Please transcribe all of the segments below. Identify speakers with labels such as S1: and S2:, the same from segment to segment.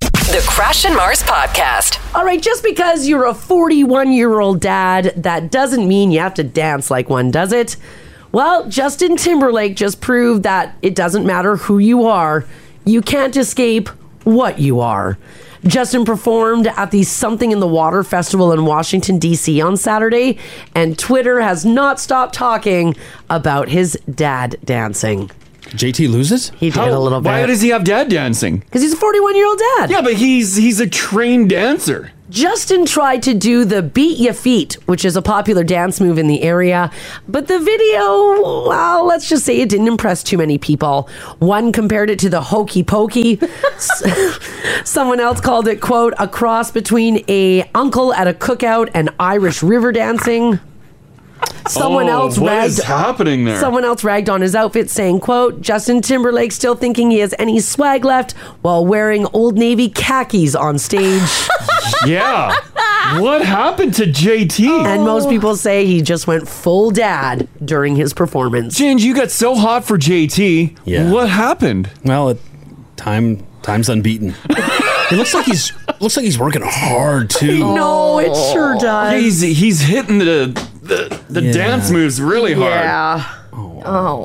S1: The Crash and Mars Podcast.
S2: All right, just because you're a 41 year old dad, that doesn't mean you have to dance like one, does it? Well, Justin Timberlake just proved that it doesn't matter who you are, you can't escape what you are. Justin performed at the Something in the Water Festival in Washington, D.C. on Saturday, and Twitter has not stopped talking about his dad dancing.
S3: JT loses?
S2: He did a little
S3: Why
S2: bit.
S3: does he have dad dancing?
S2: Because he's a 41 year old dad.
S3: Yeah, but he's he's a trained dancer.
S2: Justin tried to do the beat your feet, which is a popular dance move in the area, but the video, well, let's just say it didn't impress too many people. One compared it to the hokey pokey. S- Someone else called it, quote, a cross between a uncle at a cookout and Irish river dancing. Someone
S3: Oh,
S2: else
S3: what
S2: ragged
S3: is happening there?
S2: Someone else ragged on his outfit, saying, "quote Justin Timberlake still thinking he has any swag left while wearing Old Navy khakis on stage."
S3: yeah. What happened to JT?
S2: And most people say he just went full dad during his performance.
S3: Ginge, you got so hot for JT. Yeah. What happened?
S4: Well, it, time time's unbeaten. it looks like he's looks like he's working hard too.
S2: No, it sure does.
S3: Yeah, Oh. he's he's hitting the the, the
S4: Yeah.
S3: dance moves really hard.
S5: Oh.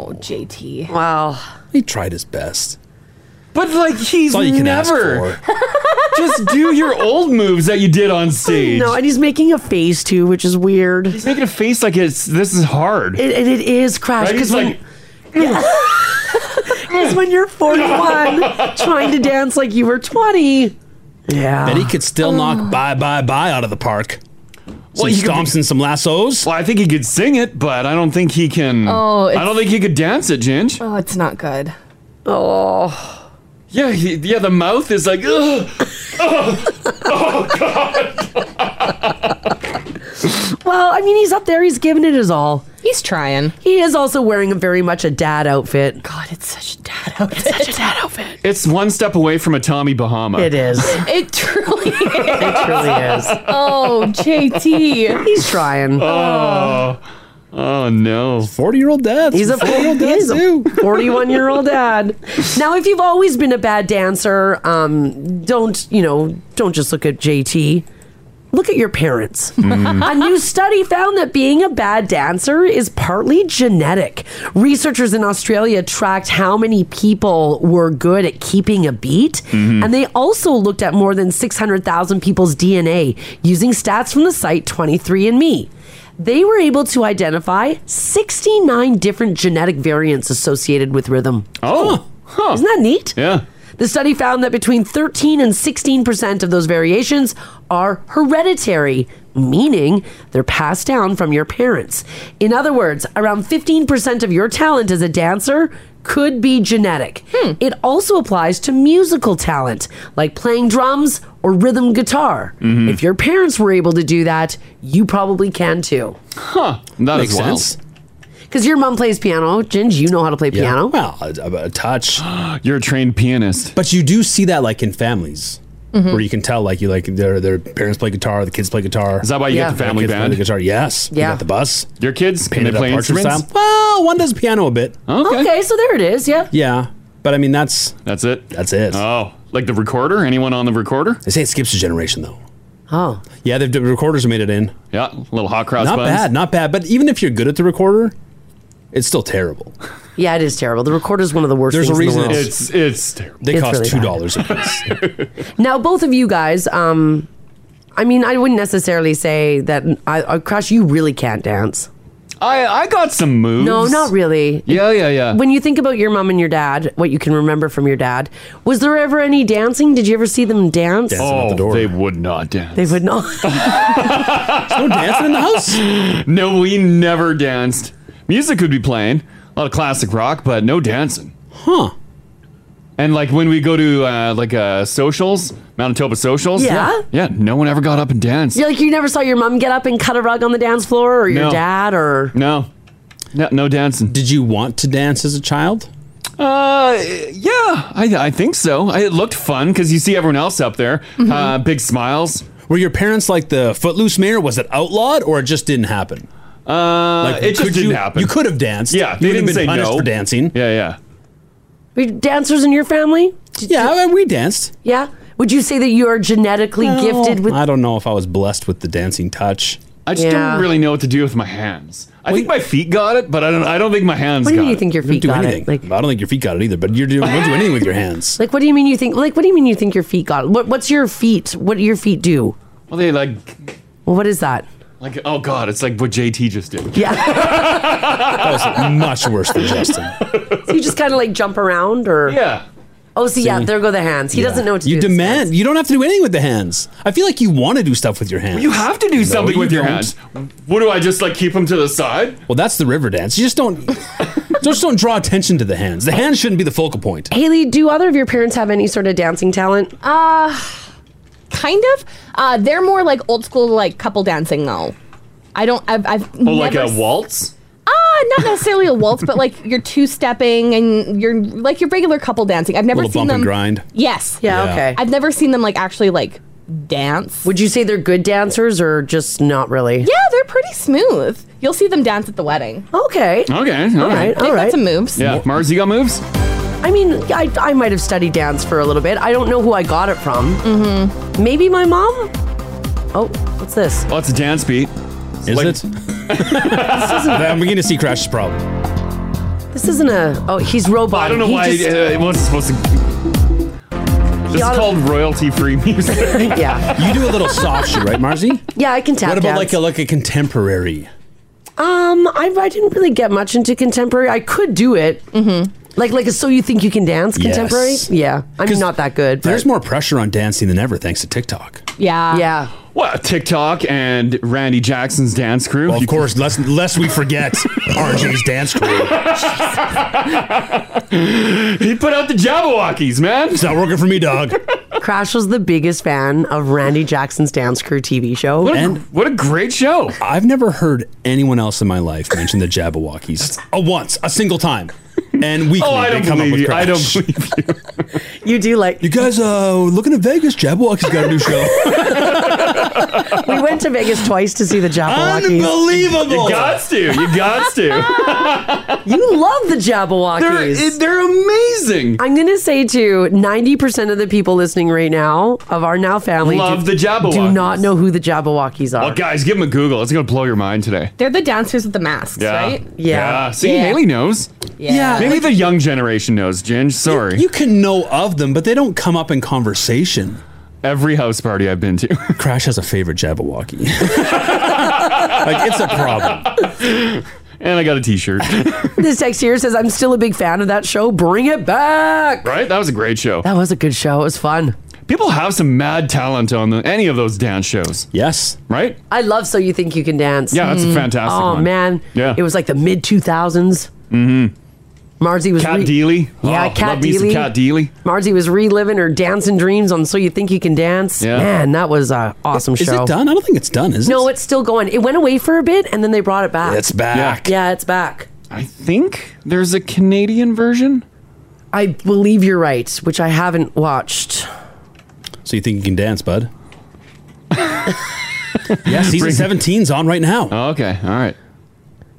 S5: oh, JT.
S2: Wow.
S4: He tried his best.
S3: But like he's
S4: all you can ask
S3: never just do your old moves that you did on stage.
S2: No, and he's making a face too, which is weird. It,
S3: He's making a face like it's this is hard.
S2: and it is crash
S3: right?
S2: because
S3: He's
S2: when,
S3: like, "Mm."
S2: 'cause when you're 41 trying to dance like you were 20. Yeah.
S4: But he could still knock bye bye bye out of the park. Some
S3: Well, he could
S4: stomps and some lassos.
S3: well, I think he could sing it, but I don't think he can.
S5: Oh,
S3: I don't
S5: it's-
S3: think he could dance it, Ginge.
S5: Oh, it's not good.
S2: Oh.
S3: Yeah, he, yeah, the mouth is like, Ugh.
S2: Well, I mean, he's up there. He's giving it his all.
S5: He's trying.
S2: He is also wearing a very much a dad outfit.
S5: God, it's such a dad outfit. It's such a dad outfit.
S3: it's one step away from a Tommy Bahama.
S2: It is.
S5: It truly is.
S2: It truly is.
S5: Oh, JT.
S2: He's trying.
S3: Oh, oh no.
S4: Forty year old dad.
S2: He's a he's a 41 year old dad. Now, if you've always been a bad dancer, um, don't you know? Don't just look at JT. Look at your parents.
S3: Mm.
S2: a new study found that being a bad dancer is partly genetic. Researchers in Australia tracked how many people were good at keeping a beat,
S3: Mm-hmm.
S2: and they also looked at more than 600,000 people's DNA using stats from the site 23andMe they were able to identify 69 different genetic variants associated with rhythm.
S3: Oh, huh.
S2: Isn't that neat?
S3: Yeah.
S2: The study found that between 13 and 16% of those variations are hereditary, meaning they're passed down from your parents. In other words, around 15% of your talent as a dancer could be genetic.
S3: Hmm.
S2: It also applies to musical talent, like playing drums or rhythm guitar.
S3: Mm-hmm.
S2: If your parents were able to do that, you probably can too.
S3: Huh. That
S4: Makes
S3: is wild.
S4: sense.
S2: Because your mom plays piano. Ginge, you know how to play
S4: Yeah.
S2: piano.
S4: Well, a, a touch.
S3: You're a trained pianist.
S4: But you do see that like in families.
S2: Mm-hmm.
S4: Where you can tell, like you like their their parents play guitar, the kids play guitar.
S3: Is that why you get
S2: Yeah.
S3: the
S4: The
S3: family
S4: kids play the
S3: band?
S4: guitar? Yes. You
S2: Yeah.
S4: got the bus.
S3: Your kids can they
S4: Painted up
S3: play
S4: Partridge
S3: instruments?
S4: Style. Well, one does piano a bit.
S3: Okay.
S2: Okay, so there it is. Yeah.
S4: Yeah, but I mean that's
S3: That's it.
S4: that's it.
S3: Oh, like the recorder? Anyone on the recorder?
S4: They say it skips a generation though.
S2: Oh.
S4: Yeah, they've, the recorders made it in.
S3: Yeah, little hot cross
S4: not
S3: buns.
S4: bad, not bad. But even if you're good at the recorder, it's still terrible.
S2: Yeah, it is terrible. The recorder's one of the worst
S4: There's a
S2: things in the
S4: reason
S2: world.
S4: bad.
S3: It's it's terrible.
S4: They
S2: It's
S4: cost
S2: really
S4: two
S2: bad.
S4: dollars a piece.
S2: Now, both of you guys, um, I mean, I wouldn't necessarily say that. I, I Crash, you really can't dance.
S3: I I got some moves.
S2: No, not really.
S3: Yeah, yeah, yeah.
S2: When you think about your mom and your dad, what you can remember from your dad, was there ever any dancing? Did you ever see them dance?
S4: Dancing out
S3: oh,
S4: the door.
S3: they would not
S4: Oh.
S3: dance.
S2: They would not.
S4: no dancing in the house.
S3: No, we never danced. Music would be playing, a lot of classic rock, but no dancing.
S4: Huh?
S3: And like when we go to uh, like uh, socials, Manitoba socials,
S2: Yeah?
S3: yeah, no one ever got up and danced.
S2: You're like you never saw your mom get up and cut a rug on the dance floor, or your
S3: No.
S2: dad, or
S3: No, no, no dancing.
S4: Did you want to dance as a child?
S3: Uh, yeah, I, I think so. I, it looked fun because you see everyone else up there,
S2: Mm-hmm.
S3: uh, big smiles.
S4: Were your parents like the footloose mayor? Was it outlawed or it just didn't happen?
S3: Uh,
S4: Like,
S3: it just
S4: could
S3: didn't
S4: you,
S3: happen.
S4: You could have danced.
S3: yeah,
S4: you
S3: they
S4: would have
S3: didn't
S4: been
S3: say
S4: punished
S3: no
S4: for dancing.
S3: Yeah, yeah.
S2: Were you dancers in your family?
S4: Yeah, I mean, we danced.
S2: Yeah. Would you say that you are genetically gifted with?
S4: I don't know if I was blessed with the dancing touch.
S3: I just
S2: Yeah.
S3: don't really know what to do with my hands. I think my feet got it, but I don't. I don't think my hands.
S2: What do
S3: got
S2: you mean you
S3: it.
S2: think your feet
S4: do
S2: got
S4: anything.
S2: it? Like,
S4: I don't think your feet got it either, but you're doing, don't do anything with your hands.
S2: like what do you mean you think? Like what do you mean you think your feet got it? What, what's your feet? What do your feet do?
S3: Well, they like,
S2: Well, what is that?
S3: like oh god, it's like what JT just did.
S2: Yeah,
S4: That was much worse than Justin.
S2: so you just kind of like jump around or
S3: Yeah.
S2: Oh, see, yeah, there go the hands. He doesn't know what to
S4: you
S2: do.
S4: demand. You don't have to do anything with the hands. I feel like you want to do stuff with your hands.
S3: You have to do something
S4: you
S3: with your
S4: don't.
S3: hands. What do I just like keep them to the side?
S4: Well, that's the river dance. You just don't. just don't draw attention to the hands. The hands shouldn't be the focal point.
S2: Haley, do other of your parents have any sort of dancing talent?
S5: Uh, kind of. Uh, they're more like old school, like couple dancing though. I don't. I've. I've
S3: Oh, like
S5: never
S3: a
S5: s-
S3: waltz?
S5: Ah, not necessarily a waltz, but like you're two stepping and you're like your regular couple dancing. I've never
S4: Little
S5: seen them
S4: bump and grind.
S5: Yes.
S2: Yeah, Yeah. okay.
S5: I've never seen them like actually like dance.
S2: Would you say they're good dancers or just not really?
S5: Yeah, they're pretty smooth. You'll see them dance at the wedding.
S2: Okay.
S3: Okay, all right.
S2: All right.
S5: Got some moves.
S3: Yeah, Mars, you got moves?
S2: I mean, I, I might have studied dance for a little bit. I don't know who I got it from. Mm-hmm. Maybe my mom? Oh, what's this?
S3: Oh, it's a dance beat.
S4: Is
S3: Like-
S4: it? I'm beginning to see Crash's problem.
S2: This isn't a. Oh, he's robot.
S3: I don't know
S2: He
S3: why
S2: just-
S3: it, uh, it wasn't supposed to. This is
S2: oughta-
S3: called royalty-free music.
S2: yeah.
S4: You do a little soft shoe, right, Marzi?
S2: Yeah, I can tap
S4: What about
S2: dance.
S4: like a like a contemporary?
S2: um, I, I didn't really get much into contemporary. I could do it. Mm-hmm. Like like a so you think you can dance
S4: Yes.
S2: contemporary? Yeah, I'm
S4: 'Cause
S2: not that good. But
S4: There's more pressure on dancing than ever thanks to TikTok.
S5: Yeah.
S2: Yeah.
S3: what? TikTok and Randy Jackson's dance crew.
S4: Well, of course, lest, lest we forget RJ's dance crew. It's
S3: he put out the Jabberwockies, man.
S4: not working for me, dog.
S2: Crash was the biggest fan of Randy Jackson's Dance Crew TV show.
S3: What a,
S4: And-
S3: what a great show.
S4: I've never heard anyone else in my life mention the Jabberwockies a once, a single time. And weekly,
S3: Oh, I
S4: they
S3: don't
S4: come up
S3: believe
S4: with
S3: you. I don't
S4: Crash.
S3: believe you.
S2: You do like
S4: You guys uh, looking at Vegas? Jabberwockies got a new show.
S2: we went to Vegas twice to see the Jabberwockies.
S4: Unbelievable!
S3: You gots to. You gots to.
S2: You love the
S3: they're, eh,
S2: Jabberwockies.
S3: they're amazing.
S2: I'm gonna say too, 90% of the people listening right now of our now family
S3: Love
S2: do,
S3: the Jabberwockies.
S2: do not know who the Jabberwockies are.
S3: Well, guys, give him a Google. It's going to blow your mind today.
S5: They're the dancers with the masks, right?
S2: Yeah.
S3: See,
S5: Yeah.
S3: Haley knows.
S4: Yeah,
S3: Maybe the young generation knows, Ginge. Sorry.
S4: you can know of them, but they don't come up in conversation.
S3: Every house party I've been to.
S4: Crash has a favorite Jabberwocky. like it's a problem.
S3: and I got a t shirt.
S2: This text here says, I'm still a big fan of that show. Bring it back.
S3: right? That was a great show.
S2: That was a good show. It was fun.
S3: People have some mad talent on the, any of those dance shows,
S4: Yes,
S3: right?
S2: I love So You Think You Can Dance.
S3: Yeah, that's a fantastic
S2: Oh
S3: one.
S2: man.
S3: Yeah.
S2: It was like the mid 2000s. Mm-hmm. Marzi was
S3: Cat
S2: re-
S3: Deely.
S2: Yeah,
S3: oh,
S2: Cat
S3: love me some
S2: Deely.
S3: Cat Deely.
S2: Marzi was reliving her dancing dreams on So You Think You Can Dance.
S3: Yeah.
S2: Man, that was an awesome
S4: is
S2: show.
S4: it done? I don't think it's done. Is
S2: No,
S4: it?
S2: it's still going. It went away for a bit and then they brought it back.
S4: It's back.
S2: yeah, it's back.
S3: I think there's a Canadian version.
S2: I believe you're right, which I haven't watched.
S4: So you think you can dance, bud? yeah, season 17's on right now.
S3: Oh, okay. All right.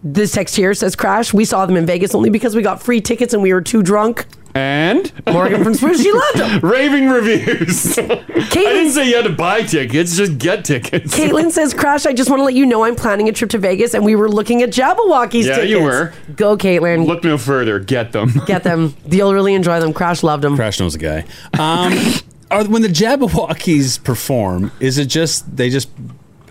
S2: This text here says Crash, we saw them in Vegas only because we got free tickets and we were too drunk.
S3: And
S2: Morgan from Spruce, she loved them.
S3: raving reviews. I didn't
S2: Caitlin
S3: say you had to buy tickets, just get tickets.
S2: Caitlin says, Crash, I just want to let you know I'm planning a trip to Vegas and we were looking at Jabberwockies
S3: Yeah,
S2: tickets.
S3: you were.
S2: Go, Caitlin.
S3: Look no further. Get them.
S2: Get them. You'll really enjoy them. Crash loved them.
S4: Crash knows a guy. Um, are, when the Jabberwockies perform, is it just they just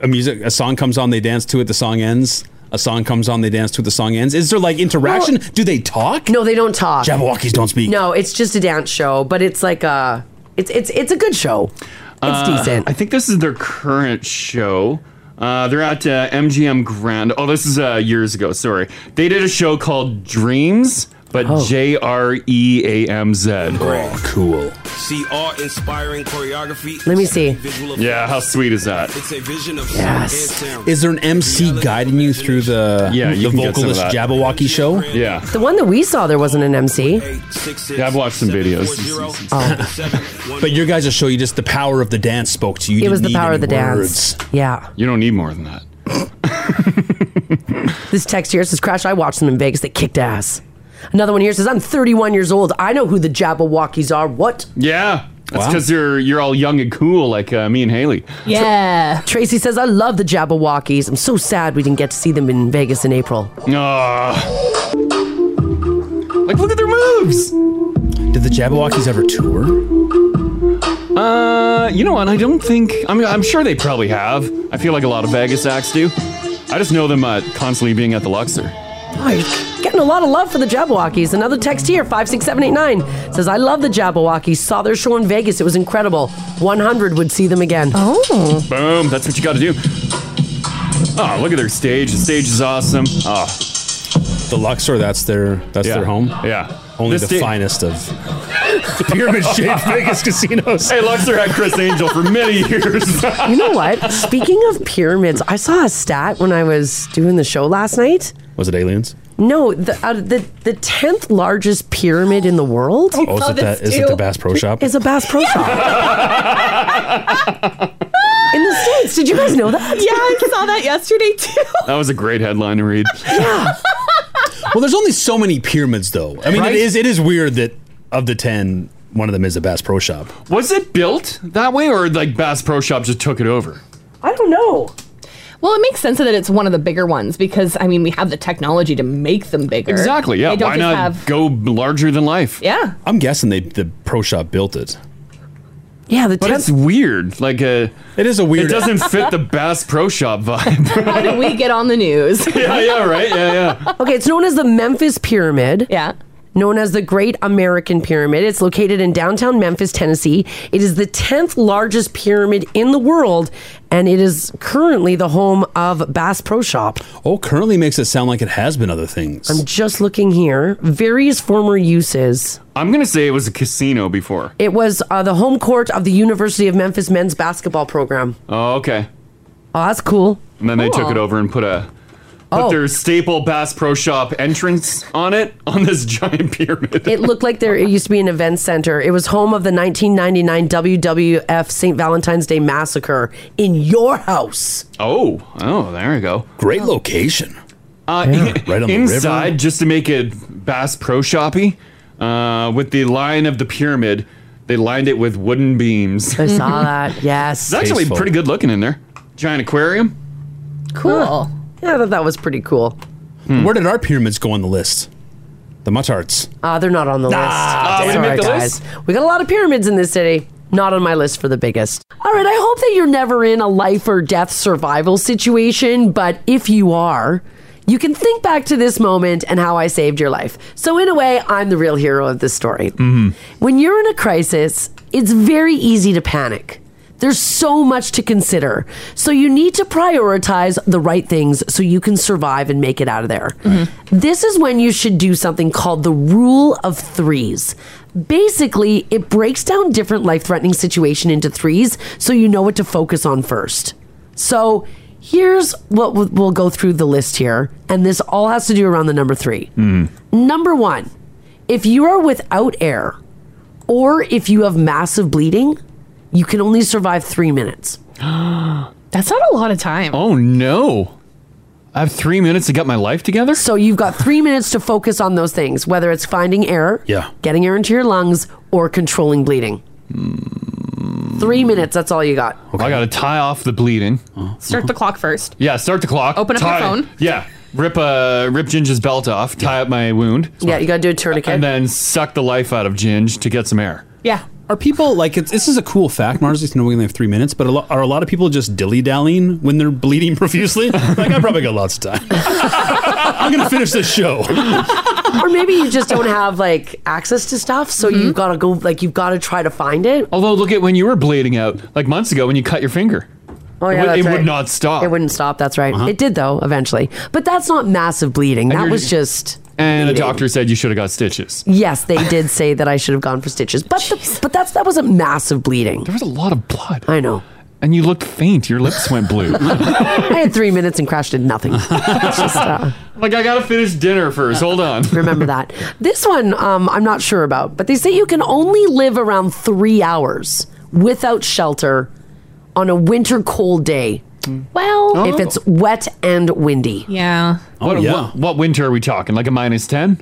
S4: a music a song comes on, they dance to it, the song ends. A song comes on, they dance to it, the song ends. Is there like interaction? Do they talk?
S2: No, they don't talk.
S4: Jabberwockies don't speak.
S2: no, it's just a dance show, but it's like a, it's it's it's a good show. It's decent.
S3: Uh, I think this is their current show. Uh, they're at uh, MGM Grand. Oh, this is uh, years ago. Sorry. They did a show called Dreams, but
S2: Oh.
S3: J R E A M Z.
S4: Oh, cool.
S6: See awe-inspiring choreography.
S2: Let me see.
S6: Visual
S3: Yeah, how sweet is that?
S6: It's a vision of
S2: Yes.
S4: Is there an MC guiding you through the
S3: Yeah, you
S4: the
S3: can get some of
S4: vocalist
S3: that.
S4: Jabberwocky show?
S3: Yeah.
S2: the one that we saw, there wasn't an MC.
S6: Yeah,
S3: I've watched some videos.
S4: But your guys' show, you just the power of the dance spoke to you. you
S2: Oh. It was the
S4: didn't need
S2: power of the
S4: any words.
S2: dance. Yeah.
S3: You don't need more than that.
S2: This text here says, Crash, I watched them in Vegas. They kicked ass. Another one here says, I'm 31 years old. I know who the Jabberwockies are. What?
S3: Yeah. That's because you're you're all young and cool like uh, me and Haley.
S2: Yeah. Tracy says, I love the Jabberwockies. I'm so sad we didn't get to see them in Vegas in April.
S3: Ah. Like, look at their moves.
S4: Did the Jabberwockies ever tour?
S3: Uh, you know what? I don't think. I mean, I'm sure they probably have. I feel like a lot of Vegas acts do. I just know them uh, constantly being at the Luxor.
S2: Oh, you're getting a lot of love for the Jabberwockies. Another text here, 56789, says, I love the Jabberwockies. Saw their show in Vegas. It was incredible. 100 would see them again. Oh.
S3: Boom. That's what you got to do. Oh, look at their stage. The stage is awesome. Oh.
S4: The Luxor, that's their that's their home.
S3: Yeah.
S4: Only
S3: This
S4: the
S3: da-
S4: finest of pyramid-shaped Vegas casinos.
S3: Hey, Luxor had Chris Angel for many years.
S2: You know what? Speaking of pyramids, I saw a stat when I was doing the show last night.
S4: Was it aliens?
S2: No, the uh, the the tenth largest pyramid in the world.
S4: Oh, is it that is it the Bass Pro Shop?
S2: Is a Bass Pro Shop in the states? Did you guys know that?
S5: Yeah, I saw that yesterday too.
S3: That was a great headline to read.
S4: Well, there's only so many pyramids though. I mean,
S3: Right?
S4: it is it is weird that of the 10, one of them is a Bass Pro Shop.
S3: Was it built that way, or like Bass Pro Shop just took it over?
S2: I don't know.
S5: Well, it makes sense that it's one of the bigger ones because I mean we have the technology to make them bigger.
S3: Exactly. Yeah.
S5: They don't
S3: Why
S5: just
S3: not
S5: have-
S3: go larger than life?
S5: Yeah.
S4: I'm guessing they the Pro Shop built it.
S2: Yeah, the
S3: but it's weird. Like a,
S4: it is a
S3: It
S4: weird-
S3: doesn't fit the Bass Pro Shop vibe.
S5: How did we get on the news?
S3: yeah, yeah, right. Yeah, yeah.
S2: Okay, it's known as the Memphis Pyramid.
S5: Yeah.
S2: Known as the Great American Pyramid. It's located in downtown Memphis, Tennessee. It is the 10th largest pyramid in the world, and it is currently the home of Bass Pro Shop.
S4: Oh, currently makes it sound like it has been other things.
S2: I'm just looking here. Various former uses.
S3: I'm gonna say it was a casino before.
S2: It was uh, the home court of the University of Memphis men's basketball program.
S3: Oh, okay.
S2: Oh, that's cool.
S3: And then they took
S2: Cool.
S3: it over and put a put
S2: Oh.
S3: their staple Bass Pro Shop entrance on it on this giant pyramid.
S2: It looked like there it used to be an event center. It was home of the 1999 WWF St. Valentine's Day massacre in your house.
S3: Oh, oh, there we go.
S4: Great location.
S3: Uh,
S4: Yeah.
S3: in-
S4: Right on the
S3: inside,
S4: river.
S3: just to make it Bass Pro Shoppy, uh, with the line of the pyramid, they lined it with wooden beams.
S2: I saw that. Yes.
S3: It's actually
S2: Tasteful.
S3: pretty good looking in there. Giant aquarium.
S2: Cool. Yeah, I thought that was pretty cool.
S4: Where did our pyramids go on the list? The Muttarts.
S2: Uh, they're not on the
S4: Ah,
S2: list.
S4: we didn't
S2: Sorry,
S4: make the
S2: guys.
S4: list?
S2: We got a lot of pyramids in this city. Not on my list for the biggest. All right, I hope that you're never in a life or death survival situation, but if you are, you can think back to this moment and how I saved your life. So, in a way, I'm the real hero of this story. When you're in a crisis, it's very easy to panic. There's so much to consider. So you need to prioritize the right things so you can survive and make it out of there. This is when you should do something called the rule of threes. Basically, it breaks down different life threatening situation into threes so you know what to focus on first. So here's what we'll we'll go through the list here. And this all has to do around the number three.
S4: Mm.
S2: Number one, if you are without air or if you have massive bleeding, you can only survive three minutes.
S5: That's not a lot of time.
S3: Oh no. I have three minutes to get my life together. So
S2: you've got three minutes to focus on those things, whether it's finding air,
S3: Yeah.
S2: getting air into your lungs, or controlling bleeding. Three minutes, that's all you got.
S3: I gotta tie off the bleeding.
S4: Uh-huh.
S5: Start the clock first.
S3: Yeah, start the clock.
S5: Open up your
S3: tie-
S5: phone.
S3: Yeah. Rip uh rip Ginger's belt off, tie up my wound.
S2: Yeah, you gotta do a tourniquet.
S3: And then suck the life out of Ginge to get some air.
S5: Yeah.
S4: Are people like it's, this is a cool fact, Mars? You know we only have three minutes, but a lo- are a lot of people just dilly dallying when they're bleeding profusely? like I probably got lots of time. I'm gonna finish this show.
S2: or maybe you just don't have like access to stuff, so
S5: Mm-hmm.
S2: you've gotta go like you've gotta try to find it.
S3: Although look at when you were bleeding out, like months ago when you cut your finger.
S2: Oh
S3: it
S2: yeah,
S3: would,
S2: that's
S3: it
S2: right.
S3: would not stop.
S2: It wouldn't stop. That's right.
S3: Uh-huh.
S2: It did though eventually, but that's not massive bleeding.
S3: And
S2: that
S3: you're-
S2: was just.
S3: And the doctor said you should have got stitches.
S2: Yes, they did say that I should have gone for stitches, but the, but that's that wasn't massive bleeding. There
S3: was a lot of blood.
S2: I know.
S3: And you looked faint. Your lips went blue.
S2: I had three minutes and crashed into nothing. It's just, uh,
S3: like I gotta finish dinner first. Hold on.
S2: Remember that. this one um, I'm not sure about, but they say you can only live around three hours without shelter on a winter cold day.
S3: Hmm.
S5: Well,
S3: Oh.
S2: if it's wet and windy.
S5: Yeah.
S4: Oh,
S3: what, what, what winter are we talking? Like a minus ten?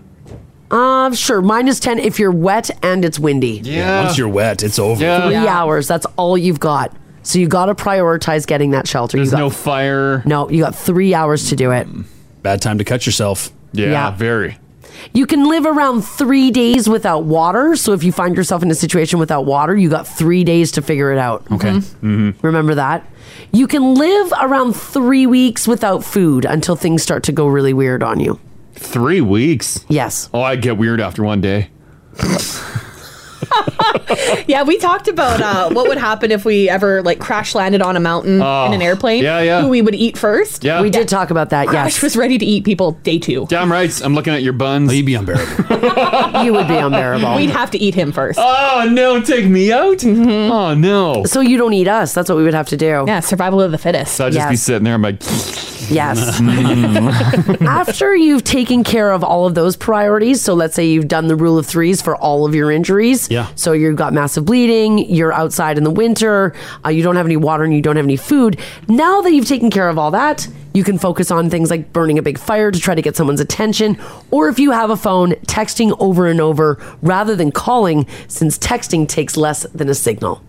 S2: Uh, sure. Minus 10 if you're wet and it's windy.
S4: Yeah, once you're wet, it's over.
S2: Three hours. That's all you've got. So you got to prioritize getting that shelter. There's no
S3: fire.
S2: No, you got three hours to do it.
S4: Bad time to cut yourself.
S3: Yeah,
S2: Yeah.
S3: very.
S2: You can live around three days without water. So if you find yourself in a situation without water, you got three days to figure it out.
S3: Okay.
S2: Remember that. You can live around three weeks without food until things start to go really weird on you.
S3: Three weeks.
S2: Yes.
S3: Oh, I get weird after one day.
S5: yeah, we talked about uh, what would happen if we ever like crash landed on a mountain
S3: Oh,
S5: in an airplane.
S3: yeah, yeah.
S5: Who we would eat first.
S3: Yeah. We did
S2: talk about that.
S5: Crash was ready to eat people day two.
S3: Damn right. I'm looking at your buns.
S4: Oh, you'd be unbearable.
S2: You would be unbearable.
S5: We'd have to eat him first.
S3: Oh no, take me out. Oh no.
S2: Mm-hmm. So you don't eat us. That's what we would have to do.
S5: Yeah, survival of the fittest.
S3: So I'd just be sitting there. I'm like,
S2: Yes.
S3: Mm.
S2: After you've taken care of all of those priorities, so let's say you've done the rule of threes for all of your injuries.
S3: Yeah.
S2: So you've got massive bleeding, you're outside in the winter, uh, you don't have any water, and you don't have any food. Now that you've taken care of all that, you can focus on things like burning a big fire to try to get someone's attention, or if you have a phone, texting over and over rather than calling, since texting takes less than a signal.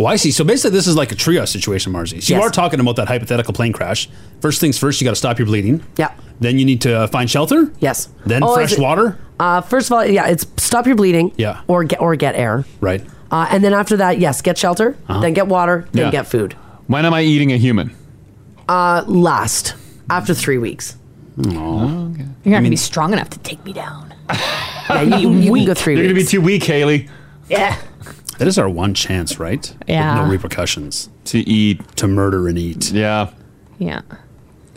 S4: Oh, I see. So basically, this is like a triage situation, Marzi. So you
S2: Yes.
S4: are talking about that hypothetical plane crash. First things first, you got to stop your bleeding.
S2: Yeah.
S4: Then you need to uh, find shelter.
S2: Yes.
S4: Then
S2: Oh, is
S4: fresh
S2: it-
S4: water.
S2: Uh, first of all, yeah, it's stop your bleeding.
S4: Yeah.
S2: Or get or get air.
S4: Right.
S2: Uh, and then after that, yes, get shelter, then get water, then
S3: Uh-huh. Yeah.
S2: get food.
S3: when am I eating a human?
S2: Uh, last after three weeks.
S3: Oh.
S5: You're not gonna be strong enough to take me down.
S2: Yeah, you, you can go three
S3: You're
S2: weeks.
S3: gonna be too weak, Haley,
S5: Yeah.
S4: That is our one chance, right?
S5: Yeah.
S4: With no repercussions.
S3: to eat.
S4: To murder and eat.
S3: Yeah.
S5: Yeah.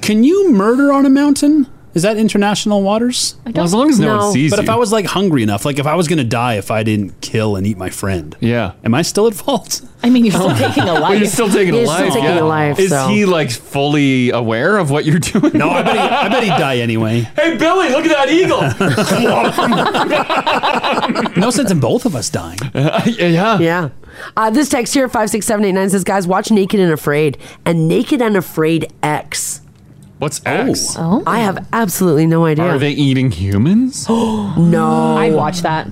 S4: Can you murder on a mountain? Is that international waters?
S5: I Well, as don't long as no one know. sees
S4: But if
S5: you.
S4: I was like hungry enough, like if I was going to die if I didn't kill and eat my friend,
S3: yeah,
S4: am I still at fault?
S5: I mean, you're still taking a
S3: Well,
S5: life.
S3: you're still taking a life. yeah. Is he like fully aware of what you're doing? No,
S4: I bet, he, I bet he'd die anyway.
S3: Hey, Billy, look at that eagle.
S4: no sense in both of us dying.
S3: yeah.
S2: Yeah. Uh, this text here, 56789, says, guys, watch Naked and Afraid and Naked and Afraid X.
S3: What's X?
S5: Oh.
S2: I have absolutely no idea.
S3: Are they eating humans?
S2: no.
S5: I'd watch that.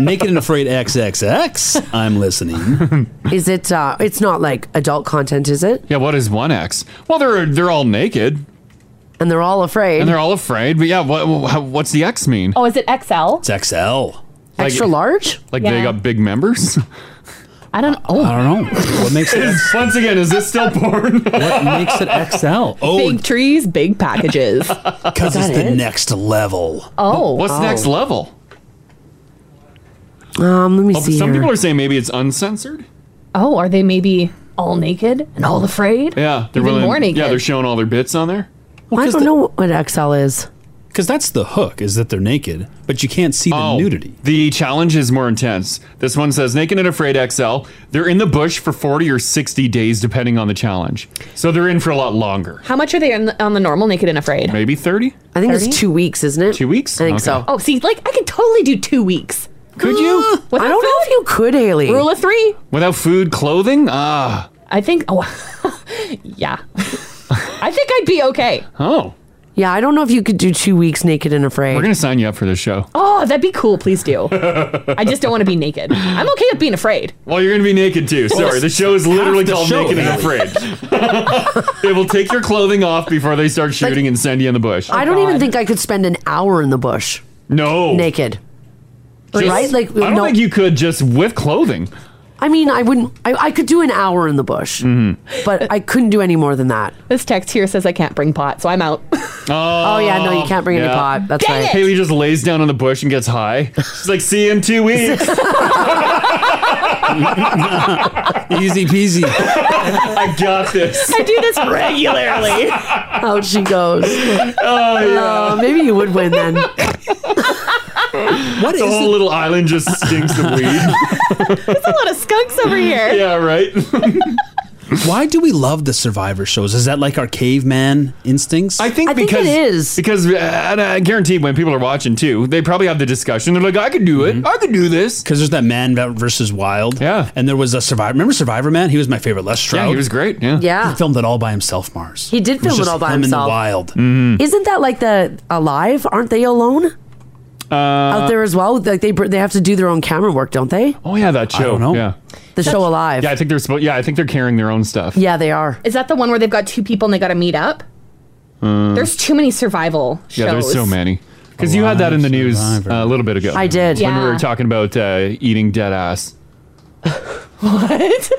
S4: Naked and Afraid XXX. I'm listening.
S2: Is it, uh, it's not like adult content, is it?
S3: Yeah, what is one X? Well, they're they're all naked
S2: And they're all afraid.
S3: and they're all afraid. But yeah, what wha- what's the X mean?
S5: Oh, is it XL?
S4: It's XL.
S2: Extra large?
S3: Like they
S5: Yeah.
S3: got big members?
S5: I don't. Oh,
S4: I don't know. What makes it?
S3: Once again, is this still porn?
S4: what makes it XL? Oh,
S5: big trees, big packages.
S4: because
S3: Oh,
S4: it's the next level.
S5: Oh,
S3: What's next level?
S2: Um, let me
S3: Oh,
S2: see.
S3: some
S2: here.
S3: people are saying maybe it's uncensored.
S5: Oh, are they maybe all naked and all afraid?
S3: Yeah, they're
S5: Even
S3: willing-
S5: more naked.
S3: Yeah, they're showing all their bits on there.
S2: I don't know what XL is.
S4: Because that's the hook is that they're naked, but you can't see the
S3: Oh,
S4: nudity.
S3: The challenge is more intense. This one says Naked and Afraid XL. They're in the bush for 40 or 60 days, depending on the challenge. So they're in for a lot longer.
S5: How much are they on the, on the normal naked and afraid?
S3: Maybe 30?
S2: I think it's
S5: 30?
S2: two weeks, isn't it?
S3: Two weeks?
S2: I think
S3: Okay.
S2: so. Uh,
S5: Oh, see, like I could totally do two weeks.
S3: Could you?
S5: With
S2: I don't know if you could, Haley.
S5: Rule of three.
S3: Without food, clothing? Ah.
S5: I think. Oh, yeah. I think I'd be okay.
S3: Oh.
S2: Yeah, I don't know if you could do two weeks naked and afraid.
S3: We're going to sign you up for this show.
S5: Oh, that'd be cool. Please do. I just don't want to be naked. I'm okay with being afraid.
S3: Well, you're going to be naked too. Sorry.
S4: it's
S3: The show is literally
S4: half the
S3: called
S4: show,
S3: Naked and
S4: Haley.
S3: Afraid. they will take your clothing off before they start shooting and send you in the bush.
S2: I don't even think I could spend an hour in the bush
S3: Oh, no.
S2: naked.
S3: Just-
S2: right? Like,
S3: I don't
S2: no.
S3: think you could just with clothing.
S2: I mean, I wouldn't. I, I could do an hour in the bush,
S3: Mm-hmm.
S2: but I couldn't do any more than that.
S5: This text here says I can't bring pot, so I'm out.
S2: Oh, yeah, no, you can't bring any pot. That's
S5: Dang
S2: right.
S5: it!
S3: Haley just lays down in the bush and gets high. She's like, see you in two weeks.
S4: Easy peasy.
S3: I got this.
S5: I do this regularly.
S2: Out she goes.
S3: Oh, yeah.
S2: Uh, maybe you would win then.
S4: What is
S3: The whole
S4: it?
S3: little island just stinks of weed.
S5: There's a lot of skunks over here.
S3: yeah, right?
S4: Why do we love the Survivor shows? Is that like our caveman instincts?
S3: I think
S2: I think
S3: because
S2: it is.
S3: because uh, and I guarantee when people are watching too, they probably have the discussion. They're like, I could do it. I could do this.
S4: because Mm-hmm. there's that man versus wild.
S3: Yeah.
S4: And there was a survivor. Remember Survivor Man? He was my favorite. Les Stroud.
S3: Yeah, he was great. Yeah.
S4: He
S2: Yeah,
S4: filmed it all by himself, Mars.
S2: He did
S4: was
S2: film it
S4: just
S2: all by
S4: him in the
S3: Mm. Mm-hmm.
S2: himself.
S4: wild.
S2: isn't that like the alive? Aren't they alone?
S3: Uh,
S2: out there as well. Like they br- they have to do their own camera work, don't they?
S3: Oh yeah, that show. Yeah.
S2: The show alive.
S3: Yeah, I think they're supposed. Yeah, I think they're carrying their own stuff.
S2: Yeah, they are.
S5: Is that the one where they've got two people and they got to meet up?
S3: Uh,
S5: There's too many survival shows.
S3: yeah, there's so many. Because you had that in the news uh, a little bit ago.
S5: I did.
S3: when we
S5: Yeah.
S3: were talking about uh, eating dead ass.
S5: What?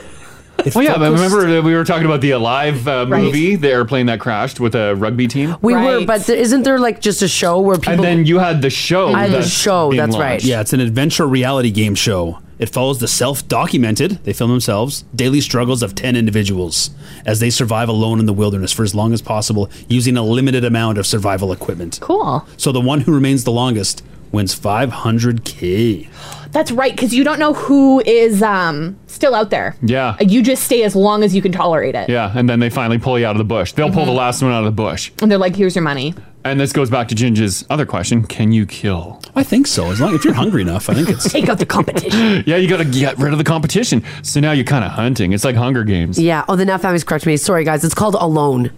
S3: Oh yeah, but remember that we were talking about the Alive uh,
S2: Right.
S3: movie, the airplane that crashed with a rugby team.
S2: We were, but th- isn't there like just a show where people?
S3: And then you had the show.
S4: Oh,
S2: I had the
S3: that's
S2: show.
S3: being
S2: That's
S3: launched.
S2: right.
S4: Yeah, it's an adventure reality game show. It follows the self documented, they film themselves, daily struggles of 10 individuals as they survive alone in the wilderness for as long as possible using a limited amount of survival equipment.
S5: Cool.
S4: So the one who remains the longest wins 500K.
S5: That's right, because you don't know who is um, still out there.
S3: Yeah.
S5: You just stay as long as you can tolerate it.
S3: Yeah, and then they finally pull you out of the bush. They'll pull the
S5: Mhm.
S3: last one out of the bush.
S5: And they're like, here's your money.
S3: And this goes back to Ginger's other question: Can you kill?
S4: I think so. As long if you're hungry enough, I think it's
S5: Take out the competition.
S3: yeah, you got to get rid of the competition. So now you're kind of hunting. It's like Hunger Games.
S2: yeah. Oh, the Nat family's correct me. Sorry, guys. It's called Alone,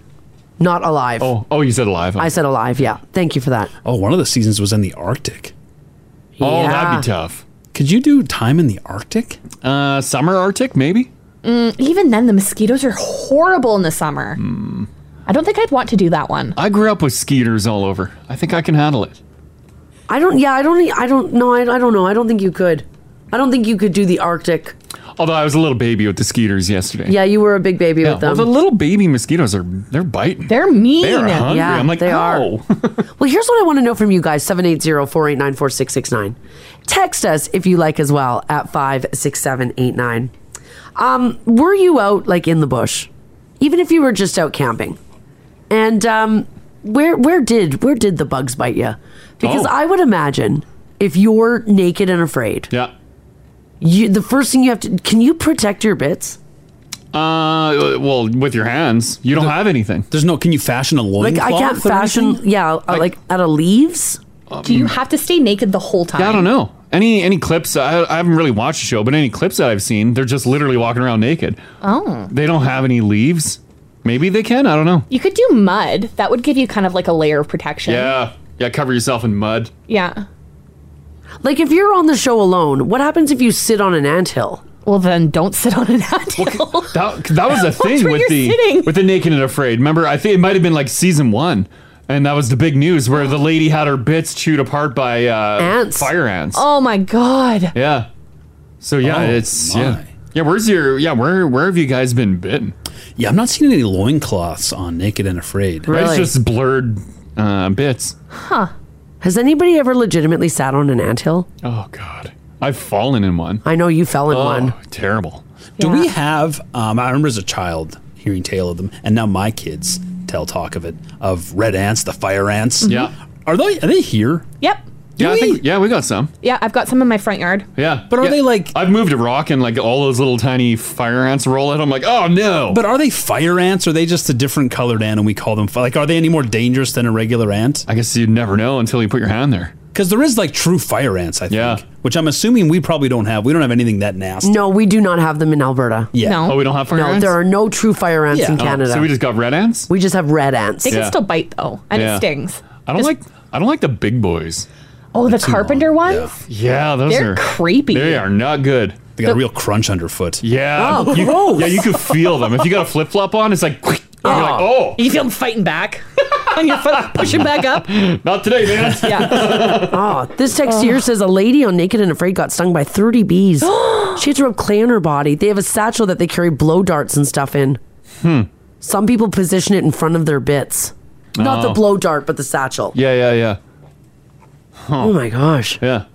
S2: not Alive. Oh,
S3: oh, you said Alive.
S2: I said Alive. Yeah. Thank you for that.
S4: Oh, one of the seasons was in the Arctic.
S2: Oh, that'd be Yeah.
S3: tough.
S4: Could you do time in the Arctic?
S3: Uh, summer Arctic, maybe.
S5: Mm, even then, the mosquitoes are horrible in the summer.
S3: Hmm.
S5: I don't think I'd want to do that one.
S3: I grew up with skeeters all over. I think I can handle it.
S2: I don't. Yeah, I don't. e, I don't know. I, I don't know. I don't think you could. I don't think you could do the Arctic.
S3: Although I was a little baby with the skeeters yesterday.
S2: Yeah, you were a big baby
S3: Yeah,
S2: with them.
S3: Well, the little baby mosquitoes are they're biting.
S5: They're mean.
S3: They're hungry.
S2: Yeah,
S3: I'm like, "Oh."
S2: they
S3: "Ow."
S2: are. well, here's what I want to know from you guys 780 489 4669. Text us if you like as well at 56789. Um, were you out like in the bush? Even if you were just out camping? And um, where where did where did the bugs bite you? Because
S1: Oh.
S2: I would imagine if you're naked and afraid.
S3: Yeah.
S2: You, the first thing you have to can you protect your bits?
S3: Uh, well, with your hands, you don't have anything.
S4: There's no. Can you fashion a
S2: Like I can't fashion yeah, uh, like, out of leaves?
S5: Do you have to stay naked the whole time?
S3: Um, Yeah, I don't know. Any any clips? I, I haven't really watched the show, but any clips that I've seen, they're just literally walking around naked.
S5: Oh.
S3: They don't have any leaves. Maybe they can. I don't know.
S5: You could do mud. That would give you kind of like a layer of protection.
S3: Yeah, yeah. Cover yourself in mud.
S5: Yeah.
S2: Like if you're on the show alone, what happens if you sit on an anthill?
S5: Well then don't sit on an anthill.
S3: That that was a
S5: Watch
S3: thing
S5: where
S3: with
S5: you're
S3: the
S5: sitting.
S3: with the naked and afraid. Remember, I think it might have been like season one, and that was the big news where the lady had her bits chewed apart by uh,
S5: Ants.
S3: fire ants.
S5: Oh my god.
S3: Yeah. So yeah,
S4: Oh,
S3: it's yeah.
S4: my.
S3: Yeah, where's your yeah, where where have you guys been bitten?
S4: Yeah, I'm not seeing any loincloths on Naked and Afraid.
S3: Right, it's Really? just blurred uh, bits.
S2: Huh. Has anybody ever legitimately sat on an anthill?
S3: Oh god. I've fallen in one. Oh,
S2: I know you fell in one.
S3: Terrible.
S4: Do we have? Um, I remember as a child hearing tale of them, and now my kids tell talk of it of red ants, the fire ants. Yeah, are they? Are they here?
S5: Yep.
S3: yeah, I think yeah, we got some.
S5: Yeah, I've got some in my front yard.
S3: Yeah.
S4: But are
S3: Yeah.
S4: they like
S3: I've moved a rock and like all those little tiny fire ants roll out. I'm like, oh no.
S4: But are they fire ants? Or are they just a different colored ant, and we call them fi- like? Are they any more dangerous than a regular ant?
S3: I guess you'd never know until you put your hand there.
S4: Because there is like true fire ants, I think. Yeah. Which I'm assuming we probably don't have. We don't have anything that nasty.
S2: No, we do not have them in Alberta.
S4: Yeah. No. Oh, we don't have fire
S2: no,
S4: ants?
S2: there are no true fire ants
S4: Yeah.
S2: in
S4: Oh,
S2: Canada.
S3: so we just got red ants?
S2: We just have red ants.
S5: They can still bite though. And
S3: Yeah.
S5: it stings.
S3: I don't like I don't like the big boys.
S5: Oh, the carpenter ones?
S3: Yeah, those
S5: They're
S3: are
S5: creepy.
S3: They are not good.
S4: They got a real crunch underfoot.
S3: Yeah.
S5: Oh,
S3: you-
S5: gross.
S3: yeah, you could feel them. If you got a flip flop on, it's like, quick, and you're like, oh.
S5: You feel them fighting back on your foot, pushing back up.
S3: Not today, man.
S2: oh, this text here says a lady on Naked and Afraid got stung by 30 bees. she had to rub clay on her body. They have a satchel that they carry blow darts and stuff in.
S3: Hmm.
S2: Some people position it in front of their bits. Not the
S3: Oh.
S2: blow dart, but the satchel.
S3: Yeah, yeah, yeah.
S2: Oh my gosh.
S3: Yeah.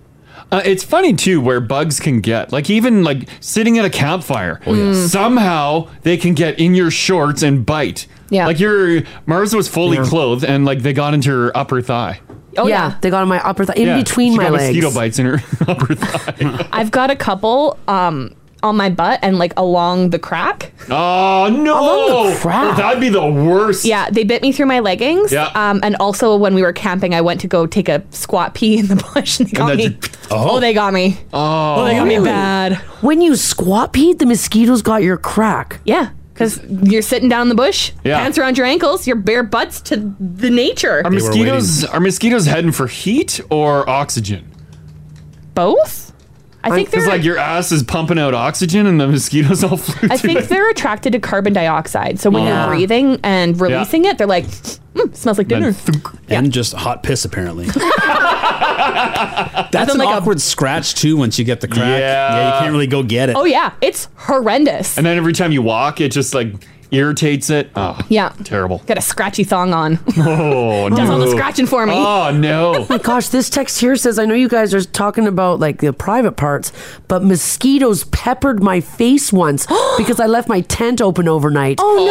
S3: Uh, it's funny too where bugs can get. Like even like sitting at a campfire.
S2: Oh,
S3: Somehow they can get in your shorts and bite.
S2: Yeah.
S3: Like your Mars was fully
S2: Yeah.
S3: clothed and like they got into her upper thigh.
S5: Oh,
S2: yeah. They got on my upper thigh, in
S3: Yeah,
S2: between
S3: she
S2: my
S3: got
S2: legs.
S3: Mosquito bites in her upper thigh.
S5: I've got a couple um, on my butt and like along the crack.
S3: oh no. That'd be the worst.
S5: Yeah, they bit me through my leggings.
S3: Yeah.
S5: Um, and also when we were camping, I went to go take a squat pee in the bush and they got
S3: And
S5: me.
S3: then
S5: oh. they got me.
S3: Oh.
S5: they got me
S2: Really?
S5: bad.
S2: When you squat peed, the mosquitoes got your crack.
S5: Yeah. Because you're sitting down in the bush,
S3: Yeah.
S5: pants around your ankles, your bare butts to the nature.
S3: Are mosquitoes are mosquitoes heading for heat or oxygen?
S5: Both. I think
S3: it's
S5: they're.
S3: like your ass is pumping out oxygen and the mosquitoes all flew
S5: I
S3: to
S5: think
S3: it.
S5: they're attracted to carbon dioxide. So when
S3: Yeah.
S5: you're breathing and releasing it, they're like, mm, smells like dinner.
S4: and just hot piss apparently.
S7: That's an
S5: like a-
S7: awkward scratch too. Once you get the crack,
S3: Yeah.
S4: you can't really go get it.
S5: Oh yeah, it's horrendous.
S3: And then every time you walk, it just like irritates it. Oh,
S5: Yeah.
S3: terrible.
S5: Got a scratchy thong on.
S3: Oh no.
S5: Does all the scratching for me.
S3: Oh no.
S2: my gosh, this text here says, I know you guys are talking about like the private parts, but mosquitoes peppered my face once because I left my tent open overnight.
S5: Oh,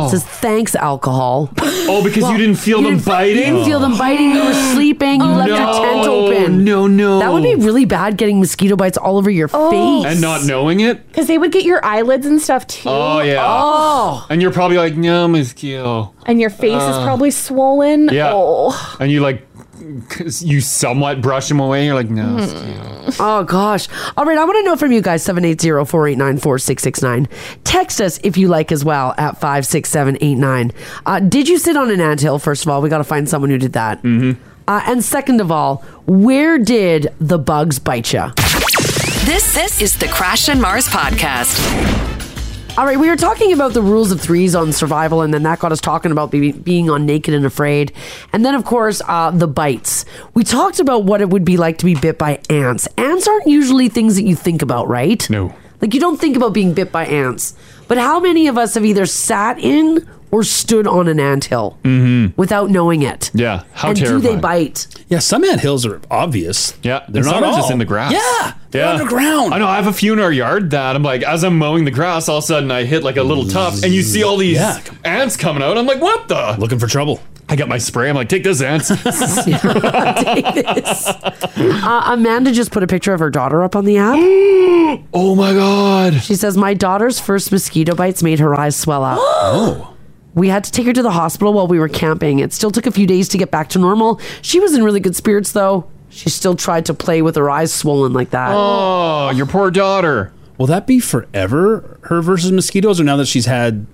S2: no. It says, thanks, alcohol.
S3: Oh, because you didn't feel them biting.
S2: You didn't feel them biting. You were sleeping. You left
S3: no,
S2: your tent open.
S3: No, no. Oh.
S2: That would be really bad getting mosquito bites all over your face.
S3: and not knowing it.
S5: Because they would get your eyelids and stuff too.
S3: Oh yeah.
S2: Oh.
S3: And you're probably like, no, mosquito.
S5: And your face is probably swollen.
S3: Uh. Yeah.
S5: Oh.
S3: And you like, you somewhat brush them away. You're like, no.
S5: Hmm.
S3: mosquito."
S2: Oh, gosh. All right. I want to know from you guys 780 489 4669. Text us if you like as well at 56789. Uh, did you sit on an anthill, first of all? We got to find someone who did that. Mm-hmm. Uh, and second of all, where did the bugs bite you?
S1: This this is the Crash and Mars podcast.
S2: All right, we were talking about the rules of threes on survival, and then that got us talking about be- being on Naked and Afraid. And then, of course, uh, the bites. We talked about what it would be like to be bit by ants. Ants aren't usually things that you think about, right? No. Like, you don't think about being bit by ants. But how many of us have either sat in or stood on an anthill without knowing it?
S3: Mm-hmm. Yeah. How
S2: and do they
S3: terrifying.
S2: bite?
S4: Yeah, some ant hills are obvious.
S3: Yeah,
S4: they're
S3: and
S4: not
S3: some are
S4: all.
S3: just in the grass.
S4: Yeah, they're
S3: yeah.
S4: underground.
S3: I know. I have a few in our yard that I'm like, as I'm mowing the grass, all of a sudden I hit like a little tuft, and you see all these
S4: Yeah.
S3: ants coming out. I'm like, what the?
S4: Looking for trouble.
S3: I got my spray. I'm like, take this ants.
S2: Uh, Amanda just put a picture of her daughter up on the app.
S3: oh my god.
S2: She says, My daughter's first mosquito bites made her eyes swell up. oh. We had to take her to the hospital while we were camping. It still took a few days to get back to normal. She was in really good spirits, though. She still tried to play with her eyes swollen like that.
S3: Oh, your poor daughter.
S4: Will that be forever? Her versus mosquitoes, or now that she's had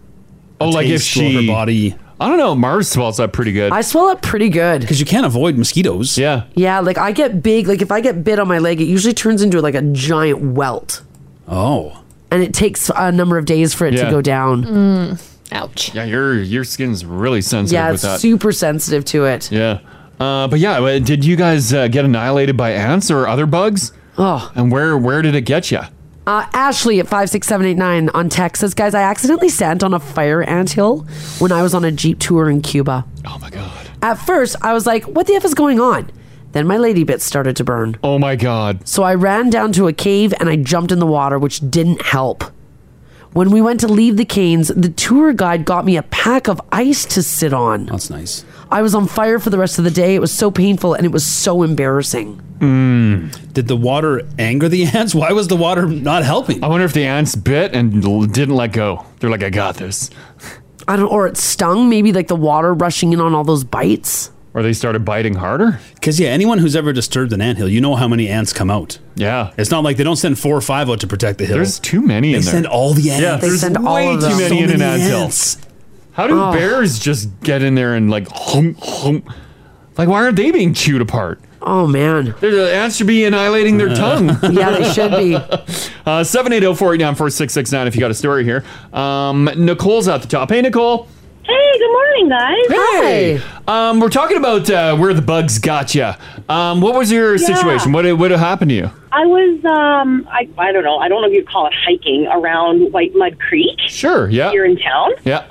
S3: Oh, like if
S4: taste of
S3: she.
S4: her body
S3: I don't know. Mars swells up pretty good.
S2: I swell up pretty good.
S4: because you can't avoid mosquitoes.
S3: yeah.
S2: Yeah, like I get big. Like if I get bit on my leg, it usually turns into like a giant welt.
S4: Oh,
S2: And it takes a number of days for it
S3: Yeah.
S2: to go down.
S5: Ouch.
S3: Yeah, your your skin's really sensitive
S2: yeah,
S3: with
S2: it's
S3: that.
S2: super sensitive to it.
S3: yeah. Uh, but yeah, uh, did you guys uh, get annihilated by ants or other bugs?
S2: Oh.
S3: And where where did it get you?
S2: Uh, Ashley at 56789 on Texas. Guys, I accidentally sat on a fire anthill when I was on a Jeep tour in Cuba.
S3: Oh my god.
S2: At first, I was like, what the F is going on? Then my lady bits started to burn.
S3: Oh my god.
S2: So I ran down to a cave and I jumped in the water, which didn't help. When we went to leave the canes, the tour guide got me a pack of ice to sit on.
S4: that's nice.
S2: I was on fire for the rest of the day. It was so painful and it was so embarrassing.
S4: Mm. Did the water anger the ants? Why was the water not helping?
S3: I wonder if the ants bit and l- didn't let go. They're like, I got this.
S2: I don't, or it stung, maybe like the water rushing in on all those bites.
S3: Or they started biting harder.
S4: Because yeah, anyone who's ever disturbed an anthill, you know how many ants come out.
S3: Yeah.
S4: It's not like they don't send four or five out to protect the hill.
S3: There's too many
S4: they
S3: in there.
S4: send all the ants.
S3: yeah,
S2: They
S3: there's
S2: send all
S3: way
S2: of
S3: too
S2: them.
S3: many
S4: So
S3: in an
S4: many
S3: ant hill.
S4: ants.
S3: How do
S2: Oh.
S3: bears just get in there and like hum, hum? Like why aren't they being chewed apart?
S2: Oh, man.
S3: They're, the ants should be annihilating their tongue.
S2: Yeah, they should be.
S3: Uh, 780-489-4669 if you got a story here. Um, Nicole's at the top. Hey, Nicole.
S8: Hey, good morning, guys.
S3: Um, we're talking about uh, where the bugs got you. Um, what was your
S8: Yeah.
S3: situation? What, what happened to you?
S8: I was, um, I, I don't know, I don't know if you'd call it hiking around White Mud Creek
S3: Sure, yeah.
S8: here in town.
S3: yeah.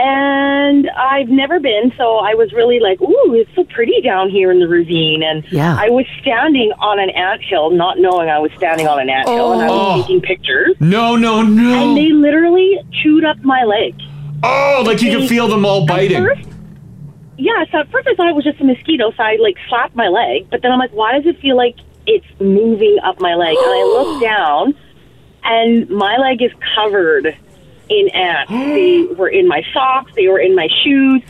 S8: And I've never been, so I was really like, ooh, it's so pretty down here in the ravine. And
S2: Yeah.
S8: I was standing on an anthill, not knowing I was standing on an anthill, and I
S3: Oh.
S8: was taking pictures.
S3: No, no, no.
S8: And they literally chewed up my leg.
S3: oh, like you can
S8: they-
S3: feel them all biting.
S8: At first, yeah, so at first I thought it was just a mosquito, so I like slapped my leg, but then I'm like, why does it feel like it's moving up my leg? And I look down, and my leg is covered in ants. they were in my socks, they were in my shoes.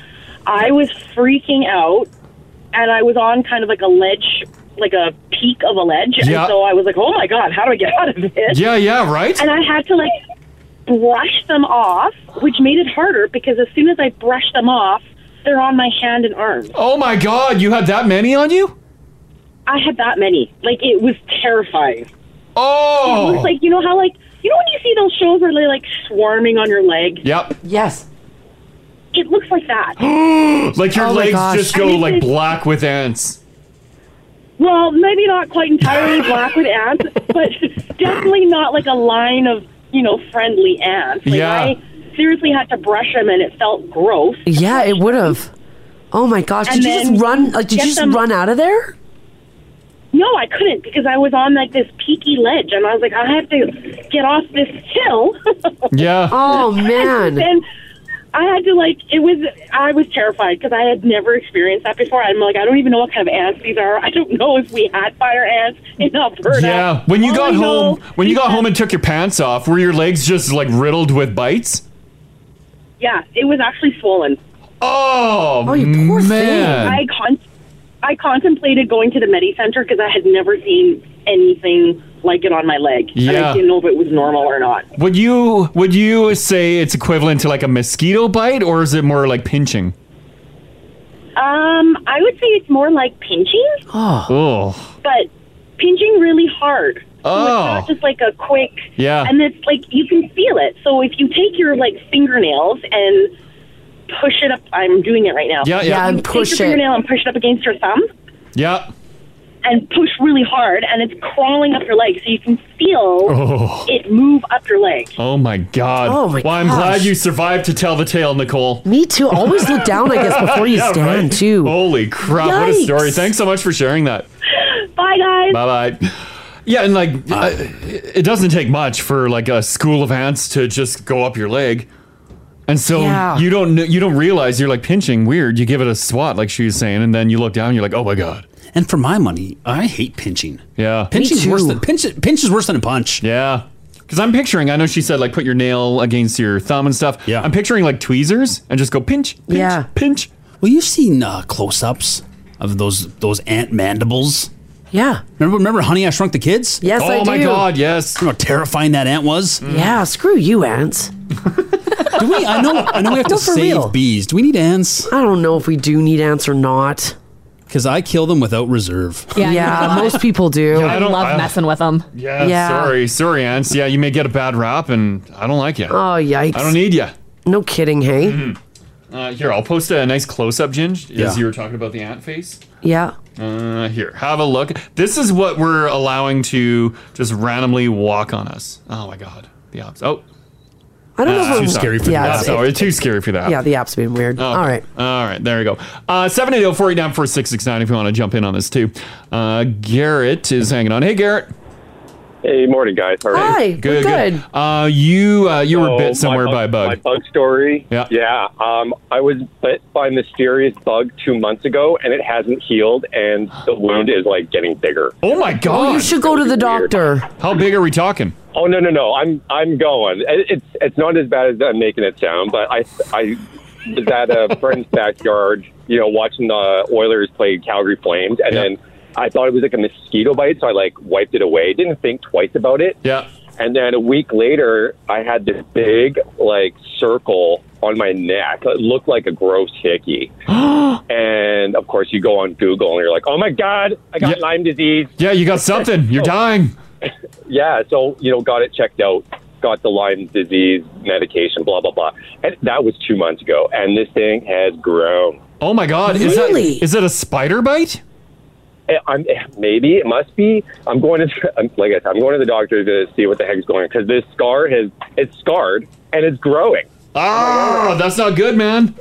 S8: I was freaking out, and I was on kind of like a ledge, like a peak of a ledge,
S3: Yeah.
S8: and so I was like, oh my god, how do I get out of this?
S3: Yeah, yeah, right?
S8: and I had to like brushed them off, which made it harder because as soon as I brushed them off, they're on my hand and arm.
S3: Oh my god, you had that many on you?
S8: I had that many. Like it was terrifying.
S3: Oh.
S8: It was like you know how like you know when you see those shows where they're like swarming on your leg.
S3: Yep.
S9: Yes.
S8: It looks like that.
S3: like your
S8: Oh my
S3: legs
S8: gosh.
S3: just
S8: I
S3: go
S8: think
S3: like
S8: it's-
S3: black with ants.
S8: Well, maybe not quite entirely black with ants, but definitely not like a line of, you know, friendly ants. Like,
S9: Yeah.
S8: I seriously had to brush them and it felt gross.
S9: Yeah, it would have. Oh my gosh!
S8: And
S9: Did you
S8: then
S9: just run? Like, did
S8: get
S9: you just
S8: them-
S9: run out of there?
S8: No, I couldn't because I was on like this peaky ledge and I was like, I have to get off this hill.
S3: Yeah.
S9: Oh man.
S8: and I had to like it was I was terrified because I had never experienced that before. I'm like I don't even know what kind of ants these are. I don't know if we had fire ants in Alberta.
S3: Yeah. When you
S8: All
S3: got
S8: I know-
S3: home, when you got home and took your pants off, were your legs just like riddled with bites?
S8: Yeah, it was actually swollen.
S3: Oh, Oh, you poor thing. man.
S8: I con- I contemplated going to the Medi Center because I had never seen anything like it on my leg. And
S3: Yeah.
S8: I didn't know if it was normal or not.
S3: Would you would you say it's equivalent to like a mosquito bite or is it more like pinching?
S8: Um, I would say it's more like pinching,
S3: Oh.
S8: but pinching really hard. So it's
S3: Oh.
S8: not just like a quick.
S3: Yeah.
S8: And it's like you can feel it. So if you take your like fingernails and push it up, I'm doing it right now.
S3: Yeah, yeah. Yeah, and
S8: You
S3: push
S8: take
S3: it.
S8: your fingernail and push it up against your thumb.
S3: Yeah.
S8: and push really hard, and it's crawling up your leg, so you can feel
S3: Oh.
S8: it move up your leg.
S3: Oh my god.
S8: Oh my
S3: well, I'm
S8: gosh.
S3: glad you survived to tell the tale, Nicole.
S9: Me too. Always look down, I guess, before you
S3: Yeah,
S9: stand
S3: right?
S9: too.
S3: Holy crap, what a
S9: Yikes.
S3: story. Thanks so much for sharing that.
S8: Bye, guys.
S3: Bye bye. Yeah, and like uh, it doesn't take much for like a school of ants to just go up your leg. And so
S10: Yeah.
S3: you don't kn- you don't realize you're like pinching weird. You give it a swat like she was saying and then you look down you're like, "Oh my god."
S4: And for my money, I hate pinching.
S3: Yeah.
S4: Pinching's worse than pinch. Pinch is worse than a punch.
S3: Yeah. Cuz I'm picturing, I know she said like put your nail against your thumb and stuff. Yeah. I'm picturing like tweezers and just go pinch, pinch,
S4: Yeah.
S3: pinch.
S4: Well, you've seen uh, close-ups of those those ant mandibles.
S9: Yeah.
S4: Remember, remember, Honey, I Shrunk the Kids.
S9: Yes, I do.
S3: Oh
S9: Mm-hmm.
S3: yes.
S4: Remember how terrifying that ant was.
S9: Yeah, screw you, ants.
S4: do we? I know. I know we have to
S9: No, for
S4: save
S9: real.
S4: bees. Do we need ants?
S9: I don't know if we do need ants or not.
S4: Because I kill them without reserve.
S5: Yeah,
S9: Yeah,
S5: you know.
S9: most people do.
S3: Yeah, I I don't- love I-
S5: messing with them.
S3: Yeah, Sorry, sorry, ants. Yeah, you may get a bad rap, and I don't like you.
S9: Oh, yikes.
S3: I don't e- need you.
S9: No kidding, hey?
S3: Uh, here, I'll post a nice close up, Ginge,
S9: Yeah.
S3: as you were talking about the ant face.
S9: Yeah.
S3: Uh, here, have a look. This is what we're allowing to just randomly walk on us. Oh my god, the apps. Oh,
S9: I don't know if
S3: That's
S9: I'm-
S3: too scary for
S9: yeah,
S3: the app.
S9: it's-
S3: Sorry, too scary for that.
S9: Yeah, the app's being weird. All right.
S3: All right, there we go. Uh, 780-489-4669 if you want to jump in on this too. Uh, Garrett is hanging on. Hey, Garrett.
S11: Hey, morning, guys. How are you?
S3: Good, good. Uh, you uh, you were
S11: So, my
S3: bit somewhere
S11: bug-
S3: by a
S11: My
S3: bug.
S11: bug story.
S3: Yeah.
S11: Yeah. Um, I was bit by a mysterious bug two months ago, and it hasn't healed, and the wound is like getting bigger.
S3: Oh my god!
S9: Oh, you should go to the doctor.
S3: How big are we talking?
S11: Oh no no no! I'm I'm going. It- It's it's not as bad as I'm making it sound, but I I was at a friend's backyard, you know, watching the Oilers play Calgary Flames, and then I thought it was like a mosquito bite, so I like wiped it away. Didn't think twice about it.
S3: Yeah.
S11: And then a week later, I had this big like circle on my neck. It looked like a gross hickey. and of course, you go on Google and you're like, "Oh my god, I got Lyme disease."
S3: Yeah, you got something. You're dying.
S11: Yeah, so you know, got it checked out, got the Lyme disease medication, blah blah blah, and that was two months ago, and this thing has grown.
S3: Oh my god! Is that is it a spider bite?
S11: Eh, I'm, eh, maybe it must be. I'm going to, I'm- like I said, I'm going to the doctor to see what the heck's going on because this scar has it's scarred and it's growing.
S3: Ah, that's not good, man.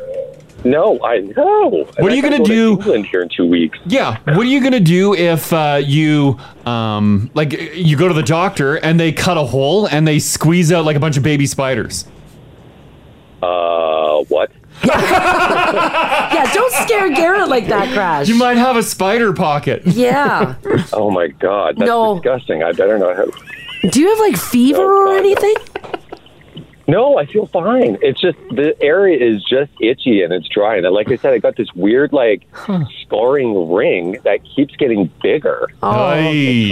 S11: No, I know.
S3: What are you gonna do?
S11: England here in two weeks.
S3: Yeah. What are you gonna do if uh, you um like you go to the doctor and they cut a hole and they squeeze out like a bunch of baby spiders?
S11: Uh, what?
S9: Yeah, don't scare Garrett like that, Crash.
S3: You might have a spider pocket.
S9: Yeah.
S11: oh my god, that's
S9: No.
S11: disgusting. I better not have.
S9: Do you have like fever or anything?
S11: No, I feel fine. It's just the area is just itchy and it's dry. And like I said, I got this weird like scarring
S9: Oh.
S11: ring that keeps getting bigger.
S3: Aye,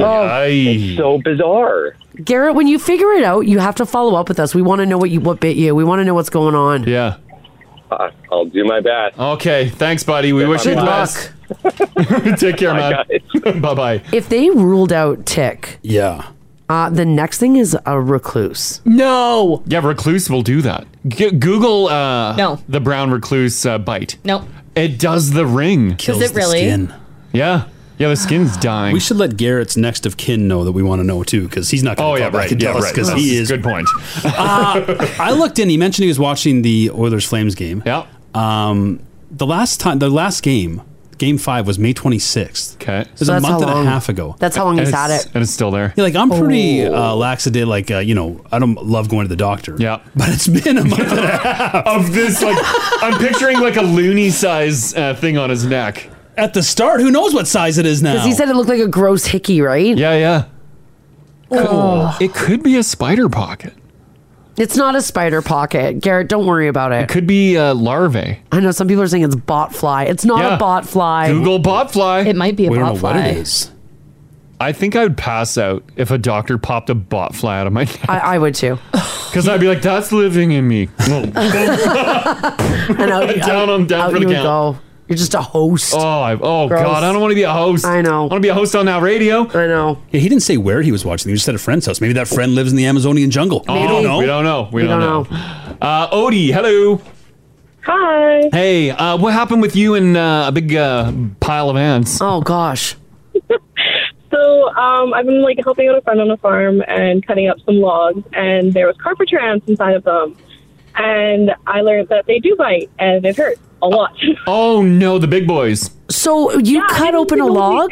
S11: It's so bizarre.
S2: Garrett, when you figure it out, you have to follow up with us. We want to know what you what bit you. We want to know what's going on.
S3: Yeah.
S11: Uh, I'll do my best.
S3: Okay, thanks, buddy. We wish you
S2: Good
S3: the
S2: luck.
S3: best. Take care, man. bye bye.
S2: If they ruled out Tick,
S4: yeah.
S2: Uh, the next thing is a recluse.
S12: No.
S3: Yeah, recluse will do that. G- Google uh,
S12: No.
S3: the brown recluse uh, bite.
S12: No.
S3: It does the ring.
S12: Kills it the really? skin.
S3: Yeah. Yeah, the skin's dying.
S4: We should let Garrett's next of kin know that we want to know too, because he's not. Gonna
S3: Oh,
S4: come
S3: yeah,
S4: back
S3: right,
S4: and
S3: yeah,
S4: tell us,
S3: right.
S4: Because
S3: That's
S4: he
S3: a
S4: is
S3: good point.
S12: Ah.
S4: uh, I looked in. He mentioned he was watching the Oilers Flames game.
S3: Yeah.
S4: Um, the last time, the last game, game five was May twenty sixth.
S3: Okay.
S4: it was a month and a half ago.
S2: That's how long he's had it. Oh.
S3: And it's still there.
S4: Yeah, like I'm pretty uh, laxative. Like uh, you know, I don't love going to the doctor. Yeah, but it's been a month.
S3: of this, like, I'm picturing like a loony size uh, thing on his neck.
S4: At the start, who knows what size it is now?
S2: Because he said it looked like a gross hickey, right?
S3: Yeah, yeah.
S2: Oh.
S3: It could be a spider pocket.
S2: It's not a spider pocket. Garrett, don't worry about it. It
S3: could be uh, larvae.
S2: I know some people are saying it's bot fly. It's not
S3: Yeah.
S2: a bot fly.
S3: Google bot fly.
S12: It might be a bot fly.
S3: is. I think I would pass out if a doctor popped a bot fly out of my neck.
S2: I, I would too.
S3: Because I'd be like, that's living in me.
S2: And out,
S3: Down on- down
S2: Oh, out
S3: for the
S2: you would
S3: count.
S2: go. You're just a host.
S3: Oh, I, oh
S2: Gross.
S3: God, I don't want to be a host. I know. I want to be a host on that radio.
S2: I know.
S4: Yeah, he didn't say where he was watching. He was just at a friend's house. Maybe that friend lives in the Amazonian jungle.
S3: Maybe.
S4: We don't know.
S3: Oh, We don't know. We We don't don't know. Uh, Odie, hello.
S10: Hi.
S3: Hey, uh, what happened with you and uh, a big uh, pile of ants?
S2: Oh gosh.
S10: So um, I've been like helping out a friend on a farm and cutting up some logs, and there was carpenter ants inside of them, and I learned that they do bite and it hurts a lot.
S3: Oh no, the big boys.
S2: So you cut open a log?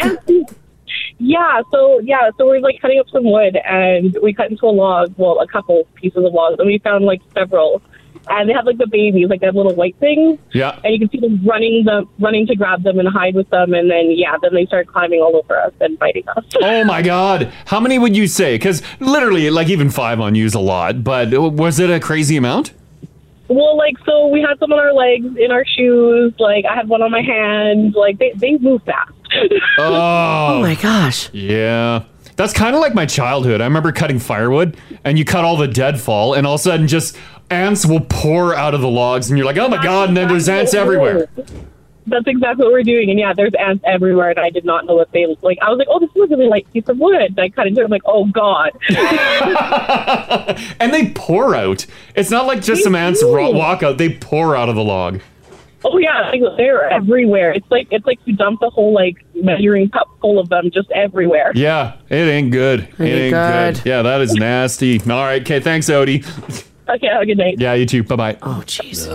S10: yeah. So yeah. So we're like cutting up some wood, and we cut into a log. Well, a couple pieces of logs, and we found like several. And they have like the babies, like they have little white things,
S3: Yeah.
S10: and you can see them running the running to grab them and hide with them, and then yeah, then they start climbing all over us and biting us.
S3: Oh my God. How many would you say? Because literally, like even five on you is a lot, but was it a crazy amount?
S10: Well, like, so we had some on our legs, in our shoes. Like, I had one on my hand. Like, they, they move fast.
S3: Oh.
S2: my gosh.
S3: Yeah. That's kind of like my childhood. I remember cutting firewood and you cut all the deadfall, and all of a sudden, just ants will pour out of the logs, and you're like, oh my God, and then there's ants everywhere.
S10: That's exactly what we're doing. And yeah, there's ants everywhere. And I did not know what they like. I was like, oh, this is a really light piece of wood. And I cut into it. I'm like, oh, God.
S3: And they pour out. It's not like just some ants ro- walk out, they pour out of the log.
S10: Oh, yeah. Like, they're everywhere. It's like, it's like you dumped a whole, like, measuring cup full of them just everywhere.
S3: Yeah, it ain't good. It ain't, good. Yeah, that is nasty. All right, okay, thanks, Odie.
S10: Okay, have a good night.
S3: Yeah, you too. Bye bye.
S2: Oh, jeez.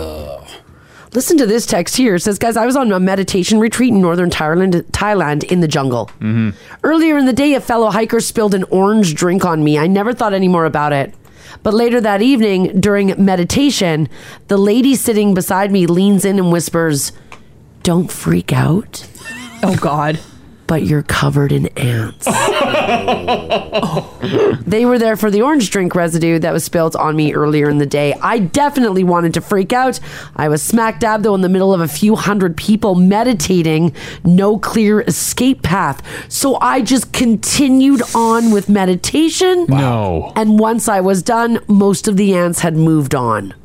S2: Listen to this text here. It says, guys, I was on a meditation retreat in northern Thailand, Thailand in the jungle.
S13: Mm-hmm.
S2: Earlier in the day, a fellow hiker spilled an orange drink on me. I never thought any more about it. But later that evening, during meditation, the lady sitting beside me leans in and whispers, Don't freak out.
S12: Oh, God.
S2: But you're covered in ants. They were there for the orange drink residue that was spilled on me earlier in the day. I definitely wanted to freak out. I was smack dab, though, in the middle of a few hundred people meditating, no clear escape path. So I just continued on with meditation.
S3: No.
S2: And once I was done, most of the ants had moved on.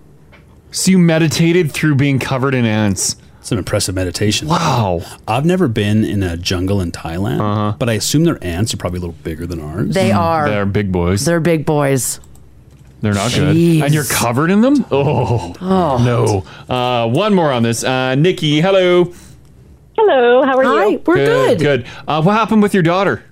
S3: So you meditated through being covered in ants.
S4: It's an impressive meditation.
S3: Wow. Uh-huh.
S4: I've never been in a jungle in Thailand, but I assume their ants are probably a little bigger than ours.
S2: They are.
S3: Mm, They're big boys.
S2: They're big boys.
S3: They're not
S2: Jeez.
S3: good. And you're covered in them? Oh,
S2: Oh.
S3: no. Uh, one more on this. Uh, Nikki, hello.
S10: Hello. How are
S2: Hi,
S10: you?
S3: Good. Good. Uh, what happened with your daughter?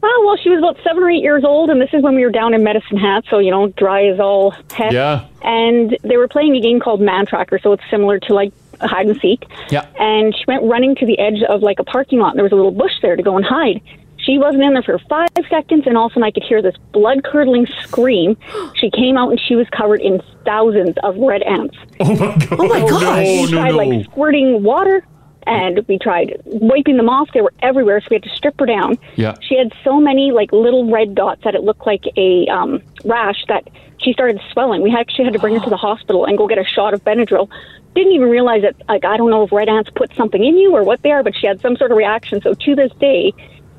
S14: Oh, well, she was about seven or eight years old, and this is when we were down in Medicine Hat, so, you know, dry as all heck.
S3: Yeah.
S14: And they were playing a game called Man Tracker, so it's similar to, like, hide and seek.
S3: Yeah.
S14: And she went running to the edge of, like, a parking lot, and there was a little bush there to go and hide. She wasn't in there for five seconds, and all of a sudden I could hear this blood curdling scream. She came out, and she was covered in thousands of red ants.
S3: Oh, my God.
S14: Oh my
S3: gosh. no,
S14: we tried
S3: no.
S14: like squirting water, and we tried wiping them off. They were everywhere, so we had to strip her down.
S3: Yeah.
S14: She had so many like little red dots that it looked like a um, rash that she started swelling. We actually had to bring her to the hospital and go get a shot of Benadryl. Didn't even realize that like I don't know if red ants put something in you or what they are, but she had some sort of reaction. So to this day,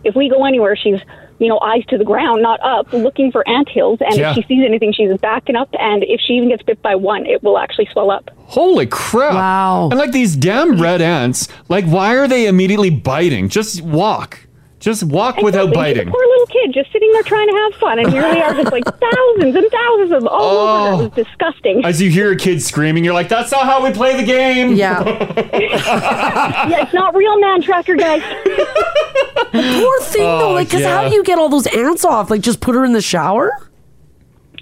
S14: if we go anywhere, she's you know, eyes to the ground, not up, looking for anthills. And
S3: Yeah.
S14: if she sees anything, she's backing up. And if she even gets bit by one, it will actually swell up.
S3: Holy crap. Wow. And like these damn red ants, like why are they immediately biting? Just walk. Just walk without
S14: Exactly. He's
S3: biting.
S14: a poor little kid just sitting there trying to have fun, and here they are, just like thousands and thousands of them all over. her. It was disgusting.
S3: As you hear a kid screaming, you're like, that's not how we play the game.
S9: Yeah.
S14: yeah, it's not real man tracker, guys.
S9: Poor thing though,
S14: Oh,
S9: like, cause how
S14: yeah.
S9: do you get all those ants off? Like, just put her in the shower?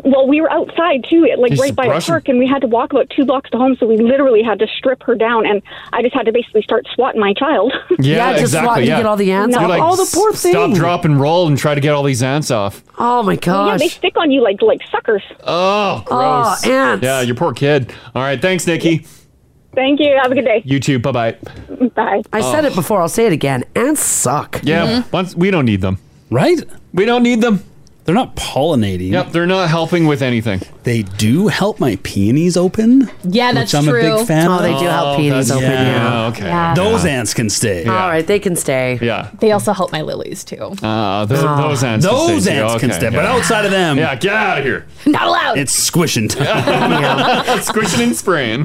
S14: Well, we were outside too, it- like
S9: Just
S14: right by a
S9: brush 'em.
S14: park, and we had to walk about two blocks to home, so we literally had to strip her down, and I just had to basically start swatting my child.
S3: Yeah, exactly. yeah.
S14: No,
S3: You're like,
S14: all the poor
S3: "S- Stop,
S14: things.
S3: drop, and roll and try to get all these ants off.
S9: Oh my
S14: Yeah, they stick on you like like suckers.
S3: Oh, gross.
S14: ants.
S3: Yeah, your poor kid. All right. Thanks, Nikki.
S14: Thank you. Have a good day.
S3: You too. Bye bye.
S14: Bye.
S9: I said it before, I'll say it again. Ants suck.
S3: Yeah.
S14: Mm-hmm.
S3: Once we don't need them. Right? We don't need them.
S4: They're not pollinating.
S3: Yep, they're not helping with anything.
S4: They do help my peonies open.
S5: Yeah, that's
S4: which I'm
S5: true.
S4: a big fan.
S5: Oh,
S4: of.
S5: they do help Oh, peonies that's- open, yeah.
S3: okay.
S5: Yeah.
S4: Those
S5: Yeah.
S4: ants can stay.
S5: All
S9: right, they can stay.
S3: Yeah.
S5: They also help my lilies too.
S3: Uh, those,
S4: Oh.
S3: those ants. can
S4: Those
S3: stay too.
S4: ants can
S3: Okay,
S4: stay,
S3: yeah.
S4: but outside of them,
S3: yeah, get out of here.
S5: Not allowed.
S4: It's squishing time.
S3: Squishing and spraying.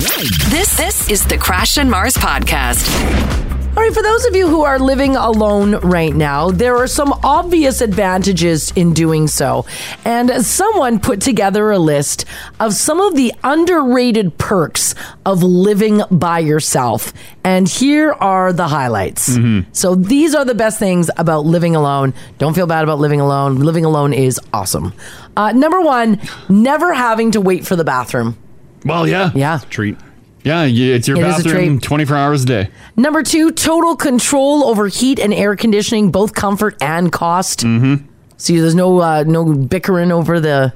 S1: This this is the Crash and Mars podcast.
S2: All right, for those of you who are living alone right now, there are some obvious advantages in doing so. And someone put together a list of some of the underrated perks of living by yourself. And here are the highlights. So these are the best things about living alone. Don't feel bad about living alone. Living alone is awesome. Uh, number one, never having to wait for the bathroom.
S3: Well, yeah.
S2: Yeah.
S3: Treat. Yeah, you- it's your
S2: It is a
S3: bathroom
S2: treat.
S3: 24 hours a day.
S2: Number two, total control over heat and air conditioning, both comfort and cost. Mm-hmm. See, there's no uh, no bickering over the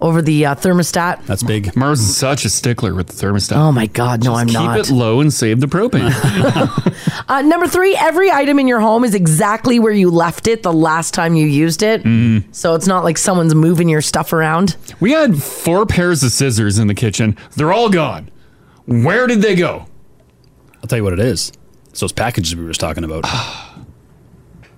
S2: over the uh, thermostat.
S3: That's big. Mars is such a stickler with the thermostat.
S2: Oh my God, no,
S3: Just
S2: I'm
S3: keep
S2: not.
S3: Keep it low and save the propane.
S2: Uh, number three, every item in your home is exactly where you left it the last time you used it. So it's not like someone's moving your stuff around.
S3: Mm-hmm. we had four pairs of scissors in the kitchen. They're all gone. Where did they go?
S4: I'll tell you what it is. It's those packages we were just talking about.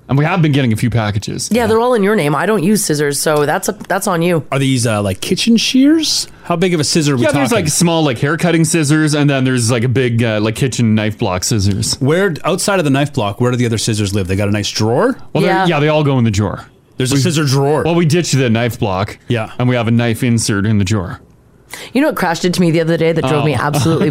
S3: and we have been getting a few packages.
S2: Yeah, they're all in your name. I don't use scissors, so that's a, that's on you.
S4: Are these uh, like kitchen shears? How big of a scissor are we
S3: yeah,
S4: talking?
S3: there's like small like hair cutting scissors, and then there's like a big uh, like kitchen knife block scissors.
S4: Where outside of the knife block, where do the other scissors live? They got a nice drawer.
S3: Well, yeah,
S4: yeah.
S3: yeah they all go in the drawer.
S4: There's a scissor drawer.
S3: Well, we ditched the knife block. Yeah, and we have a knife insert in the drawer.
S2: You know what Crash did to me the other day that drove me
S3: Oh.
S2: absolutely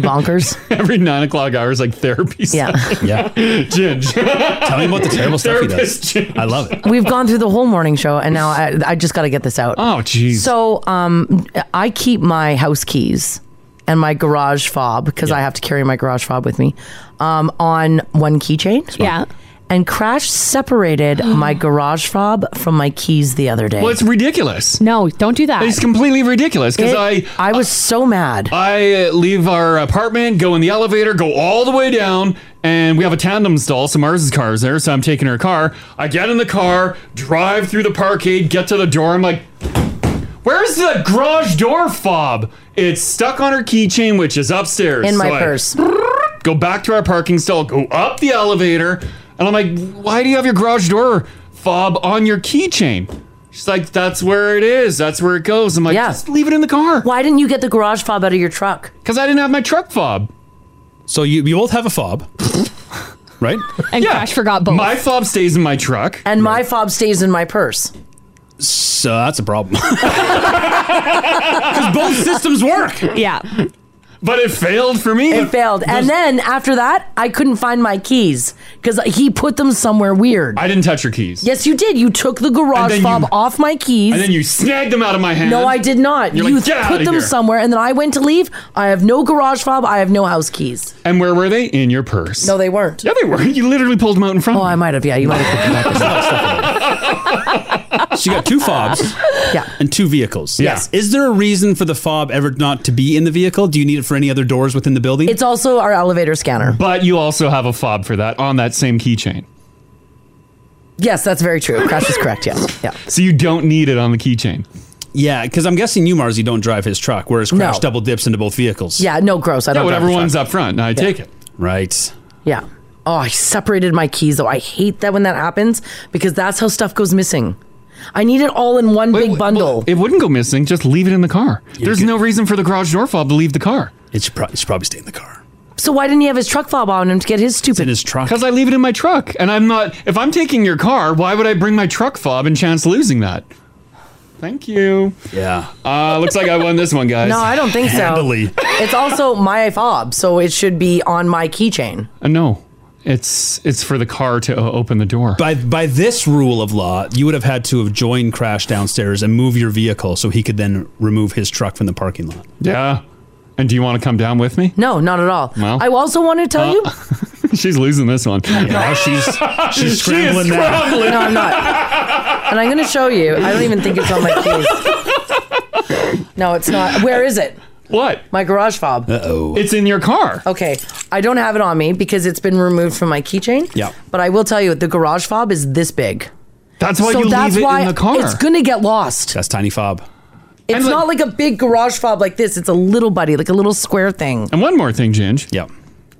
S2: bonkers?
S3: Every nine o'clock hour is like therapy.
S2: Yeah.
S4: yeah.
S3: Ginge.
S4: Tell me about the terrible stuff he
S3: Therapist
S4: does. I love it.
S2: We've gone through the whole morning show, and now I, I just got to get this out.
S3: Oh, jeez.
S2: So, um, I keep my house keys and my garage fob because I have to carry my garage fob with me um, on one keychain. Yeah. And Crash separated my garage fob from my keys the other day.
S3: Well, it's ridiculous.
S2: No, don't do that.
S3: It's completely ridiculous because
S2: It-
S3: I
S2: I was so mad.
S3: I uh, leave our apartment, go in the elevator, go all the way down, and we have a tandem stall, so Mars's car is there, so I'm taking her car. I get in the car, drive through the parkade, get to the door. I'm like, "Where's the garage door fob?" It's stuck on her keychain, which is upstairs
S2: In my
S3: I
S2: purse.
S3: Go back to our parking stall, go up the elevator, and I'm like, "Why do you have your garage door fob on your keychain?" She's like, "That's where it is. That's where it goes." I'm like,
S2: yeah.
S3: "Just leave it in the car.
S2: Why didn't you get the garage fob out of your truck?
S3: Because I didn't have my truck fob.
S4: So you, you both have a fob, right?
S5: And Crash forgot both.
S3: My fob stays in my truck.
S2: And my fob stays in my purse.
S4: So that's a problem. Because both systems work.
S2: Yeah.
S3: But it failed for me.
S2: It failed. And then after that, I couldn't find my keys because he put them somewhere weird.
S3: I didn't touch your keys.
S2: Yes, you did. You took the garage
S3: then
S2: fob
S3: you-
S2: off my keys.
S3: And then you snagged them out of my hand.
S2: No, I did not.
S3: You're
S2: you
S3: like, "Get
S2: put
S3: outta
S2: them
S3: here."
S2: somewhere, and then I went to leave. I have no garage fob. I have no house keys.
S3: And where were they? In your purse.
S2: No, they weren't.
S3: Yeah, they weren't. You literally pulled them out in front.
S2: Oh, I might have. Yeah, you might have.
S4: So you got two fobs
S2: yeah.
S4: and two vehicles.
S2: Yeah.
S4: Yes. Is there a reason for the fob ever not to be in the vehicle? Do you need it for any other doors within the building?
S2: It's also our elevator scanner.
S3: But you also have a fob for that on that same keychain.
S2: Yes, that's very true. Crash is correct. Yeah. Yeah.
S3: So you don't need it on the keychain.
S4: Yeah, because I'm guessing you, Mars, you don't drive his truck, whereas
S2: No.
S4: Crash double dips into both vehicles.
S2: Yeah. No, gross. I
S4: Yeah,
S2: don't.
S4: whatever
S2: drive a
S4: one's
S2: truck.
S3: Up front. Now I take it.
S4: Right.
S2: Yeah. Oh, I separated my keys though. I hate that when that happens because that's how stuff goes missing. I need it all in one big bundle.
S3: It wouldn't go missing. Just leave it in the car. There's no reason for the garage door fob to leave the car.
S4: It should, pro- it should probably stay in the car.
S2: so why didn't he have his truck fob on him to get his stupid?
S4: his truck.
S3: Because I leave it in my truck, and I'm not. If I'm taking your car, why would I bring my truck fob and chance losing that? Thank you.
S4: Yeah.
S3: Uh, looks like I won this one, guys.
S2: No, I don't think so.
S3: Handily.
S2: It's also my fob, so it should be on my keychain.
S3: Uh, no, it's it's for the car to uh, open the door.
S4: By by this rule of law, you would have had to have joined Crash downstairs and move your vehicle so he could then remove his truck from the parking lot.
S3: Yeah. And do you want to come down with me?
S2: No, not at all.
S4: Oh.
S3: Well,
S2: I also want to tell you.
S3: she's losing this one.
S4: Yeah, Uh, she's
S3: She is
S4: she's scrambling now.
S3: scrambling.
S2: No, I'm not. And I'm going to show you. I don't even think it's on my keys. No, it's not. Where is it?
S3: What?
S2: My garage fob.
S4: Uh oh.
S3: It's in your car.
S2: Okay. I don't have it on me because it's been removed from my keychain.
S4: Yeah.
S2: But I will tell you, the garage fob is this big.
S3: That's why
S2: so
S3: you
S2: that's
S3: leave it
S2: why
S3: in the car.
S2: It's going to get lost.
S4: That's tiny fob.
S2: It's not like a big garage fob like this. It's a little buddy, like a little square thing.
S3: And one more thing, Ginge.
S4: Yeah.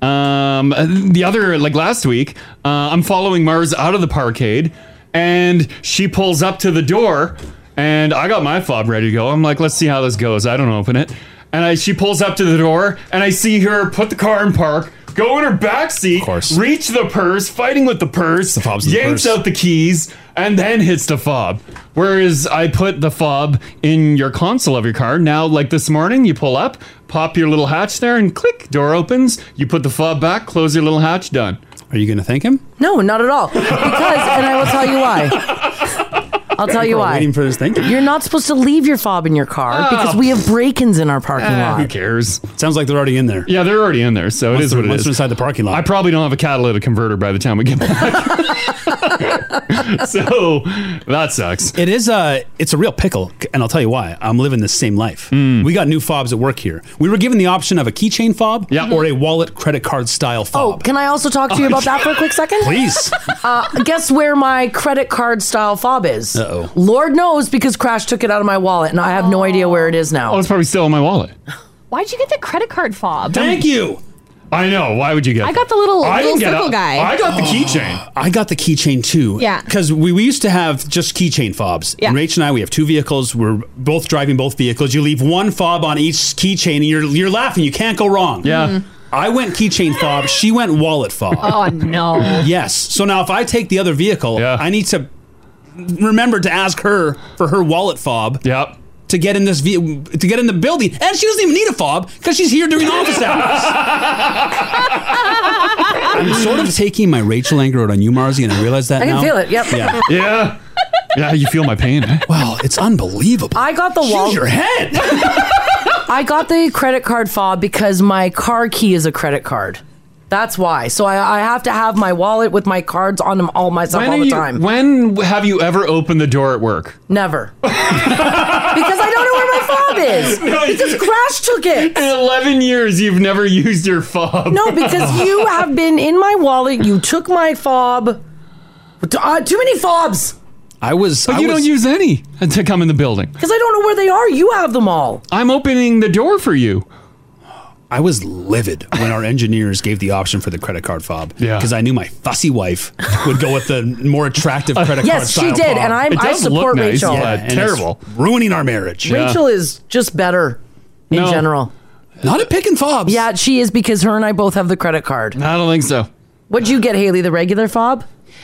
S3: Um, the other like last week, uh, I'm following Mars out of the parkade, and she pulls up to the door, and I got my fob ready to go. I'm like, let's see how this goes. I don't open it, and I she pulls up to the door, and I see her put the car in park. Go in her back seat, reach the purse, fighting with the purse, the
S4: fob's in the
S3: yanks
S4: purse.
S3: out the keys, and then hits the fob. Whereas I put the fob in your console of your car. Now, like this morning, you pull up, pop your little hatch there, and click, door opens. You put the fob back, close your little hatch, done.
S4: Are you going to thank him?
S2: No, not at all. Because, and I will tell you why. I'll tell you
S4: We're all
S2: why.
S4: waiting for this thing.
S2: You're not supposed to leave your fob in your car
S3: Oh.
S2: because we have break-ins in our parking
S3: Ah, who
S2: lot.
S3: cares?
S4: Sounds like they're already in there.
S3: Yeah, they're already in there, so
S4: Once
S3: it is
S4: they're-
S3: what it is.
S4: once they're inside the parking lot.
S3: I probably don't have a catalytic converter by the time we get back. so that sucks.
S4: It is a it's a real pickle, and I'll tell you why. I'm living the same life.
S3: Hmm.
S4: We got new fobs at work here. We were given the option of a keychain fob or a wallet credit card style fob.
S2: Oh, can I also talk to you about that for a quick second?
S4: Please.
S2: Uh, guess where my credit card style fob is? Uh-oh. Lord knows because Crash took it out of my wallet and I have no idea where it is now.
S3: Oh, it's probably still in my wallet.
S5: Why'd you get the credit card fob?
S4: you.
S3: I know. Why would you get?
S5: I
S3: that?
S5: got the little-
S3: I
S5: little
S3: didn't get
S5: circle
S3: a-
S5: guy.
S3: I got the keychain.
S4: Oh, I got the keychain too.
S5: Yeah.
S4: Because we, we used to have just keychain fobs.
S5: Yeah.
S4: And Rach and I, we have two vehicles. We're both driving both vehicles. You leave one fob on each keychain and you're, you're laughing. You can't go wrong.
S3: Yeah. Mhm.
S5: Mm-hmm.
S4: I went keychain fob. She went wallet fob.
S5: Oh no.
S4: Yes. So now if I take the other vehicle, I need to remember to ask her for her wallet fob.
S3: Yep.
S4: To get in this ve- to get in the building, and she doesn't even need a fob because she's here during office hours. I'm sort of taking my Rachel anger out on you, Marzi, and I realize that
S2: I can
S4: now.
S2: feel it, yep.
S4: Yeah.
S3: yeah. Yeah. You feel my pain. Eh?
S4: Wow, it's unbelievable.
S2: I got the wallet.
S4: your head.
S2: I got the credit card fob because my car key is a credit card. That's why. So I, I have to have my wallet with my cards on them all myself
S3: When
S2: all
S3: are
S2: the
S3: you-
S2: time.
S3: When have you ever opened the door at work?
S2: Never. because I don't know where my fob is. Because Crash took it.
S3: In 11 years, you've never used your fob.
S2: No, because you have been in my wallet. You took my fob. Uh, too many fobs.
S4: I was.
S3: But
S4: I
S3: you
S4: was-
S3: don't use any to come in the building.
S2: Because I don't know where they are. You have them all.
S3: I'm opening the door for you.
S4: I was livid when our engineers gave the option for the credit card fob.
S3: Yeah.
S4: Because I knew my fussy wife would go with the more attractive credit card.
S2: Yes, she
S4: style
S2: did,
S4: fob.
S2: and I'm- It I does look support nice, Rachel. but
S4: and it's
S3: terrible.
S4: ruining our marriage.
S2: Rachel is just better in
S3: No.
S2: general.
S4: Not at picking fobs.
S2: Yeah, she is because her and I both have the credit card.
S3: I don't think so.
S2: What'd you get, Haley? The regular fob?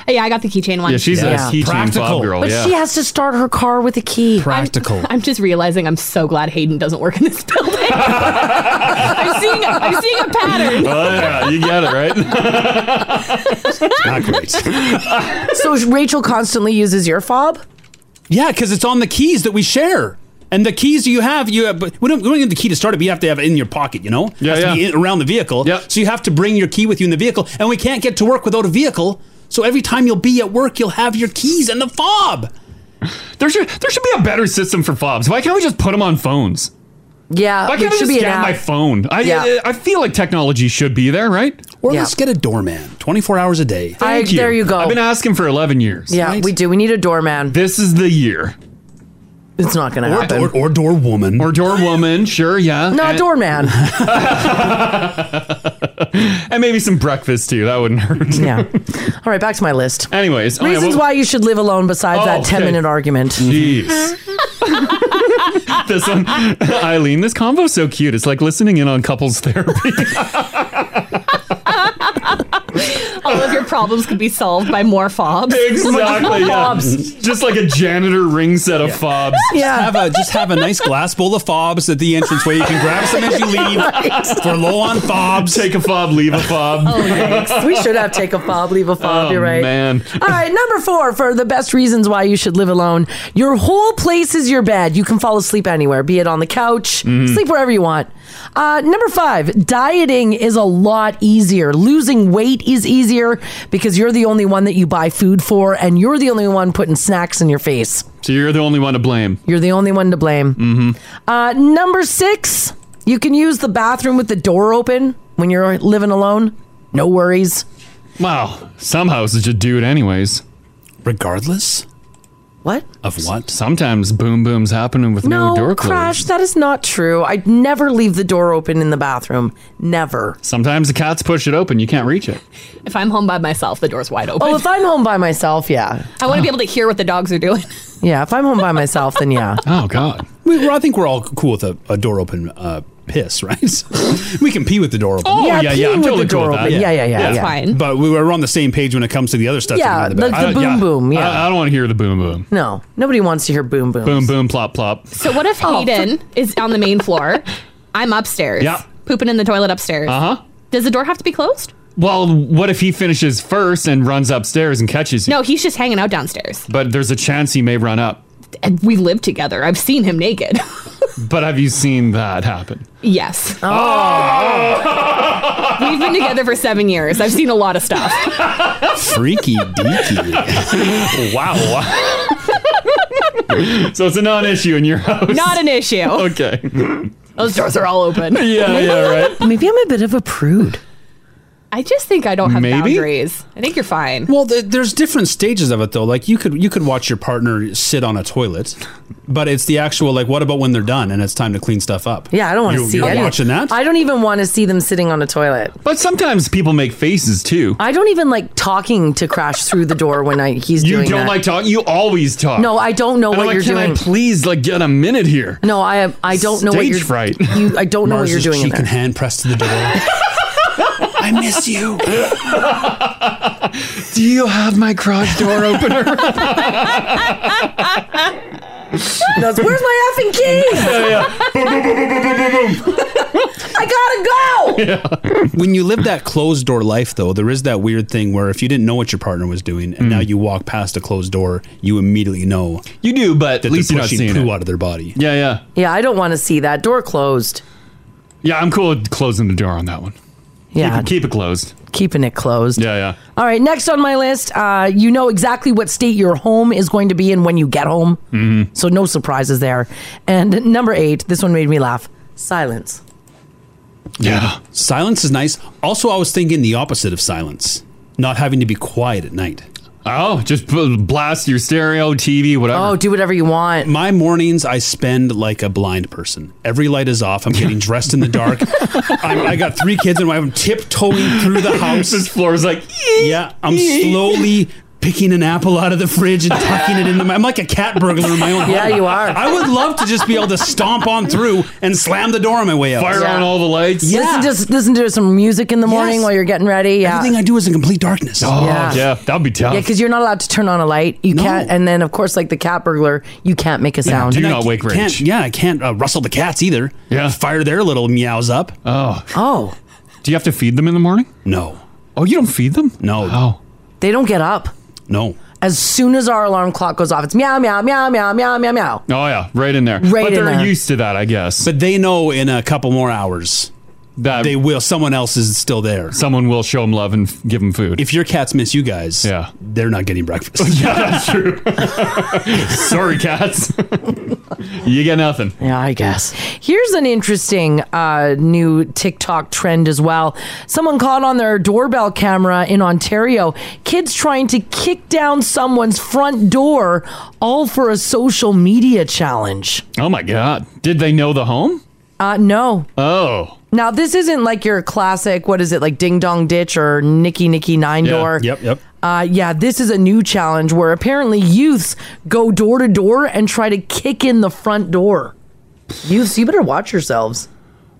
S5: Yeah, I got the keychain one.
S3: Yeah, she's
S2: Yeah.
S3: a keychain
S4: Practical.
S3: fob girl.
S2: But
S3: yeah.
S2: she has to start her car with a key.
S4: Practical.
S5: I'm just realizing I'm so glad Hayden doesn't work in this building. I'm seeing I'm seeing a pattern.
S3: oh, yeah. You get it, right?
S4: Not great.
S2: so Rachel constantly uses your fob?
S4: Yeah, because it's on the keys that we share. And the keys you have, you have, but we don't, we don't need the key to start it, but you have to have it in your pocket, you know? It
S3: Yeah,
S4: has to
S3: yeah.
S4: be in- around the vehicle.
S3: Yeah.
S4: So you have to bring your key with you in the vehicle. And we can't get to work without a vehicle. So every time you'll be at work, you'll have your keys and the fob.
S3: there, should, there should be a better system for fobs. Why can't we just put them on phones?
S2: Yeah,
S3: Why
S2: it
S3: can't I
S2: Uh, should
S3: just
S2: be an
S3: scan
S2: app.
S3: my phone? I,
S2: Yeah.
S3: I, I feel like technology should be there, right?
S4: Or
S2: Yeah.
S4: let's get a doorman 24 hours a day.
S2: I-
S3: Thank you.
S2: There you go.
S3: I've been asking for 11 years.
S2: yeah,
S4: right?
S2: we do. We need a doorman.
S3: This is the year.
S2: It's not going to happen.
S3: Or,
S4: or door woman.
S3: Or door woman, sure, yeah.
S2: No,
S3: And- Oh,
S2: doorman.
S3: And maybe some breakfast too. That wouldn't hurt.
S2: Yeah. All right, back to my list.
S3: Anyways, oh, yeah,
S2: Reasons
S3: well-
S2: why you should live alone besides
S3: Oh,
S2: that 10
S3: okay.
S2: minute argument.
S3: Jeez. this one, Eileen, this convo's so cute. It's like listening in on couples therapy.
S5: All of your problems could be solved by more fobs.
S3: exactly. Yeah. Just like a janitor ring set of fobs.
S2: Yeah.
S15: Have a, just have a nice glass bowl of fobs at the entrance where you can grab some as you leave. We're low on fobs.
S3: Take a fob, leave a fob.
S2: Oh, we should have take a fob, leave a fob.
S3: Oh,
S2: you're right.
S3: man.
S2: All right, number four for the best reasons why you should live alone. Your whole place is your bed. You can fall asleep anywhere, be it on the couch,
S16: Mhm.
S2: sleep wherever you want. Uh, number five, dieting is a lot easier. Losing weight is easier because you're the only one that you buy food for, and you're the only one putting snacks in your face.
S3: So you're the only one to blame.
S2: You're the only one to blame. Mm-hmm. Uh, number six, you can use the bathroom with the door open when you're living alone. No worries.
S3: Wow. Some houses just do it anyways.
S4: Regardless?
S2: What?
S4: Of what?
S3: Sometimes boom boom's happening with no,
S2: No,
S3: door closed.
S2: Crash, that is not true. I'd never leave the door open in the bathroom. Never.
S3: Sometimes the cats push it open. You can't reach it.
S5: If I'm home by myself, the door's wide open.
S2: Oh, if I'm home by myself, yeah.
S5: I want to be able to hear what the dogs are doing.
S2: Yeah, if I'm home by myself, then yeah.
S3: Oh God.
S4: We, well, I think we're all cool with a, a door open uh, piss, right? we can pee with the door open.
S2: Oh, Yeah, yeah, yeah, I'm peeing with totally the cool door with that. open. Yeah, yeah, yeah,
S4: That's
S2: yeah. Fine.
S4: But we were on the same page when it comes to the other stuff.
S2: Yeah,
S4: that we do in
S2: like the
S4: I-
S2: boom boom, yeah.
S4: I, I don't want to hear the boom boom.
S2: No, nobody wants to hear boom boom.
S3: Boom boom plop plop.
S5: So what if
S2: Oh,
S5: Hayden is on the main floor? I'm upstairs.
S3: Yeah.
S5: Pooping in the toilet upstairs.
S3: Uh huh.
S5: Does the door have to be closed?
S3: Well, what if he finishes first and runs upstairs and catches you?
S5: No, he's just hanging out downstairs.
S3: But there's a chance he may run up.
S5: And we live together. I've seen him naked.
S3: But have you seen that happen?
S5: yes.
S3: Oh.
S5: We've been together for seven years. I've seen a lot of stuff.
S4: Freaky deaky.
S3: wow. so it's a non-issue in your house.
S5: Not an issue.
S3: okay.
S5: Those doors are all open.
S3: Yeah, yeah, right.
S2: Maybe I'm a bit of a prude.
S5: I just think I don't have
S4: Maybe?
S5: boundaries. I think you're fine.
S4: Well, th- there's different stages of it though. Like you could you could watch your partner sit on a toilet, but it's the actual like what about when they're done and it's time to clean stuff up?
S2: Yeah, I don't want
S4: You-
S2: to see
S4: you're
S2: it.
S4: watching that.
S2: I don't even want to see them sitting on a toilet.
S3: But sometimes people make faces too.
S2: I don't even like talking to Crash through the door when I he's
S3: You
S2: doing
S3: don't
S2: that.
S3: like talking. You always talk.
S2: No, I don't know
S3: And I'm
S2: what
S3: like,
S2: you're
S3: Can I
S2: doing."
S3: please like get a minute here?
S2: No, I I don't know what
S3: Stage
S2: you're
S3: fright.
S2: You, I don't know what
S4: Mars's
S2: you're doing. in
S4: Cheek
S2: there.
S4: and hand pressed to the door. I miss you.
S3: Do you have my garage door opener?
S2: That's, Where's my effing keys? I gotta go.
S4: when you live that closed door life though there is that weird thing where if you didn't know what your partner was doing and now you walk past a closed door you immediately know
S3: Mm. you do but
S4: that
S3: least
S4: they're
S3: you're not
S4: pushing
S3: seeing
S4: poo
S3: it.
S4: out of their body
S3: Yeah, yeah.
S2: Yeah, I don't want to see that door closed.
S3: Yeah, I'm cool with closing the door on that one.
S2: Yeah.
S3: Keep it, keep it closed.
S2: Keeping it closed.
S3: Yeah, yeah.
S2: All right, next on my list, uh, you know exactly what state your home is going to be in when you get home. Mm-hmm. So no surprises there. And number eight, this one made me laugh silence.
S4: yeah silence is nice also i was thinking the opposite of silence not having to be quiet at night
S3: oh just blast your stereo tv whatever
S2: oh do whatever you want
S4: my mornings i spend like a blind person every light is off i'm getting dressed in the dark I'm, i got three kids and i'm tiptoeing through the house
S3: This floor is like
S4: yeah i'm slowly picking an apple out of the fridge and tucking it into my i'm like a cat burglar in my own
S2: Yeah,
S4: home.
S2: you are.
S4: i would love to just be able to stomp on through and slam the door on my way out
S2: Fire Yeah. on all
S3: the lights
S4: yeah
S2: Listen, to, listen to some music in the morning while you're getting ready. Yeah.
S4: everything i do is in complete darkness
S2: Oh, Yeah. yeah,
S3: that'd be
S2: Yeah, because you're not allowed to turn on a light. You can't. And then, of course, like the cat burglar, you can't make a sound.
S4: And I can't- Yeah, I can't uh, rustle the cats either. Yeah, fire their little meows up.
S3: Oh,
S2: oh.
S3: Do you have to feed them in the morning?
S4: No.
S3: Oh, you don't feed them?
S4: No.
S3: Oh,
S2: They don't get up.
S4: No.
S2: As soon as our alarm clock goes off, it's meow, meow, meow, meow, meow, meow, meow.
S3: Oh yeah, right in there.
S2: Right
S3: but
S2: in
S3: they're
S2: there.
S3: used to that, I guess.
S4: But they know in a couple more hours
S3: that
S4: they will. Someone else is still there.
S3: Someone will show them love and f- give them food.
S4: If your cats miss you guys, yeah, they're not getting breakfast.
S3: yeah, that's true. Sorry, cats. You get nothing.
S2: Yeah, I guess. Here's an interesting uh, new TikTok trend as well. Someone caught on their doorbell camera in Ontario kids trying to kick down someone's front door, all for a social media challenge.
S3: Oh my God. Did they know the home?
S2: Uh, no.
S3: Oh.
S2: Now, this isn't like your classic, what is it, like Ding Dong Ditch or Nicky Nicky Nine
S3: Yeah,
S2: Door?
S3: yep, yep.
S2: Uh, yeah, this is a new challenge where apparently youths go door to door and try to kick in the front door. Youths, you better watch yourselves.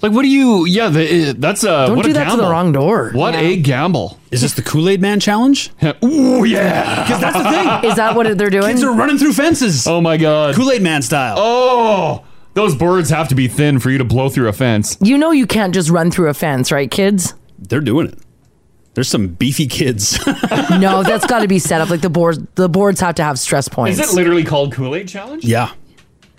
S3: Like, what do you? Yeah, the, uh, that's a.
S2: Don't
S3: what
S2: do
S3: a
S2: that to the
S3: gamble.
S2: wrong door.
S3: What a gamble!
S4: Is this the Kool Aid Man challenge?
S3: Ooh yeah,
S4: because that's the thing.
S2: Is that what they're doing?
S4: Kids are running through fences.
S3: Oh my God,
S4: Kool Aid Man style.
S3: Oh, those boards have to be thin for you to blow through a fence.
S2: You know you can't just run through a fence, right, kids?
S4: They're doing it. There's some beefy kids.
S2: no, that's got to be set up. Like the boards, the boards have to have stress points.
S3: literally called Kool Aid Challenge?
S4: yeah.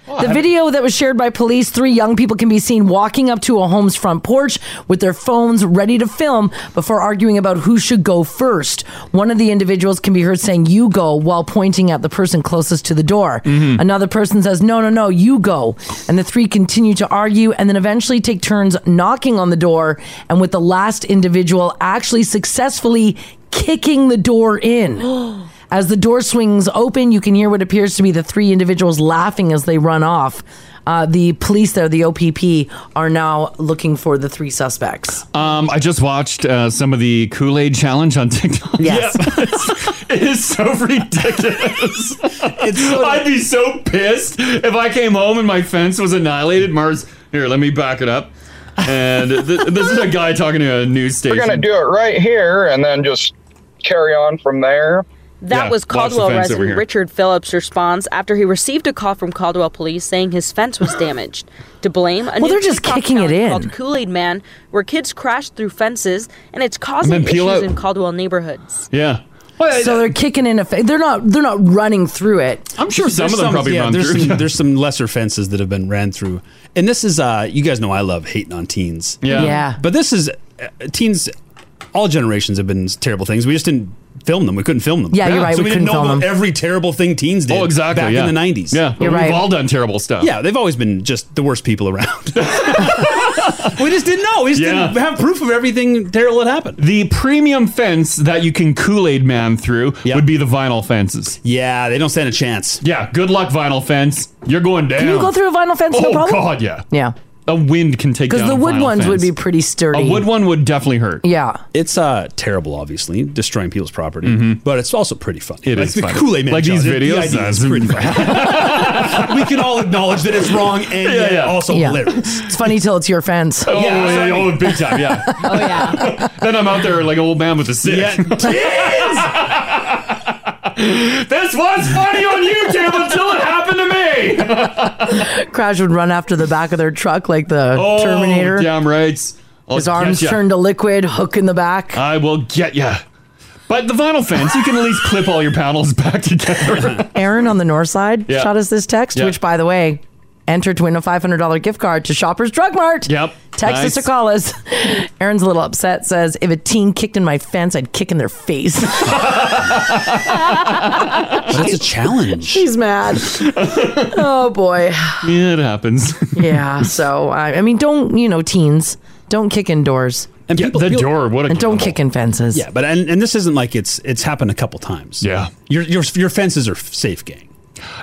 S2: The video that was shared by police, three young people can be seen walking up to a home's front porch with their phones ready to film before arguing about who should go first. One of the individuals can be heard saying, You go, while pointing at the person closest to the door. Another person says, No, no, no, you go. And the three continue to argue and then eventually take turns knocking on the door, and with the last individual actually successfully kicking the door in. As the door swings open, you can hear what appears to be the three individuals laughing as they run off. Uh, the police there, the OPP, are now looking for the three suspects.
S3: Um, I just watched uh, some of the Kool Aid Challenge on TikTok.
S2: Yes.
S3: it is so ridiculous. I'd be so pissed if I came home and my fence was annihilated. Mars, here, let me back it up. And th- this is a guy talking to a news
S16: We're
S3: station.
S16: going to do it right here and then just carry on from there.
S17: That
S3: Yeah,
S17: was
S3: watch the
S17: Caldwell
S3: fence over
S17: resident
S3: here.
S17: Richard Phillips' response after he received a call from Caldwell police saying his fence was damaged. To blame, a
S2: Well,
S17: new
S2: they're just
S17: TikTok
S2: kicking it
S17: challenge called
S2: in.
S17: Kool Aid Man, where kids crash through fences, and it's causing
S2: And then
S17: issues
S2: peel out.
S17: in Caldwell neighborhoods.
S3: Yeah.
S2: so they're kicking in a. Fa- they're not. They're not running through it.
S3: I'm sure some
S4: There's
S3: of them probably run
S4: there's
S3: through.
S4: Some,
S3: Yeah.
S4: There's some lesser fences that have been ran through, and this is uh, you guys know I love hating on teens.
S2: Yeah. Yeah.
S4: But this is uh, teens. All generations have been terrible things. We just didn't film them. We couldn't film them.
S2: Yeah, you're right.
S4: So
S2: We
S4: we, didn't know
S2: couldn't film
S4: about
S2: them.
S4: every terrible thing teens did.
S3: Oh, exactly,
S4: Back
S3: yeah.
S4: in the '90s.
S3: Yeah, You're we've right. all done terrible stuff.
S4: Yeah, they've always been just the worst people around. we just didn't know. We just didn't have proof of everything terrible that happened.
S3: The premium fence that you can Kool Aid Man through would be the vinyl fences.
S4: Yeah, they don't stand a chance.
S3: Yeah, good luck, vinyl fence. You're going down.
S2: Can you go through a vinyl fence?
S3: Oh
S2: no problem.
S3: God, yeah.
S2: Yeah.
S3: A wind can take
S2: Because
S3: down a
S2: the wood
S3: vinyl
S2: ones would
S3: fence.
S2: be pretty sturdy.
S3: A wood one would definitely hurt.
S2: Yeah.
S4: It's uh terrible, obviously, destroying people's property, but it's also pretty funny.
S3: Mm-hmm. It
S4: like
S3: is
S4: the
S3: funny.
S4: Kool-Aid Man
S3: Like these
S4: challenge, the
S3: videos,
S4: idea is
S3: that's-
S4: pretty funny. we can all acknowledge that it's wrong and
S3: Yeah,
S4: yet
S3: yeah.
S4: also
S2: Yeah.
S4: hilarious.
S2: It's funny till it's your fence.
S3: Oh, yeah, yeah, oh, big time, yeah. oh, yeah. then I'm out there like an old man with a stick. this was funny on YouTube until it happened to me.
S2: Crash would run after the back of their truck like the
S3: Oh,
S2: Terminator.
S3: Damn right. Oh, I'll
S2: His
S3: get
S2: arms
S3: ya.
S2: turned to liquid, hook in the back.
S3: I will get ya. But the vinyl fence, you can at least clip all your panels back together.
S2: Aaron on the north side
S3: Yeah.
S2: shot us this text,
S3: Yeah.
S2: which, by the way, entered to win a $500 gift card to Shoppers Drug Mart. Yep. Text us
S3: Nice.
S2: or call us. Aaron's a little upset, says, if a teen kicked in my fence, I'd kick in their face.
S4: That's a challenge.
S2: She's mad. oh, boy.
S3: yeah, it happens.
S2: Yeah. So, I, I mean, don't, you know, teens, don't kick indoors.
S4: And people, the door,
S3: what a
S2: And don't kick in fences.
S4: Yeah, but and, and this isn't like it's it's happened a couple times. Yeah. Your your your fences are safe, gang.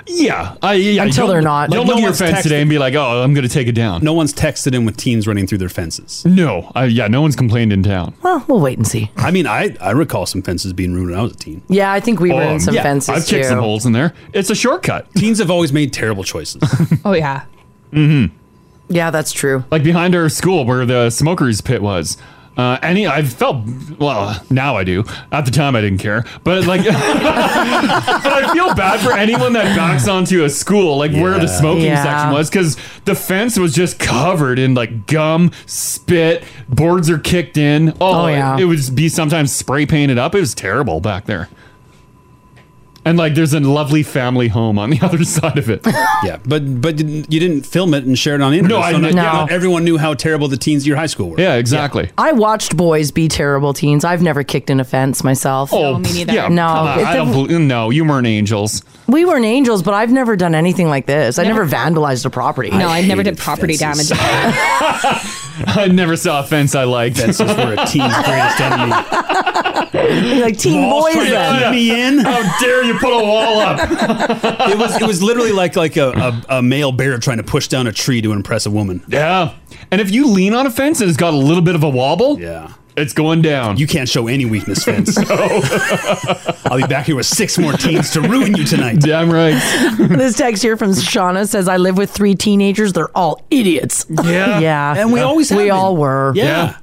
S3: Yeah. I, yeah
S4: Until
S3: don't-
S4: they're not.
S3: Don't
S4: Like,
S3: look
S4: no
S3: at your
S4: one's
S3: fence
S4: texting.
S3: today and be like, oh, I'm going to take it down.
S4: No one's texted in with teens running through their fences.
S3: No. I, yeah, no one's complained in town.
S2: Well, we'll wait and see.
S4: I mean, I I recall some fences being ruined when I was a teen.
S2: Yeah, I think we were
S4: Um,
S3: Oh,
S2: in some
S4: yeah,
S2: fences
S4: I've
S2: too.
S4: kicked some holes
S3: in there. It's a shortcut.
S4: Teens have always made terrible choices.
S2: Oh, yeah.
S3: Mm-hmm.
S2: Yeah, that's true.
S3: Like behind our school where the smokers pit was. Uh, any, I felt well. Now I do. At the time, I didn't care, but like, but I feel bad for anyone that backs onto a school like where the smoking
S4: Yeah.
S3: section was because the fence was just covered in like gum, spit, boards are kicked in. Oh,
S2: Oh, yeah.
S3: it, would be sometimes spray painted up. It was terrible back there. And like, there's a lovely family home on the other side of it.
S4: yeah, but but didn't- you didn't film it and share it on the internet.
S3: No, I
S4: so not-
S3: didn't.
S4: yeah,
S3: No.
S4: not everyone knew how terrible the teens at your high school were.
S3: Yeah, exactly.
S2: I watched boys be terrible teens. I've never kicked an offense myself.
S3: Oh, Yeah,
S2: No,
S3: come on,
S2: it-
S3: I don't bel- no, you weren't angels.
S2: we weren't angels, but I've never done anything like this. I
S3: Never.
S2: never vandalized a property.
S3: No, I I never hated did
S5: property fences.
S3: I never saw a fence I liked.
S4: Fences were a teen's greatest enemy.
S2: like teen boys. then.
S4: me in?
S3: How dare you put a wall up?
S4: it was it was literally like like a, a, a male bear trying to push down a tree to impress a woman.
S3: Yeah. And if you lean on a fence and it's got a little bit of a wobble, yeah, it's going down. You
S4: can't show any weakness, fence. I'll be back here with six more teens to ruin you tonight.
S3: Damn right.
S2: this text here from Shauna says, "I live with three teenagers. They're all idiots.
S3: Yeah.
S2: yeah,
S3: And we always have
S2: we
S3: been.
S2: all were.
S3: Yeah.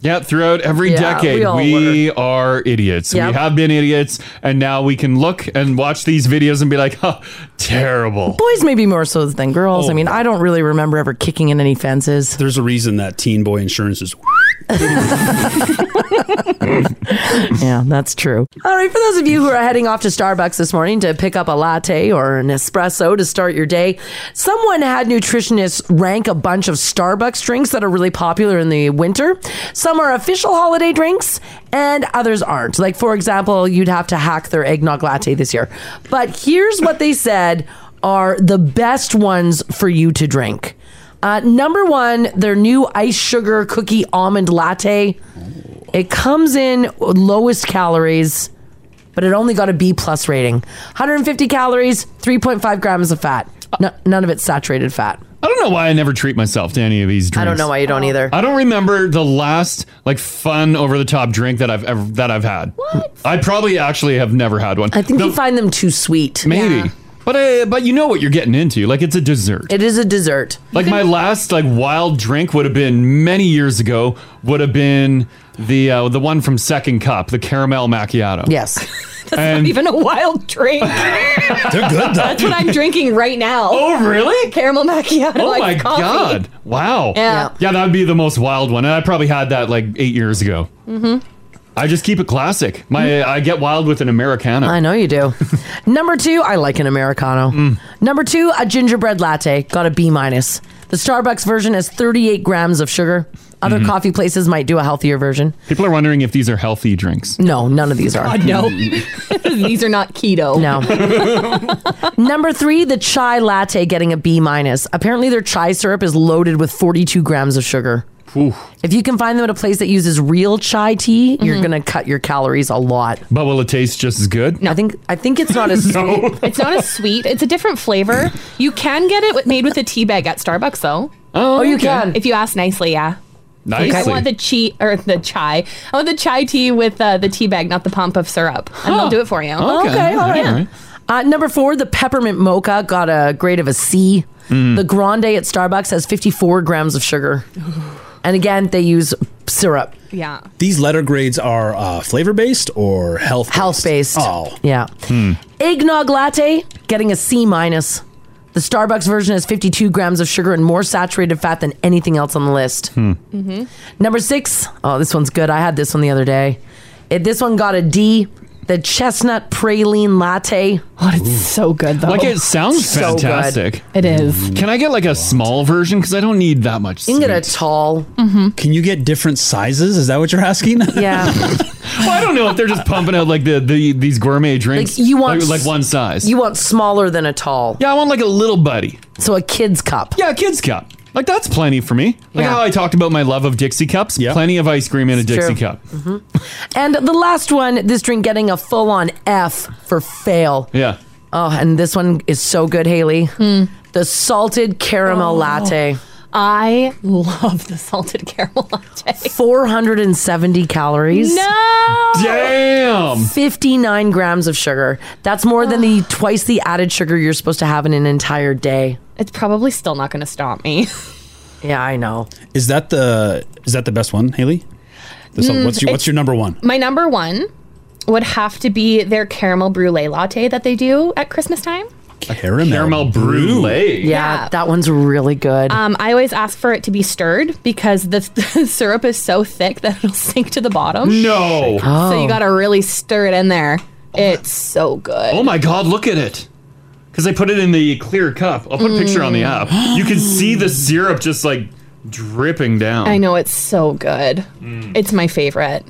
S3: yeah. throughout every
S2: Yeah,
S3: decade,
S2: we all
S3: we, are idiots.
S2: Yep.
S3: We have been idiots, and now we can look and watch these videos and be like, huh, terrible.
S2: Boys maybe more so than girls.
S3: Oh.
S2: I mean, I don't really remember ever kicking in any fences.
S4: There's a reason that teen boy insurance is.
S2: yeah, that's true. All right, for those of you who are heading off to Starbucks this morning to pick up a latte or an espresso to start your day, someone had nutritionists rank a bunch of Starbucks drinks that are really popular in the winter. Some are official holiday drinks and others aren't. Like, for example, you'd have to hack their eggnog latte this year. But here's what they said are the best ones for you to drink. Uh, number one, their new ice sugar cookie almond latte. It comes in lowest calories, but it only got a B plus rating. 150 calories, 3.5 grams of fat. No, none of it's saturated fat.
S3: I don't know why I never treat myself to any of these drinks.
S2: I don't know why you don't either.
S3: I don't remember the last like fun over the top drink that I've ever that I've had. What? I probably actually have never had one.
S2: I think you find them too sweet.
S3: Maybe. But uh, but you know what you're getting into. Like it's a dessert.
S2: It is a dessert.
S3: Like my last like wild drink would have been many years ago. Would have been the uh, the one from Second Cup, the caramel macchiato.
S2: Yes,
S5: That's not even a wild drink. They're
S3: good, though.
S5: That's what I'm drinking right now.
S3: Oh, really?
S5: Caramel macchiato.
S3: Oh
S5: iced
S3: my
S5: coffee.
S3: god! Wow.
S5: Yeah.
S3: Yeah, that would be the most wild one, and I probably had that like eight years ago.
S2: Mm-hmm.
S3: I just keep it classic. My I get wild with an americano.
S2: I know you do. Number two, I like an Americano.
S5: Mm.
S2: Number two, a gingerbread latte. Got a B minus. The Starbucks version has 38 grams of sugar. Other
S5: Mm-hmm.
S3: Mhm.
S2: coffee places might do a healthier version.
S3: People are wondering if these are healthy drinks.
S2: No, none of these are.
S5: God, no.
S3: Mm-hmm.
S5: These are not keto.
S2: No. Number three, the chai latte getting a B minus. Apparently, their chai syrup is loaded with 42 grams of sugar. If you can find them at a place that uses real chai tea, you're
S5: Mm-hmm.
S2: gonna cut your calories a lot.
S3: But will it taste just as good?
S2: I think I think it's not as sweet.
S5: It's not as sweet. It's a different flavor. You can get it with- made with a tea bag at Starbucks, though.
S3: Oh,
S2: you okay. can.
S5: If you ask nicely, yeah. I
S3: Nicely.
S5: want the chi or the chai. I want the chai tea with uh, the tea bag, not the pump of syrup, and they'll do it for you.
S2: Okay, all right. Uh, number four, the peppermint mocha got a grade of a C.
S3: Mm.
S2: The grande at Starbucks has 54 grams of sugar, and again, they use syrup.
S5: Yeah.
S4: These letter grades are uh, flavor based or health health
S2: based.
S4: Oh
S2: yeah.
S3: Hmm.
S2: Eggnog latte getting a C minus. The Starbucks version has 52 grams of sugar and more saturated fat than anything else on the list.
S3: Hmm.
S5: Mm-hmm.
S2: Number six, oh, this one's good. I had this one the other day. It, this one got a D. The chestnut praline latte.
S5: What Oh, it's so good though.
S3: Like it sounds
S2: So good.
S3: fantastic.
S5: It is.
S3: Can I get like a small version? Because I don't need that much.
S2: You can get a tall.
S4: Can you get different sizes? Is that what you're asking?
S2: Yeah.
S3: well, I don't know if they're just pumping out like the, the these gourmet drinks.
S2: Like you want
S3: like, like one size.
S2: You want smaller than a tall.
S3: Yeah, I want like a little buddy.
S2: So a kid's cup.
S3: Yeah, a kid's cup. Like that's plenty for me. Like
S2: Yeah.
S3: how I talked about my love of Dixie cups. Plenty of ice cream in a
S2: It's
S3: Dixie
S2: true.
S3: cup.
S2: And the last one, this drink getting a full on F for fail.
S3: Yeah.
S2: Oh, and this one is so good, Haley.
S5: Hmm.
S2: The salted caramel latte.
S5: Oh. I love the salted caramel latte.
S2: 470 calories.
S5: No.
S3: Damn.
S2: 59 grams of sugar. That's more than the twice the added sugar you're supposed to have in an entire day.
S5: It's probably still not going to stop me.
S2: yeah, I know.
S4: Is that the is that the best one, Haley? This
S5: Mm,
S4: what's your what's
S5: it's-
S4: your number one?
S5: My number one would have to be their caramel brulee latte that they do at Christmas time.
S4: Caramel,
S3: brulee.
S2: Yeah, that one's really good.
S5: Um, I always ask for it to be stirred because the, the syrup is so thick that it'll sink to the bottom.
S3: No.
S2: Oh.
S5: So you got to really stir it in there. It's so good.
S3: Oh my God, look at it. Because I put it in the clear cup. I'll put a picture on the
S2: Mm.
S3: app. You can see the syrup just like dripping down.
S5: I know it's so good.
S3: Mm.
S5: It's my favorite.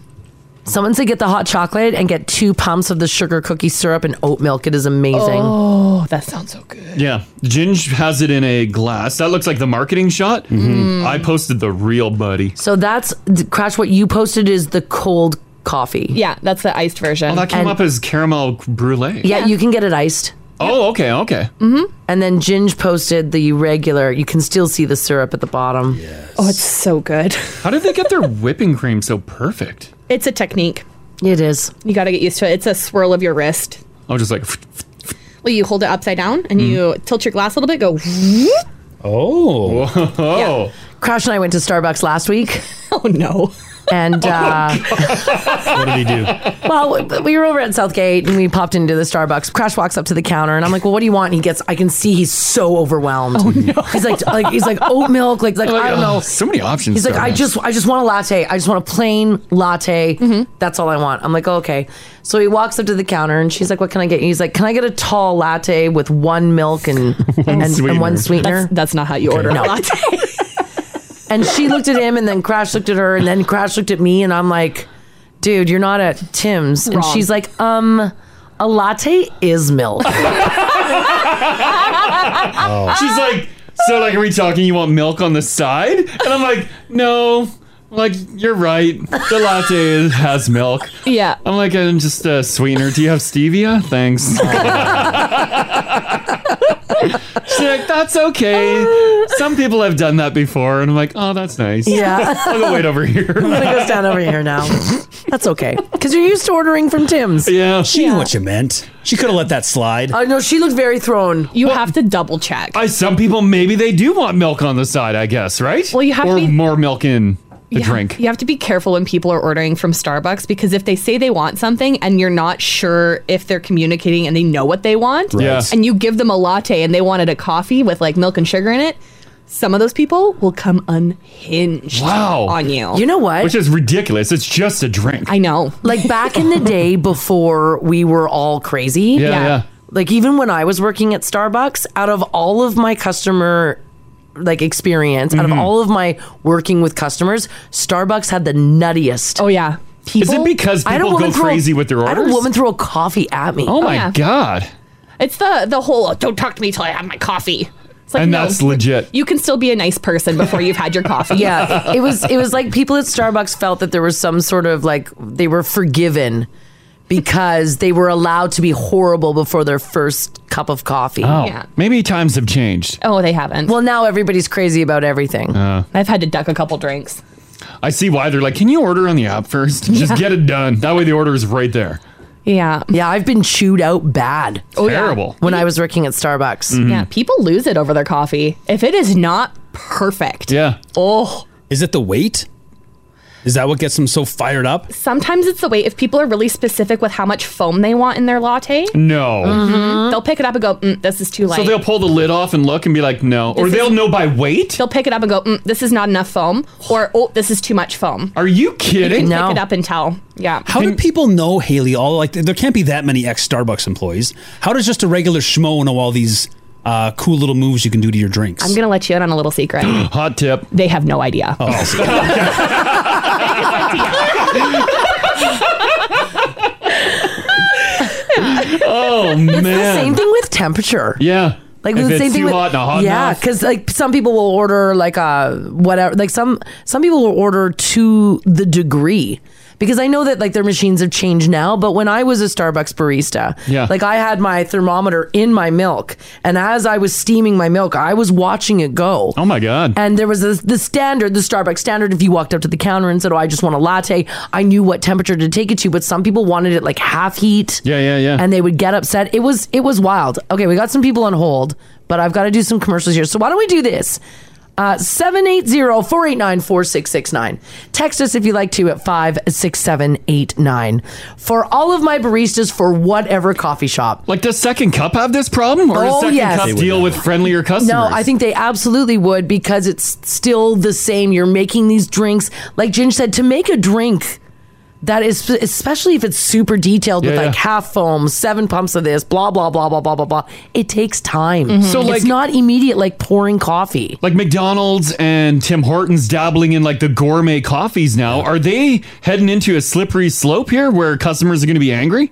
S2: Someone said get the hot chocolate and get two pumps of the sugar cookie syrup and oat milk. It is amazing.
S5: Oh, that sounds so good.
S3: Yeah. Ginge has it in a glass. That looks like the marketing shot.
S2: Mhm. Mm.
S3: I posted the real buddy.
S2: So that's Crash. What you posted is the cold coffee.
S5: Yeah, that's the iced version.
S3: Oh, that came
S2: And-
S3: up as caramel brulee.
S2: Yeah, you can get it iced.
S3: Oh, okay, okay.
S2: Mm-hmm. And then Ginge posted the regular. You can still see the syrup at the bottom.
S5: Oh, it's so good.
S3: How did they get their whipping cream so perfect?
S5: It's a technique.
S2: It is.
S5: You got to get used to it. It's a swirl of your wrist.
S3: I was just like,
S5: Well, you hold it upside down
S3: Mm.
S5: and you tilt your glass a little bit, go.
S3: oh.
S2: Crash and I went to Starbucks last week.
S5: Oh no. Oh,
S2: And uh,
S4: What did he do?
S2: well, we- we were over at Southgate and we popped into the Starbucks. Crash walks up to the counter and I'm like, "Well, what do you want?" And he gets. I can see he's so overwhelmed. Oh no! Oh, He's like, like he's like oat milk, like like I don't know.
S3: So many options.
S2: He's like, I
S3: Starbucks.
S2: just, I just want a latte. I just want a plain latte. That's all I want. I'm like, "Oh, okay. So he walks up to the counter and she's like, what can I get? And he's like, can I get a tall latte with one milk and and, and one sweetener?
S5: That's, that's not how you order
S2: No.
S5: a latte.
S2: and she looked at him, and then Crash looked at her, and then Crash looked at me, and I'm like, dude, you're not at Tim's. And
S1: Wrong.
S2: she's like, um, a latte is milk.
S3: She's like, so like, are we talking? You want milk on the side? And I'm like, no. I'm like, you're right. The latte has milk.
S5: Yeah.
S3: I'm like, I'm just a sweetener. Do you have stevia? Thanks. She's like, that's okay. Some people have done that before, and I'm like, oh, that's nice.
S2: Yeah.
S3: I'll go wait over here.
S2: I'm gonna go stand over here now. That's okay, because you're used to ordering from Tim's.
S3: Yeah,
S4: she knew what you meant. She could have let that slide.
S2: I know Uh, she looked very thrown.
S5: You have to double check.
S3: I, some people maybe they do want milk on the side, I guess, right? Well,
S5: you have to
S3: or
S5: be-
S3: more milk in the
S5: Yeah.
S3: drink.
S5: You have to be careful when people are ordering from Starbucks because if they say they want something and you're not sure if they're communicating and they know what they want,
S3: Right. Yeah.
S5: and you give them a latte and they wanted a coffee with like milk and sugar in it, some of those people will come unhinged
S3: Wow.
S5: on you.
S3: Which is ridiculous. It's just a drink.
S5: I know.
S2: Like back in the day before we were all crazy.
S3: Yeah, Yeah. yeah.
S2: Like even when I was working at Starbucks, out of all of my customer like experience, out of
S5: Mm-hmm.
S3: Mhm.
S2: all of my working with customers, Starbucks had the nuttiest. Oh
S5: yeah.
S3: Is it because
S2: I had a
S3: people go
S2: woman throw a-
S3: crazy with their
S2: I
S3: orders?
S2: had a woman throw a coffee at me.
S3: Oh, my god.
S5: It's the the whole "Oh, don't talk to me till I have my coffee. It's like
S3: and
S5: no.
S3: that's legit.
S5: You can still be a nice person before you've had your coffee.
S2: yeah, it was it was like people at Starbucks felt that there was some sort of like they were forgiven because they were allowed to be horrible before their first cup of coffee.
S3: Oh, maybe times have changed.
S5: Oh, they haven't.
S2: Well, now everybody's crazy about everything.
S3: Uh,
S5: I've had to duck a couple drinks.
S3: I see why they're like, can you order on the app first? Just
S5: Yeah.
S3: get it done. That way the order is right there.
S5: Yeah.
S2: Yeah, I've been chewed out bad.
S5: Oh, yeah.
S3: Terrible.
S2: When I was working at Starbucks.
S5: Yeah, people lose it over their coffee if it is not perfect.
S3: Yeah.
S5: Oh,
S15: Is it the weight? Is that what gets them so fired up?
S5: sometimes it's the way if people are really specific with how much foam they want in their latte.
S3: No.
S2: Uh,
S5: Mhm, They'll pick it up and go, mm, "This is too light."
S3: Mm-hmm. So they'll pull the lid off and look and be like, no. Or
S5: This
S3: they'll
S5: is-
S3: know by weight.
S5: They'll pick it up and go, mm, "This is not enough foam," or "Oh, this is too much foam."
S3: Are you
S5: You
S3: kidding?
S5: can pick it up and tell. Yeah.
S4: How do people know Haley? All like there can't be that many ex Starbucks employees. How does just a regular schmo know all these uh, cool little moves you can do to your drinks?
S5: I'm gonna let you in on a little secret.
S3: Hot tip.
S5: They have no idea.
S3: oh man.
S2: It's the same thing with temperature.
S3: Yeah.
S2: Like
S3: If
S2: the
S3: it's
S2: same thing
S3: too
S2: with
S3: hot, not hot
S2: yeah,
S3: enough.
S2: because like some people will order like uh whatever like some some people will order to the degree because I know that like their machines have changed now, but when I was a Starbucks barista,
S1: Yeah.
S2: like I had my thermometer in my milk, and as I was steaming my milk, I was watching it go.
S3: Oh my god!
S2: And there was this, the standard, the Starbucks standard. If you walked up to the counter and said, "Oh, I just want a latte," I knew what temperature to take it to. But some people wanted it like half heat.
S3: Yeah, yeah, yeah.
S2: And they would get upset. It was it was wild. Okay, we got some people on hold, but I've got to do some commercials here. So why don't we do this? Uh, 780 489 4669. Text us if you like to at 56789. For all of my baristas for whatever coffee shop.
S3: Like, does Second Cup have this problem? Or does
S2: Oh,
S3: Second
S2: yes. They
S3: Cup
S2: would
S3: deal with friendlier customers?
S2: No, I think they absolutely would because it's still the same. You're making these drinks, like Ginge said, to make a drink That is especially if it's super detailed with
S18: Yeah,
S2: like half foam, seven pumps of this, blah blah blah blah blah blah blah. It takes time.
S3: Mm-hmm. So, like-
S2: it's not immediate like pouring coffee.
S3: Like McDonald's and Tim Hortons dabbling in like the gourmet coffees now. Are they heading into a slippery slope here where customers are going to be angry?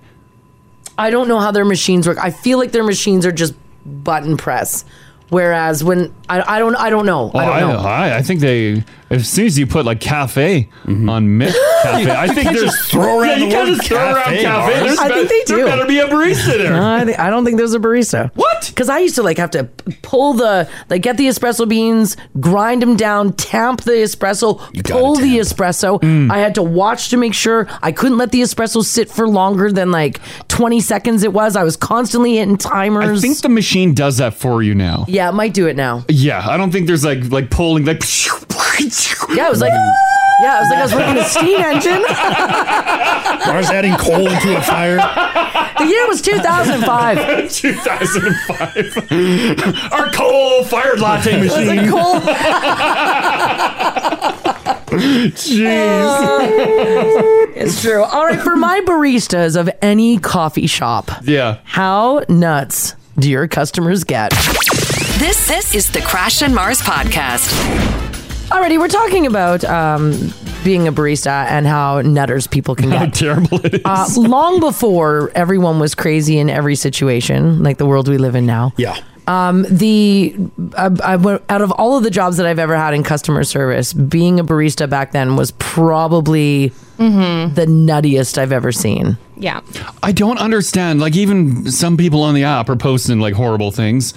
S2: I don't know how their machines work. I feel like their machines are just button press. Whereas when I, I don't I don't know. Oh, I
S3: Oh, I,
S2: don't know.
S3: I, I think they, as soon as you put like cafe on mix cafe, I
S2: Mm-hmm. You
S3: think
S2: can't
S3: there's
S2: just throw
S3: Yeah,
S2: around the
S3: you can't
S2: word
S3: just throw around
S2: cafe,
S3: cafe.
S2: Lars.
S3: There's
S2: I think
S3: bet-
S2: they
S3: There
S2: do.
S3: better be a barista there.
S2: No, I, thi- I don't think there's a barista. What? Because I used to like have to p- pull the like get the espresso beans, grind them down, tamp the espresso, pull the espresso. I had to watch to make sure I couldn't let the espresso sit for longer than like 20 seconds. It was I was constantly hitting
S3: I
S2: timers.
S3: think the machine does that for you now.
S2: yeah, it might do it now.
S3: Yeah, I don't think there's like like pulling like.
S2: Yeah, it was like yeah, it was like I was working a steam engine.
S10: Lars adding coal into a fire.
S2: The year was 2005.
S3: 2005. Our coal fired latte
S10: It was a
S3: machine.
S2: coal.
S3: Jeez.
S2: it's true. All right, for my baristas of any coffee shop.
S3: Yeah.
S2: How nuts do your customers get?
S1: This this is the Crash and Mars podcast.
S2: Alrighty, we're talking about um, being a barista and how nutters people can get. How
S3: terrible it is.
S2: Uh, long before everyone was crazy in every situation, like the world we live in now.
S10: Yeah.
S2: Um, the I, I went, out of all of the jobs that I've ever had in customer service, being a barista back then was probably the nuttiest I've ever seen.
S5: Yeah.
S3: I don't understand. Like even some people on the app are posting like horrible things.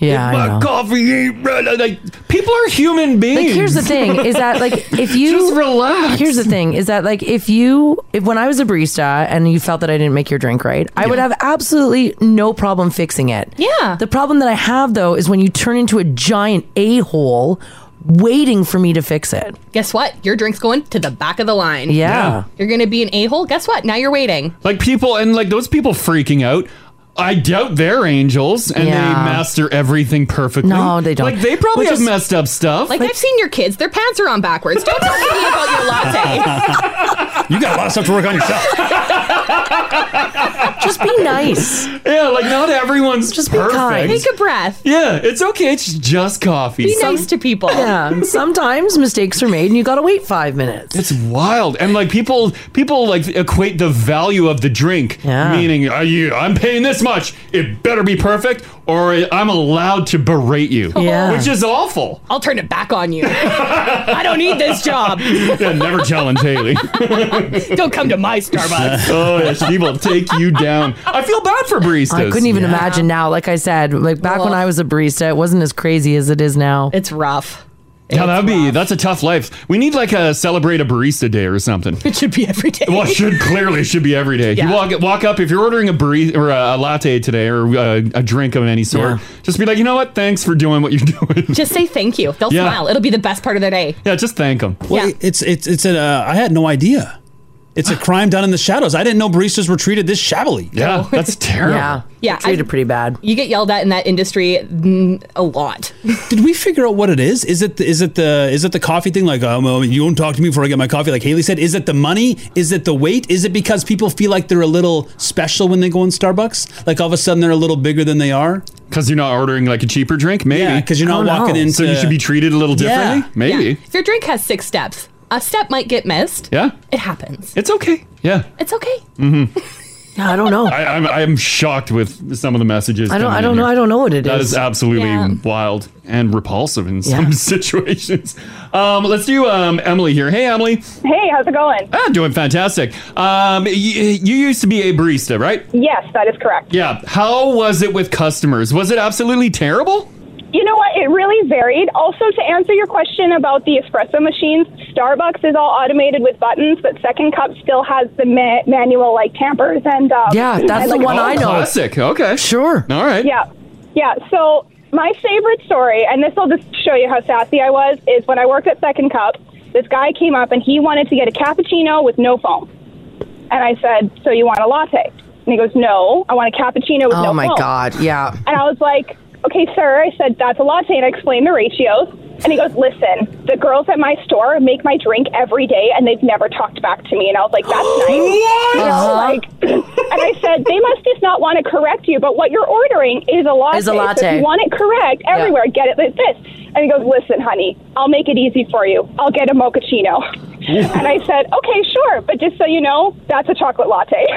S2: Yeah,
S3: If
S2: I
S3: my
S2: know.
S3: coffee ain't right. Like people are human beings.
S2: Like here's the thing is that like if you
S3: Just relax.
S2: Here's the thing is that like if you if when I was a barista and you felt that I didn't make your drink right, I would have absolutely no problem fixing it. Yeah. The problem that I have though is when you turn into a giant a hole waiting for me to fix it.
S5: Guess what? Your drink's going to the back of the line.
S2: Yeah. Yeah.
S5: You're going to be an a hole. Guess what? Now you're waiting.
S3: Like people and like those people freaking out. I doubt they're angels and
S5: Yeah.
S3: they master everything perfectly.
S5: No, they don't.
S3: Like they probably
S5: Which
S3: have
S5: is-
S3: messed up stuff.
S5: Like, I've seen your kids, their pants are on backwards. Don't talk to me about your latte.
S10: You got a lot of stuff to work on yourself.
S2: Just be nice.
S3: Yeah, like not everyone's just perfect.
S5: Take a breath.
S3: Yeah, it's okay. It's just coffee. Some-
S5: to people.
S2: Yeah. Sometimes mistakes are made and you got to wait 5 minutes.
S3: It's wild, and like people, people like equate the value of the drink, meaning are you, I'm paying this much. It better be perfect, or I'm allowed to berate you. which is awful.
S5: I'll turn it back on you. I don't need this job.
S3: yeah, never challenge Haley.
S5: Don't come to my Starbucks.
S3: oh, yeah, she will take you down. I feel bad for baristas.
S2: I couldn't even imagine now. Like I said, like back when I was a barista, it wasn't as crazy as it is now.
S5: It's rough.
S3: Yeah, that'd be that's a tough life. We need like a celebrate a barista day or something.
S5: It should be every day.
S3: Well, it should clearly it should be every day.
S5: Yeah.
S3: You walk walk up if you're ordering a barista or a, a latte today or a, a drink of any sort. Just be like, you know what? Thanks for doing what you're doing.
S5: Just say thank you. They'll
S3: Yeah.
S5: smile. It'll be the best part of their day.
S3: Yeah, just thank them.
S5: Yeah.
S4: Well, it's it's it's a. Uh, I had no idea. It's a crime done in the shadows. I didn't know baristas were treated this shabbily.
S3: Yeah, that's terrible.
S5: Yeah. Yeah, Treated I-
S2: pretty bad.
S5: You get yelled at in that industry mm, a lot.
S4: Did we figure out what it is? Is it the, is it the is it the coffee thing? Like, um, um, you don't talk to me before I get my coffee. Like Haley said, is it the money? Is it the weight? Is it because people feel like they're a little special when they go in Starbucks? Like all of a sudden they're a little bigger than they are.
S3: Because you're not ordering like a cheaper drink, maybe.
S4: Yeah, because you're
S3: I
S4: not
S5: Oh,
S3: don't
S4: walking
S3: know.
S4: in.
S3: So you should be treated a little differently? Maybe.
S5: Yeah. If your drink has six steps, a step might get missed.
S3: Yeah.
S5: It happens.
S3: It's okay. Yeah.
S5: It's okay.
S3: Mm-hmm.
S2: I don't know.
S3: I, I'm I'm shocked with some of the messages.
S2: I don't-
S3: coming
S2: I
S3: in
S2: don't know-
S3: here.
S2: I don't know what it
S3: That
S2: is.
S3: is absolutely
S2: Yeah.
S3: wild and repulsive in
S2: Yeah.
S3: some situations. Um, let's do um, Emily here. Hey, Emily.
S8: Hey, how's it going?
S3: Ah, doing fantastic. Um, y- you used to be a barista, right?
S8: Yes, that is correct.
S3: Yeah. How was it with customers? Was it absolutely terrible?
S8: You know what? It really varied. Also, to answer your question about the espresso machines, Starbucks is all automated with buttons, but Second Cup still has the ma- manual like tampers and um, and, like,
S3: Oh, Classic. Okay.
S2: Sure.
S3: All right.
S8: Yeah. Yeah. So my favorite story, and this will just show you how sassy I was, is when I worked at Second Cup, this guy came up and he wanted to get a cappuccino with no foam. And I said, So you want a latte? And he goes, No, I want a cappuccino with no
S2: Oh my
S8: foam.
S2: god. Yeah.
S8: And I was like, okay, sir. I said, that's a latte. And I explained the ratios.
S19: And he goes, Listen, the girls at my store make my drink every day and they've never talked back to me. And I was like, That's nice. You know,
S9: Uh-huh.
S19: like, and I said, They must just not want to correct you, but what you're ordering is a latte.
S9: Is a
S19: So if
S9: latte.
S19: you want it correct everywhere, get it like this. And he goes, Listen, honey, I'll make it easy for you. I'll get a mochaccino. and I said, Okay, sure. But just so you know, that's a chocolate latte.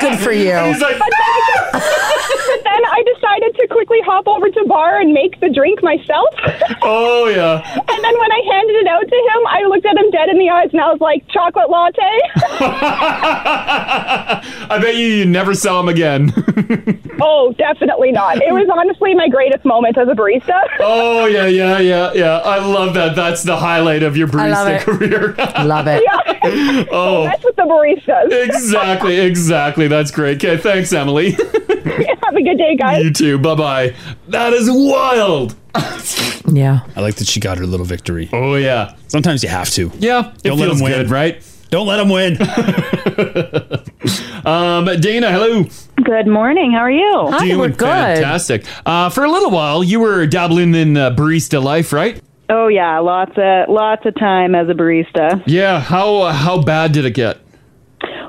S2: Good for you.
S19: but, then, but then I decided to quickly hop over to bar and make the drink myself.
S3: Oh yeah.
S19: And then when I handed it out to him, I looked at him dead in the eyes and I was like, "Chocolate latte."
S3: I bet you you never sell them again.
S19: oh, definitely not. It was honestly my greatest moment as a barista.
S3: oh yeah, yeah, yeah, yeah. I love that. That's the highlight of your
S19: I love
S3: barista
S19: it.
S3: career.
S2: love it.
S3: oh,
S19: That's what the baristas.
S3: exactly, exactly. That's great. Okay, thanks, Emily.
S19: Have a good day, guys.
S3: You too. Bye bye. That is wild.
S2: yeah.
S4: I like that she got her little victory.
S3: Oh yeah.
S4: Sometimes you have to.
S3: Yeah. It
S4: Don't let
S3: feels
S4: him win.
S3: good, right?
S4: Don't let him win.
S3: Um, Dana, hello.
S20: Good morning. How are you?
S3: Doing Fantastic. Uh, for a little while, you were dabbling in uh, barista life, right?
S20: Oh yeah, lots of lots of time as a barista.
S3: Yeah. How uh, how bad did it get?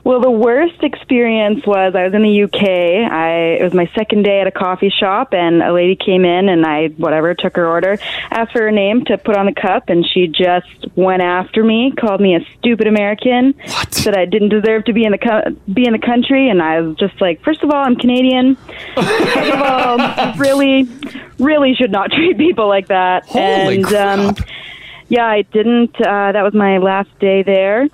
S20: Well, the worst experience was I was in the UK. I it was my second day at a coffee shop, and a lady came in, and I whatever took her order, asked for her name to put on the cup, and she just went after me, called me a stupid American, said I didn't deserve to be in the co- be in the country, and I was just like, first of all, I'm Canadian. Second of all, you really, really should not treat people like that.
S3: Holy
S20: and um, yeah, I didn't. Uh, that was my last day there.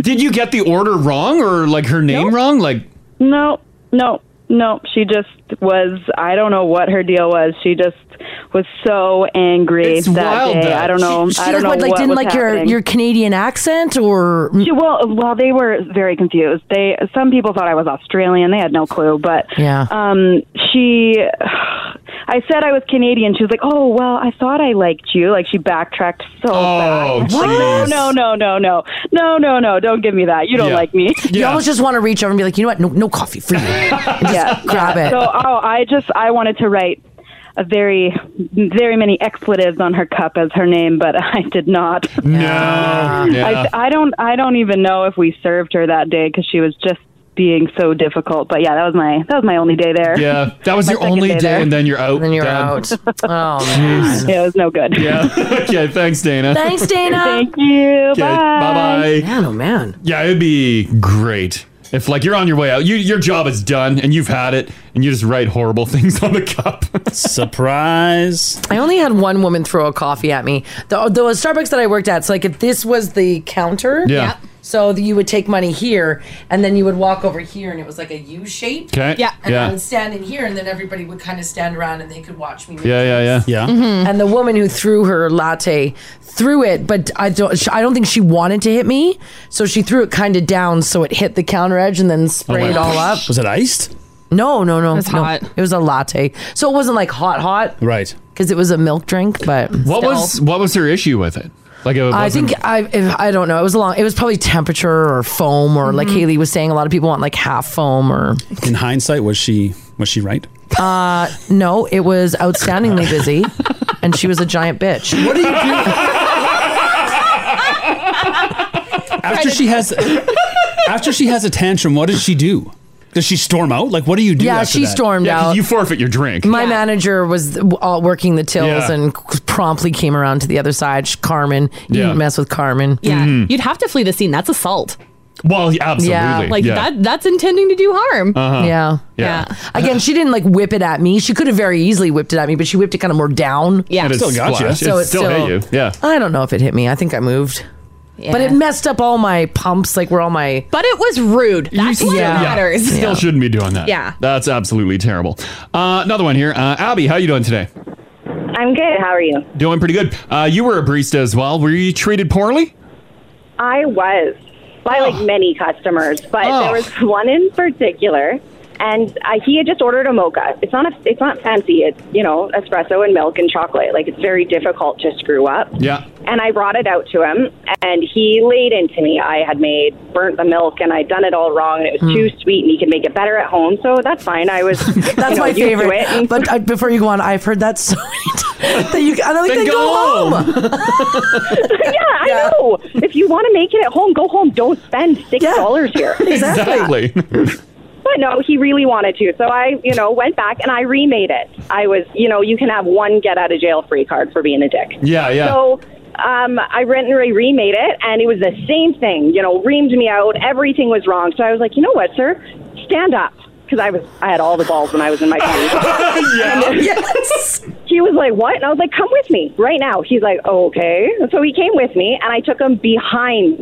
S3: Did you get the order wrong or like her name wrong? Like,
S20: No, no, no. She just was. I don't know what her deal was. She just was so angry that day. I don't know.
S2: She,
S20: I don't know
S2: like,
S20: what
S2: didn't
S20: was
S2: like your,
S20: happening.
S2: your Canadian accent or
S20: She- well, well, they were very confused. They some people thought I was Australian. They had no clue. But
S2: Yeah.
S20: um, she, I said I was Canadian. She was like, "Oh, well, I thought I liked you." Like she backtracked so
S3: oh,
S20: fast. Like, no,
S2: jeez.
S20: no, no, no, no, no, no, no! Don't give me that. You don't
S2: Yeah.
S20: like me.
S2: You almost just want to reach over and be like, you know what? No, no coffee for you.
S20: yeah,
S2: grab
S20: yeah.
S2: it.
S20: So, oh, I just I wanted to write a very, very many expletives on her cup as her name, but I did not.
S3: No,
S20: I, I don't. I don't even know if we served her that day because she was just being so difficult. But yeah, that was my that was my only day there.
S3: yeah, that was
S20: My
S3: your
S20: second
S3: only day,
S20: there.
S3: and then you're out. Then you're
S2: out. Oh,
S20: Yeah, it was no good.
S3: Yeah. okay. Thanks, Dana.
S2: Thanks, Dana.
S20: Thank you.
S3: Okay. Bye. Bye. Man,
S2: oh man.
S3: Yeah, it'd be great if like you're on your way out. You, your job is done, and you've had it, and you just write horrible things on the cup.
S4: Surprise.
S2: I only had one woman throw a coffee at me. The, the Starbucks that I worked at, so like if this was the counter,
S9: Yeah. Yep.
S2: So you would take money here, and then you would walk over here, and it was like a U shape.
S9: 'Kay. Yeah.
S2: And
S9: Yeah.
S2: I would stand in here, and then everybody would kind of stand around, and they could watch me. make
S3: yeah,
S4: yeah.
S2: And the woman who threw her latte threw it, but I don't. sh- I don't think she wanted to hit me, so she threw it kind of down, so it hit the counter edge
S4: Oh
S2: and then sprayed it all up.
S4: Was it iced?
S2: No, no, no.
S4: It's
S2: no.
S4: hot.
S2: It was a latte, so it wasn't like hot, hot
S4: Right.
S2: because it was a milk drink. But
S3: What was uh, what was her issue with it? Like, it
S2: I
S3: wasn't-
S2: think I if, I don't know. It was a long. It was probably temperature or foam or like
S5: Mm-hmm.
S4: Mhm.
S2: Haley was saying. A lot of people want like half foam or.
S4: In hindsight, was she was she right?
S2: Uh, no, it was outstandingly busy, and she was a giant bitch. What do you
S4: After she has after she has a tantrum, what does she do? Does she storm out? Like what do you do?
S2: Yeah,
S4: after
S2: she
S4: that?
S2: stormed Yeah, 'cause out. you
S3: forfeit your drink.
S2: My manager was th- all working the tills
S4: Yeah.
S2: and promptly came around to the other side. Sh- Carmen, you
S4: Yeah.
S2: didn't mess with Carmen.
S5: Yeah,
S3: Hmm.
S5: you'd have to flee the scene. That's assault.
S3: Well,
S5: Yeah, like that. That's intending to do harm.
S2: Uh-huh. Yeah.
S5: Yeah.
S2: Again, she didn't like whip it at me. She could have very easily whipped it at me, but she whipped it kind of more down.
S5: Yeah.
S3: And it Still got you.
S2: So
S3: It still
S2: it still,
S3: hit you. Yeah.
S2: I don't know if it hit me. I think I moved. But it messed up all my pumps, like where all my.
S5: But it was rude. That's what matters.
S3: Still shouldn't be doing that.
S5: Yeah.
S3: That's absolutely terrible. Uh, another one here. Uh, Abby, how you doing today?
S12: I'm good. How are you?
S3: Doing pretty good. Uh, you were a barista as well. Were you treated poorly?
S12: I was by
S2: Oh.
S12: like many customers, but there was one in particular, and uh, he had just ordered a mocha. It's not a, it's not fancy. It's you know espresso and milk and chocolate. Like it's very difficult to screw up.
S3: Yeah.
S12: And I brought it out to him, and he laid into me. I had made burnt the milk, and I'd done it all wrong, and it was
S2: Hmm.
S12: too sweet, and he could make it better at home. So that's fine. I was
S2: That's
S12: you know,
S2: my
S12: used to
S2: favorite.
S12: it.
S2: But uh, before you go on, I've heard that so many times. Then you, and then we
S8: Then
S2: can go,
S8: go
S2: home.
S8: yeah, I know. If you want to make it at home, go home. Don't spend six dollars here.
S21: But no, he really wanted to. So I, you know, went back and I remade it.
S8: I was, you know, you can have one get out of jail free card for being a dick.
S3: Yeah, yeah.
S8: So um, I rent and re- remade it, and it was the same thing. You know, reamed me out. Everything was wrong. So I was like, you know what, sir, stand up, because I was, I had all the balls when I was in my twenties.
S2: yes.
S8: He was like, what? And I was like, come with me right now. He's like, okay. So he came with me, and I took him behind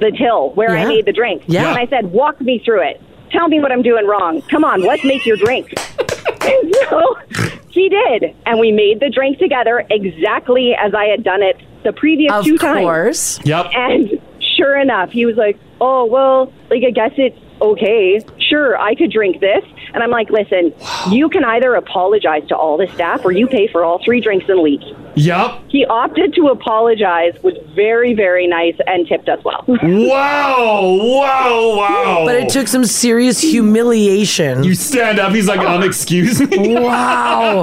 S8: the till where I
S21: Yeah.
S8: made the drink.
S21: Yeah.
S8: And I said, walk me through it. Tell me what I'm doing wrong. Come on, let's make your drink. And so he did. And we made the drink together exactly as I had done it the previous
S2: Of
S8: two times.
S2: course.
S3: Yep.
S8: And sure enough, he was like, oh, well, like, I guess it's okay. Sure, I could drink this. And I'm like, listen, you can either apologize to all the staff or you pay for all three drinks and leave.
S3: Yep.
S8: He opted to apologize, was very, very nice, and tipped us well.
S3: Wow! Wow! Wow!
S2: But it took some serious humiliation.
S3: You stand up. He's like, um, excuse me.
S2: Wow.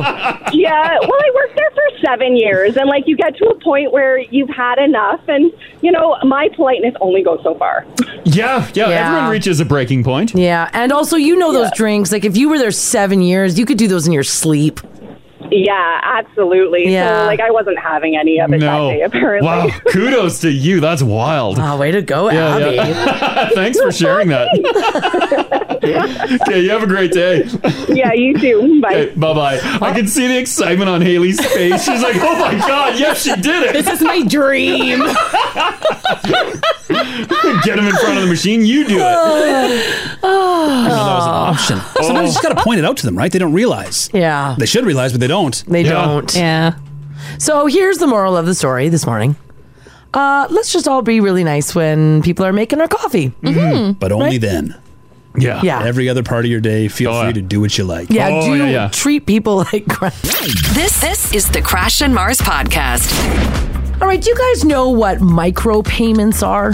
S8: yeah. Well, I worked there for seven years, and like you get to a point where you've had enough, and you know my politeness only goes so far.
S3: Yeah, yeah,
S2: Yeah.
S3: Everyone reaches a breaking point.
S2: Yeah, and also you know those drinks. Like if you were there seven years, you could do those in your sleep.
S8: Yeah, absolutely.
S2: Yeah.
S8: So like I wasn't having any of it
S3: No.
S8: that day, apparently.
S3: Wow. Kudos to you. That's wild. Oh,
S2: way to go,
S3: Abby. Thanks for sharing that. okay, you have a great day.
S8: Yeah, you too. Bye.
S3: bye bye. I can see the excitement on Haley's face. She's like, oh my God, yes, she did it.
S10: This is my dream.
S3: Get him in front of the machine. You do it.
S4: I didn't know that was an option.
S3: Oh.
S4: Sometimes you just got to point it out to them, right? They don't realize.
S2: Yeah.
S4: They should realize, but they don't.
S2: They don't.
S10: Yeah.
S2: So here's the moral of the story this morning. Uh, let's just all be really nice when people are making our coffee.
S4: Mm-hmm.
S2: Mm-hmm.
S4: But only
S2: Right?
S4: then.
S3: Yeah. Oh,
S2: Yeah.
S4: Every other part of your day, feel free to do what you like.
S2: Yeah, do treat people like crap.
S1: This this is the Crash and Mars podcast.
S2: All right, do you guys know what micropayments are?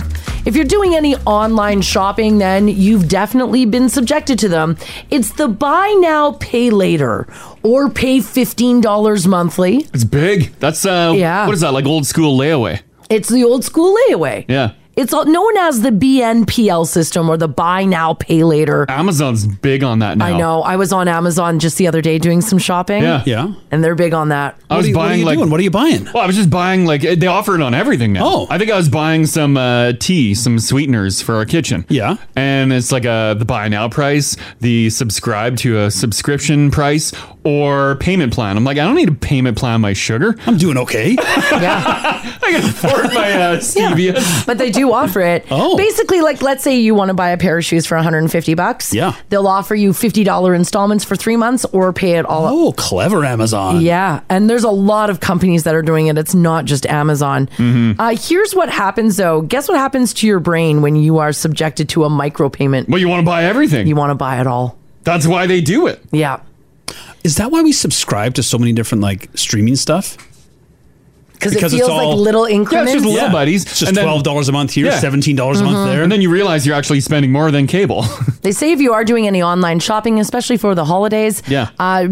S2: If you're doing any online shopping, then you've definitely been subjected to them. It's the buy now, pay later, or pay $15 monthly.
S3: It's big. That's, uh,
S2: Yeah.
S3: what is that, like old school layaway?
S2: It's the old school layaway.
S3: Yeah.
S2: It's all known as the BNPL system or the buy now, pay later.
S3: Amazon's big on that now.
S2: I know. I was on Amazon just the other day doing some shopping.
S3: Yeah. Yeah.
S2: And they're big on that.
S3: I was buying like.
S4: What are you buying?
S3: Well, I was just buying like they offer it on everything now.
S4: Oh.
S3: I think I was buying some uh, tea, some sweeteners for our kitchen. Yeah, and it's like uh the buy now price, the subscribe to a subscription price, or payment plan. I'm like, I don't need a payment plan, on my sugar.
S4: I'm doing okay.
S3: Or my uh, stevia.
S2: but they do offer it. Oh. Basically, like let's say you want to buy a pair of shoes for 150 bucks.
S4: Yeah.
S2: They'll offer you $50 installments for three months or pay it all
S4: Oh, clever Amazon.
S2: Yeah, and there's a lot of companies that are doing it. It's not just Amazon.
S3: Mm-hmm.
S2: Uh, here's what happens though. Guess what happens to your brain when you are subjected to a micropayment?
S3: Well, you want to buy everything.
S2: You want to buy it all.
S3: That's why they do it.
S2: Yeah.
S4: Is that why we subscribe to so many different like streaming stuff?
S2: 'Cause it feels like little Yeah, it's just increments. Mm-hmm. little buddies.
S4: It's just
S2: And then-
S4: twelve dollars a month here, seventeen dollars a month there.
S3: and then you realize you're actually spending more than cable.
S2: They say if you are doing any online shopping, especially for the holidays,
S3: Yeah.
S2: uh,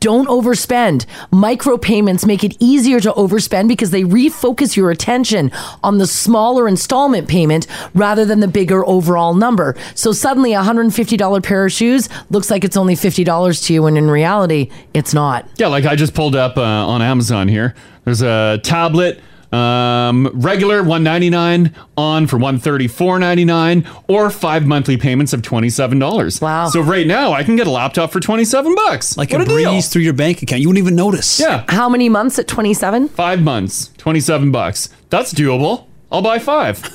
S2: don't overspend. Micropayments make it easier to overspend because they refocus your attention on the smaller installment payment rather than the bigger overall number. So suddenly a $150 pair of shoes looks like it's only $50 to you when in reality it's not.
S3: Yeah, like I just pulled up uh, on Amazon here. There's a tablet, um, regular 199 on for 134.99 or five monthly payments of $27. Wow. So right now I can get a laptop for 27 bucks. Like
S4: a breeze
S3: through
S4: your bank account. You wouldn't even notice.
S3: Yeah.
S2: How many months at 27?
S3: 5 months, 27 bucks. That's doable. I'll buy 5.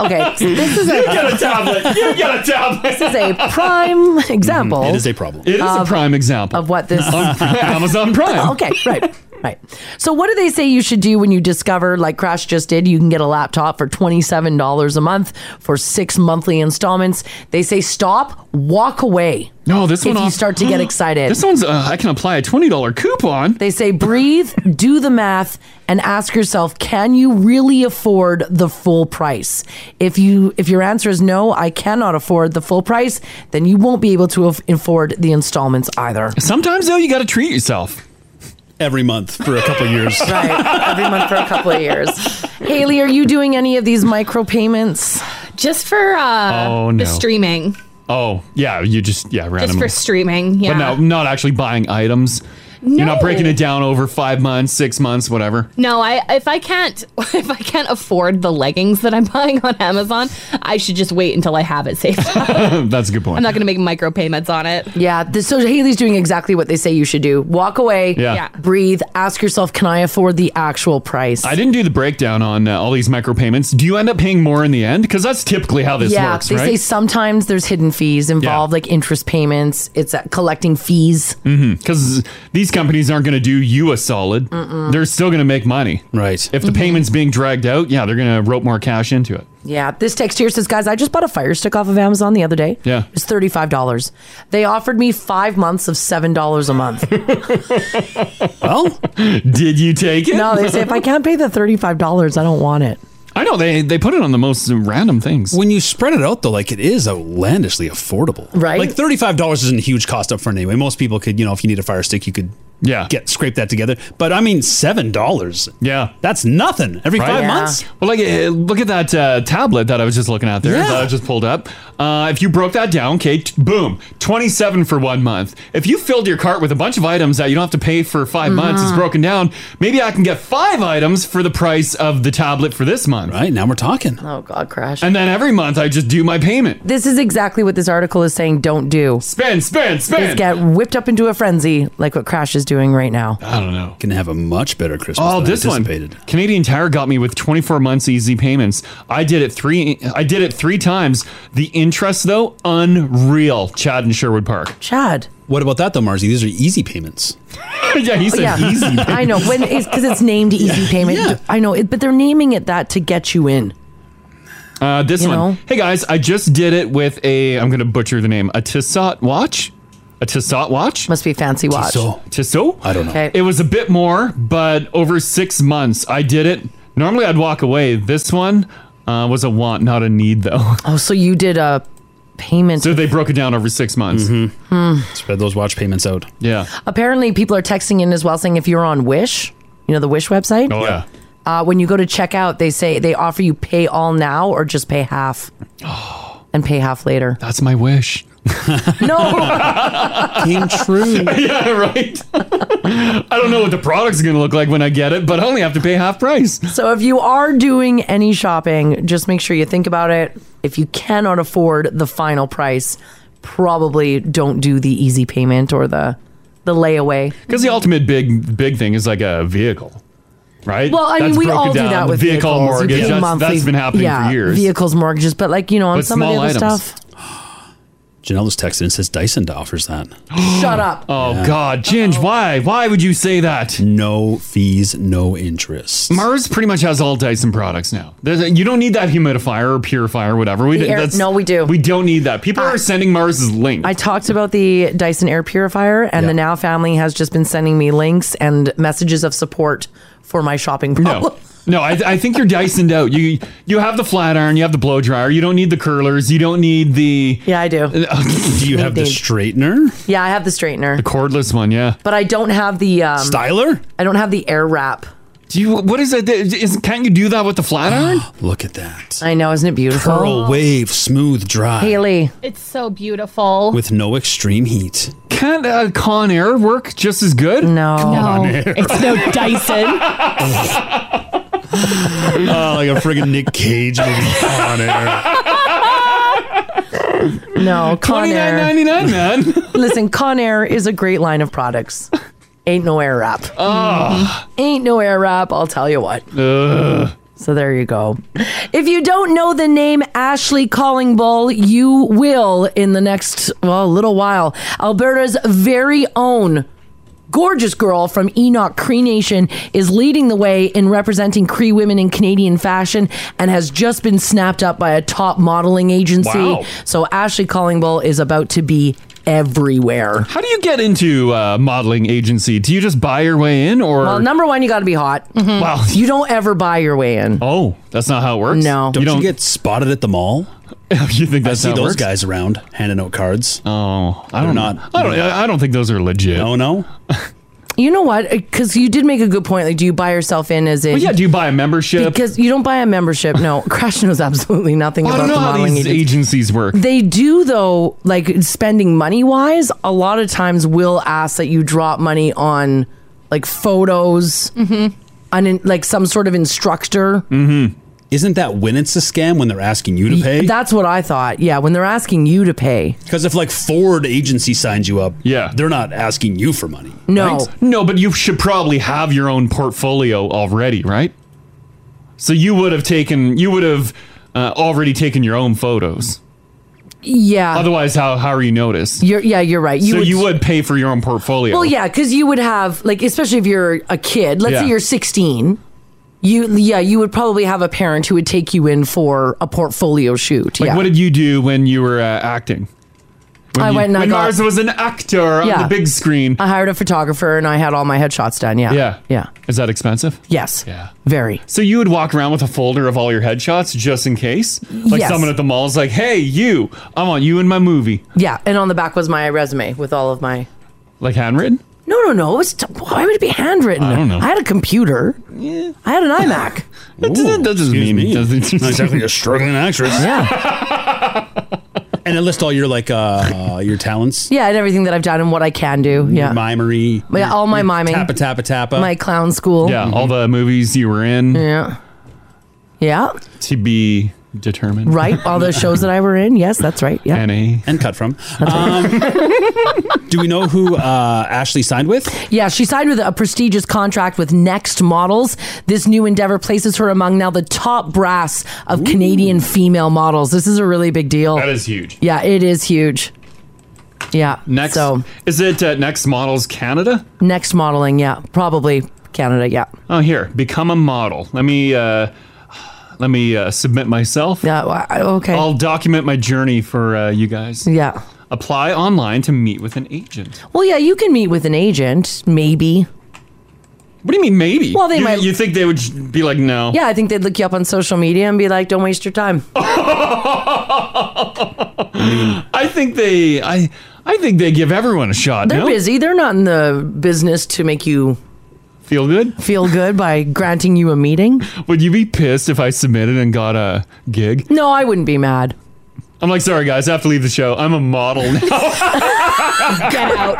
S2: Okay. so this is
S3: You get a tablet. You get a tablet.
S2: This is a prime example.
S3: Mhm. It is a
S2: of-
S3: prime example
S2: of what this-
S3: on Amazon Prime.
S2: okay, right. Right. So what do they say you should do when you discover like Crash just did, you can get a laptop for $27 a month for 6 monthly installments. They say stop, walk away.
S3: No, this one
S2: If you
S3: off- Mm-hmm.
S2: start to get excited.
S3: This one's uh, I can apply a $20 coupon.
S2: They say breathe, do the math, and ask yourself, can you really afford the full price? If you if your answer is no, I cannot afford the full price, then you won't be able to af- afford the installments either.
S3: Sometimes though you got to treat yourself.
S4: every month for a couple years.
S2: right. Every month for a couple of years. Haley, are you doing any of these micro payments?
S5: Just for uh,
S3: Oh, no.
S5: the streaming.
S3: Oh, yeah, you just yeah,
S5: Just
S3: randomly.
S5: for streaming. Yeah.
S3: But no, not actually buying items. You're not breaking it down over five months, six months, whatever.
S5: No, I if I can't if I can't afford the leggings that I'm buying on Amazon, I should just wait until I have it saved.
S3: That's a good point.
S5: I'm not going to make micropayments on it.
S2: Yeah. This, so Haley's doing exactly what they say you should do walk away,
S3: Yeah. Yeah.
S2: breathe, ask yourself, can I afford the actual price?
S3: I didn't do the breakdown on uh, all these micropayments. Do you end up paying more in the end? Because that's typically how this
S2: yeah,
S3: works,
S2: they say
S3: right?
S2: sometimes there's hidden fees involved, like interest payments. It's uh, collecting fees.
S3: Because Mm-hmm. these companies aren't going to do you a solid.
S2: Mm-mm.
S3: They're still going to make money. Right. If the
S2: Mhm.
S3: payment's being dragged out, yeah, they're going to rope more cash into it.
S2: Yeah, this text here says, guys, I just bought a fire stick off of Amazon the other day.
S3: Yeah.
S2: It's $35. They offered me five months of $7 a month.
S3: Well, did you take it?
S2: no, they say, if I can't pay the $35, I don't want it.
S3: I know they they put it on the most random things.
S4: When you spread it out though, like it is outlandishly affordable.
S2: Right.
S4: Like thirty five dollars isn't a huge cost up front anyway. Most people could, you know, if you need a fire stick, you could
S3: yeah
S4: get scrape that together. But I mean seven dollars.
S3: Yeah.
S4: That's nothing. Every
S3: Right?
S4: five months.
S3: Well, like, uh, look at that uh, tablet that I was just looking at there that I just pulled up. Uh, if you broke that down, okay, t- boom, twenty-seven for one month. If you filled your cart with a bunch of items that you don't have to pay for 5 months,
S2: Mm-hmm.
S3: it's
S4: Mhm.
S3: broken down. Maybe I can get five items for the price of the tablet for this month. Right
S4: now, we're talking.
S2: Oh God, crash!
S3: And then every month, I just do my payment.
S2: This is exactly what this article is saying don't do.
S3: Spend, spend, spend.
S2: Is get whipped up into a frenzy like what Crash is doing right now.
S3: I don't know.
S4: Can have a much better Christmas.
S3: Oh,
S4: than
S3: this one.
S4: anticipated.
S3: Canadian Tire got me with 24 months easy payments. I did it three. I did it three times. The interest though, unreal. Chad in Sherwood Park.
S2: Chad.
S4: What about that though, Marzi? These are easy payments.
S3: yeah, he said easy.
S2: I know when it's because it's named easy payment. I know, it, but they're naming it that to get you in.
S3: Uh, this
S2: You
S3: one.
S2: know?
S3: Hey guys, I just did it with a. I'm gonna butcher the name. A Tissot watch. A Tissot watch.
S2: Must be fancy watch.
S3: Tissot. Tissot. I don't
S2: know. Okay.
S3: It was a bit more, but over six months, I did it. Normally, I'd walk away. This one uh, was a want, not a need, though.
S2: Oh, so you did a payment.
S3: So they broke it down over six months.
S2: Hmm.
S4: Spread those watch payments out.
S3: Yeah.
S2: Apparently, people are texting in as well saying if you're on Wish, you know the Wish website.
S3: Oh yeah.
S2: Uh, when you go to check out, they say they offer you pay all now or just pay half, and pay half later.
S3: That's my wish.
S4: Came true.
S3: yeah, right. I don't know what the product's going to look like when I get it, but I only have to pay half price.
S2: So if you are doing any shopping, just make sure you think about it. If you cannot afford the final price, probably don't do the easy payment or the the layaway.
S3: Because the ultimate big big thing is like a vehicle, right?
S2: Well, I mean,
S3: That's
S2: we
S3: broken
S2: all do
S3: down.
S2: that with
S3: vehicle
S2: vehicles. You
S3: mortgage.
S2: pay
S3: That's, that's
S2: monthly-
S3: been happening
S2: yeah,
S3: for years.
S2: Vehicles, mortgages, but like you know, on
S4: But
S2: some of the
S4: small
S2: other
S4: items.
S2: stuff.
S4: Janela's texting and says Dyson offers that.
S2: Shut up.
S3: Oh God, Ginge, why? Why would you say that?
S4: No fees, no interest.
S3: Mars pretty much has all Dyson products now. There's, you don't need that humidifier or purifier, whatever. We
S2: The
S3: d-
S2: air- no, we do.
S3: We don't need that. People are sending Mars's link.
S2: I talked about the Dyson air purifier, and the Now family has just been sending me links and messages of support for my shopping problem.
S3: No. No, I, I think you're Dysoned out. You you have the flat iron, you have the blow dryer, you don't need the curlers, you don't need the.
S2: Yeah, I do.
S3: do
S2: you have the Indeed.
S4: straightener?
S2: Yeah, I have the straightener,
S3: The cordless one, yeah.
S2: but I don't have the um,
S4: styler.
S2: I don't have the air wrap.
S3: Do you? What is it? Is, can't you do that with the flat iron?
S4: Look at that.
S2: I know, isn't it beautiful?
S4: Pearl wave, smooth, dry.
S2: Haley.
S5: It's so beautiful.
S4: With no extreme heat.
S3: Can't uh, Con Air work just as good?
S2: No.
S4: Con Air.
S5: It's no Dyson.
S4: oh, like a friggin' Nick Cage movie Con Air.
S2: No, Conair.
S3: $29.99, man.
S2: Listen, Conair is a great line of products. Ain't no air wrap. Mm-hmm.
S3: Ah.
S2: Ain't no air wrap, I'll tell you what.
S3: Ugh.
S2: So there you go. If you don't know the name Ashley Calling Bull, you will in the next, well, little while. Alberta's very own gorgeous girl from Enoch Cree Nation is leading the way in representing Cree women in Canadian fashion and has just been snapped up by a top modeling agency.
S3: Wow.
S2: So Ashley Calling Bull is about to be everywhere.
S3: How do you get into uh, modeling agency? Do you just buy your way in, or
S2: Well, number one, you got to be hot.
S3: Wow.
S2: You don't ever buy your way in.
S3: Oh, that's not how it works.
S2: No.
S4: Don't you, get spotted at the mall?
S3: you think
S4: that's I see
S3: how it
S4: those
S3: works?
S4: guys around handing out cards?
S3: Oh, I
S4: They're
S3: don't
S4: not.
S3: I don't. I don't think those are legit.
S4: Oh no.
S2: You know what? Because you did make a good point. Like, do you buy yourself in as in?
S3: Well, yeah, do you buy a membership?
S2: Because you don't buy a membership. No, Crash knows absolutely nothing
S3: I
S2: about
S3: don't know
S2: the
S3: how
S2: modeling
S3: these
S2: agency.
S3: agencies work.
S2: They do though, like spending money wise. A lot of times, will ask that you drop money on like photos, mm-hmm. on like some sort of instructor.
S15: Mm-hmm. Isn't that when it's a scam when they're asking you to pay?
S2: That's what I thought. Yeah, when they're asking you to pay.
S15: Because if like Ford agency signs you up, yeah, they're not asking you for money.
S2: No.
S3: No, but you should probably have your own portfolio already, right? So you would have taken, you would have uh, already taken your own photos.
S2: Yeah.
S3: Otherwise, how how are you noticed?
S2: Uh, You're, yeah, you're right. You
S3: so
S2: would-
S3: you would pay for your own portfolio.
S2: Well, yeah, because you would have like, especially if you're a kid. Let's
S3: Yeah.
S2: say you're 16. You yeah, you would probably have a parent who would take you in for a portfolio shoot.
S3: Like,
S2: yeah.
S3: what did you do when you were uh, acting? When
S2: I
S3: you-
S2: went and I
S3: when
S2: got-
S3: Mars was an actor on
S2: Yeah.
S3: the big screen.
S2: I hired a photographer and I had all my headshots done. Yeah.
S3: Yeah.
S2: Yeah.
S3: Is that expensive?
S2: Yes.
S3: Yeah.
S2: Very.
S3: So you would walk around with a folder of all your headshots just in case? Like
S2: Yes.
S3: someone at the mall is like, hey, you, I want you in my movie.
S2: Yeah. And on the back was my resume with all of my.
S3: Like handwritten?
S2: No, no, no. It was t- why would it be handwritten?
S3: I don't know.
S2: I had a computer. Yeah. I had an iMac.
S3: That doesn't, that doesn't mean it doesn't.
S15: Not exactly a struggling actress.
S2: Yeah.
S15: and it lists all your like uh, uh your talents.
S2: yeah, and everything that I've done and what I can do. Yeah.
S15: Your mimery.
S2: Yeah, all my miming.
S15: Tappa tappa tappa.
S2: my clown school.
S3: Yeah, all the movies you were in.
S2: Mm-hmm. Yeah. Yeah.
S3: To be determined.
S2: Right. All those shows that I were in. Yes, that's right. Yeah.
S3: NA.
S15: And cut from. Um, Do we know who uh, Ashley signed with?
S2: Yeah, she signed with a prestigious contract with Next Models. This new endeavor places her among now the top brass of Canadian female models. This is a really big deal.
S3: That is huge.
S2: Yeah, it is huge. Yeah.
S3: Next. Is it uh, Next Models Canada?
S2: Next modeling, yeah. Probably Canada, yeah.
S3: Oh, here, become a model. Let me uh, let me uh, submit myself.
S2: Yeah. Okay.
S3: I'll document my journey for uh, you guys.
S2: Yeah.
S3: Apply online to meet with an agent.
S2: Well, yeah, you can meet with an agent, maybe.
S3: What do you mean, maybe?
S2: Well, they
S3: you,
S2: might-
S3: You think they would j- be like, no?
S2: Yeah, I think they'd look you up on social media and be like, don't waste your time.
S3: I think they. I. I think they give everyone a shot.
S2: They're
S3: no?
S2: busy. They're not in the business to make you
S3: Feel good?
S2: feel good by granting you a meeting.
S3: Would you be pissed if I submitted and got a gig?
S2: No, I wouldn't be mad.
S3: I'm like, sorry guys, I have to leave the show. I'm a model now.
S2: Get out.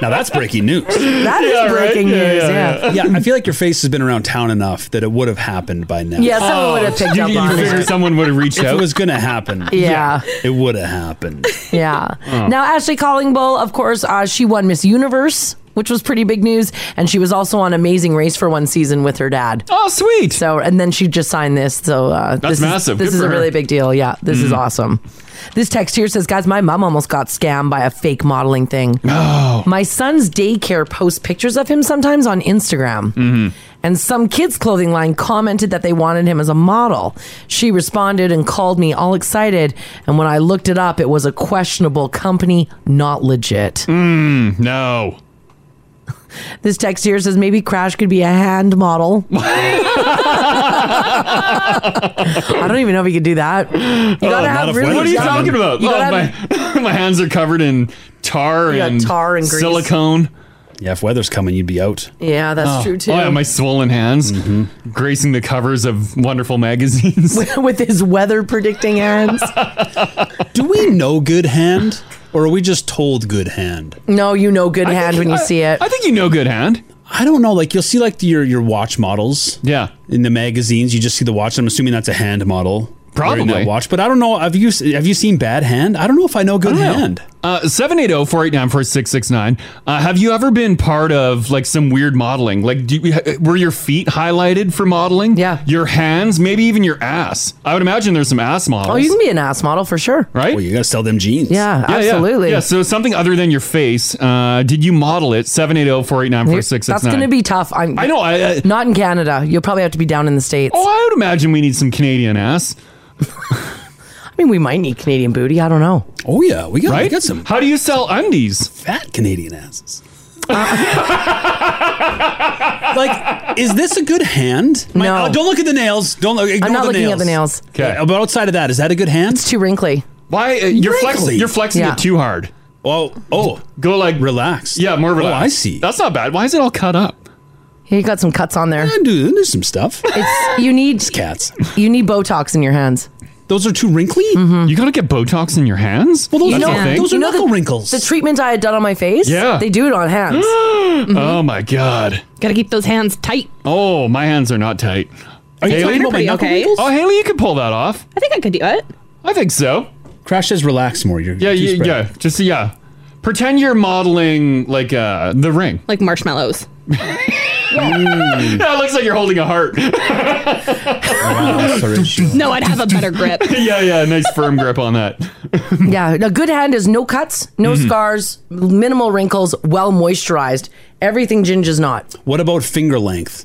S15: Now that's breaking news.
S2: That is Yeah, right? breaking Yeah, news, yeah, yeah.
S15: I feel like your face has been around town enough that it would have happened by now.
S2: Yeah,
S3: Oh,
S2: someone would have picked
S15: you-
S2: up
S15: you
S2: on it.
S15: figure
S3: someone would have reached
S15: if
S3: out?
S15: It was going to happen.
S2: Yeah.
S15: It would have happened.
S2: Yeah.
S15: Oh.
S2: Now, Ashley Collingbull, of course, uh, she won Miss Universe, which was pretty big news, and she was also on Amazing Race for one season with her dad.
S3: Oh, sweet!
S2: So, and then she just signed this. So uh,
S3: That's
S2: this is-
S3: massive.
S2: this
S3: Good
S2: is
S3: for
S2: a
S3: her.
S2: really big deal. Yeah, this is
S3: Mm.
S2: awesome. This text here says, "Guys, my mom almost got scammed by a fake modeling thing. No, my son's daycare posts pictures of him sometimes on Instagram."
S3: Mm-hmm.
S2: And some kids' clothing line commented that they wanted him as a model. She responded and called me all excited. And when I looked it up, it was a questionable company, not legit.
S3: Mm, no.
S2: This text here says maybe Crash could be a hand model. I don't even know if he could do that. You
S15: Oh,
S2: gotta have really.
S3: What are you
S2: young-
S3: talking about?
S2: You
S3: Oh,
S2: gotta have-
S3: my, my hands are covered in tar
S2: Yeah,
S3: and
S2: tar and grease.
S3: silicone.
S15: Yeah, if weather's coming, you'd be out.
S2: yeah, that's
S3: oh.
S2: true too.
S3: Oh, yeah, my swollen hands
S15: Mm-hmm.
S3: gracing the covers of wonderful magazines.
S2: With his weather predicting hands.
S15: Do we know good hand or are we just told good hand?
S2: no, you know good
S15: I think-
S2: hand when you
S15: I-
S2: see it.
S3: I think you know good hand.
S15: I don't know. Like you'll see like your your watch models.
S3: Yeah.
S15: In the magazines, you just see the watch. I'm assuming that's a hand model. wearing
S3: Probably.
S15: that watch. But I don't know. Have you have you seen bad hand? I don't know if I know good hand.
S3: Uh, 780-489-4669. Uh, have you ever been part of like some weird modeling? Like, do you, were your feet highlighted for modeling? Yeah. Your hands, maybe even your ass. I would imagine there's some ass models.
S2: Oh, you can be an ass model for sure.
S3: right? Well,
S15: you gotta sell them jeans.
S2: Yeah, absolutely.
S3: Yeah. so something other than your face. Uh, did you model it? oh, 780-489-4669.
S2: That's gonna be tough. I'm,
S3: I know, I- I-
S2: not in Canada. You'll probably have to be down in the states.
S3: Oh, I would imagine we need some Canadian ass.
S2: I mean, we might need Canadian booty. I don't know.
S15: Oh yeah, we got
S3: right?
S15: we got some
S3: How do you sell undies?
S15: Fat Canadian asses.
S2: Uh,
S15: like, is this a good hand? My-
S2: No.
S15: oh, don't look at the nails. Don't look. Ignore
S2: I'm not
S15: the
S2: looking
S15: nails.
S2: at the nails.
S15: Okay. But outside of that, is that a good hand? It's
S2: too wrinkly.
S3: Why uh, you're flexing?
S15: Wrinkly.
S3: You're flexing
S2: Yeah.
S3: it too hard. Oh, oh, go like relaxed. Yeah,
S15: Oh,
S3: more relaxed. I see. That's not bad. Why is it all cut up?
S2: You got some cuts on there.
S15: dude, there's some stuff.
S2: It's you need cats. You need Botox in your hands.
S15: Those are too wrinkly.
S3: You gotta get Botox in your hands. Well,
S2: Mm-hmm. you know, you know the, The treatment I had done on my face.
S3: Yeah.
S2: they do it on hands.
S3: Oh my god.
S5: Mm-hmm. Gotta keep those hands tight.
S3: Oh, my hands are not tight.
S5: Are you talking about my Pretty knuckle okay. wrinkles?
S3: Oh, Haley, you can pull that off.
S5: I think I could do it.
S3: I think so.
S15: Crash says relax more. You're
S3: yeah,
S15: too
S3: yeah,
S15: spread.
S3: yeah. Just yeah. Pretend you're modeling like uh the ring.
S5: Like marshmallows.
S15: Mm.
S3: Yeah, it looks like you're holding a heart.
S15: Oh,
S5: no, I'd have a better grip.
S3: yeah, yeah, nice firm grip on that.
S2: yeah, a good hand is no cuts, no
S3: Mhm.
S2: scars, minimal wrinkles, well moisturized. Everything Ginge is not.
S15: What about finger length?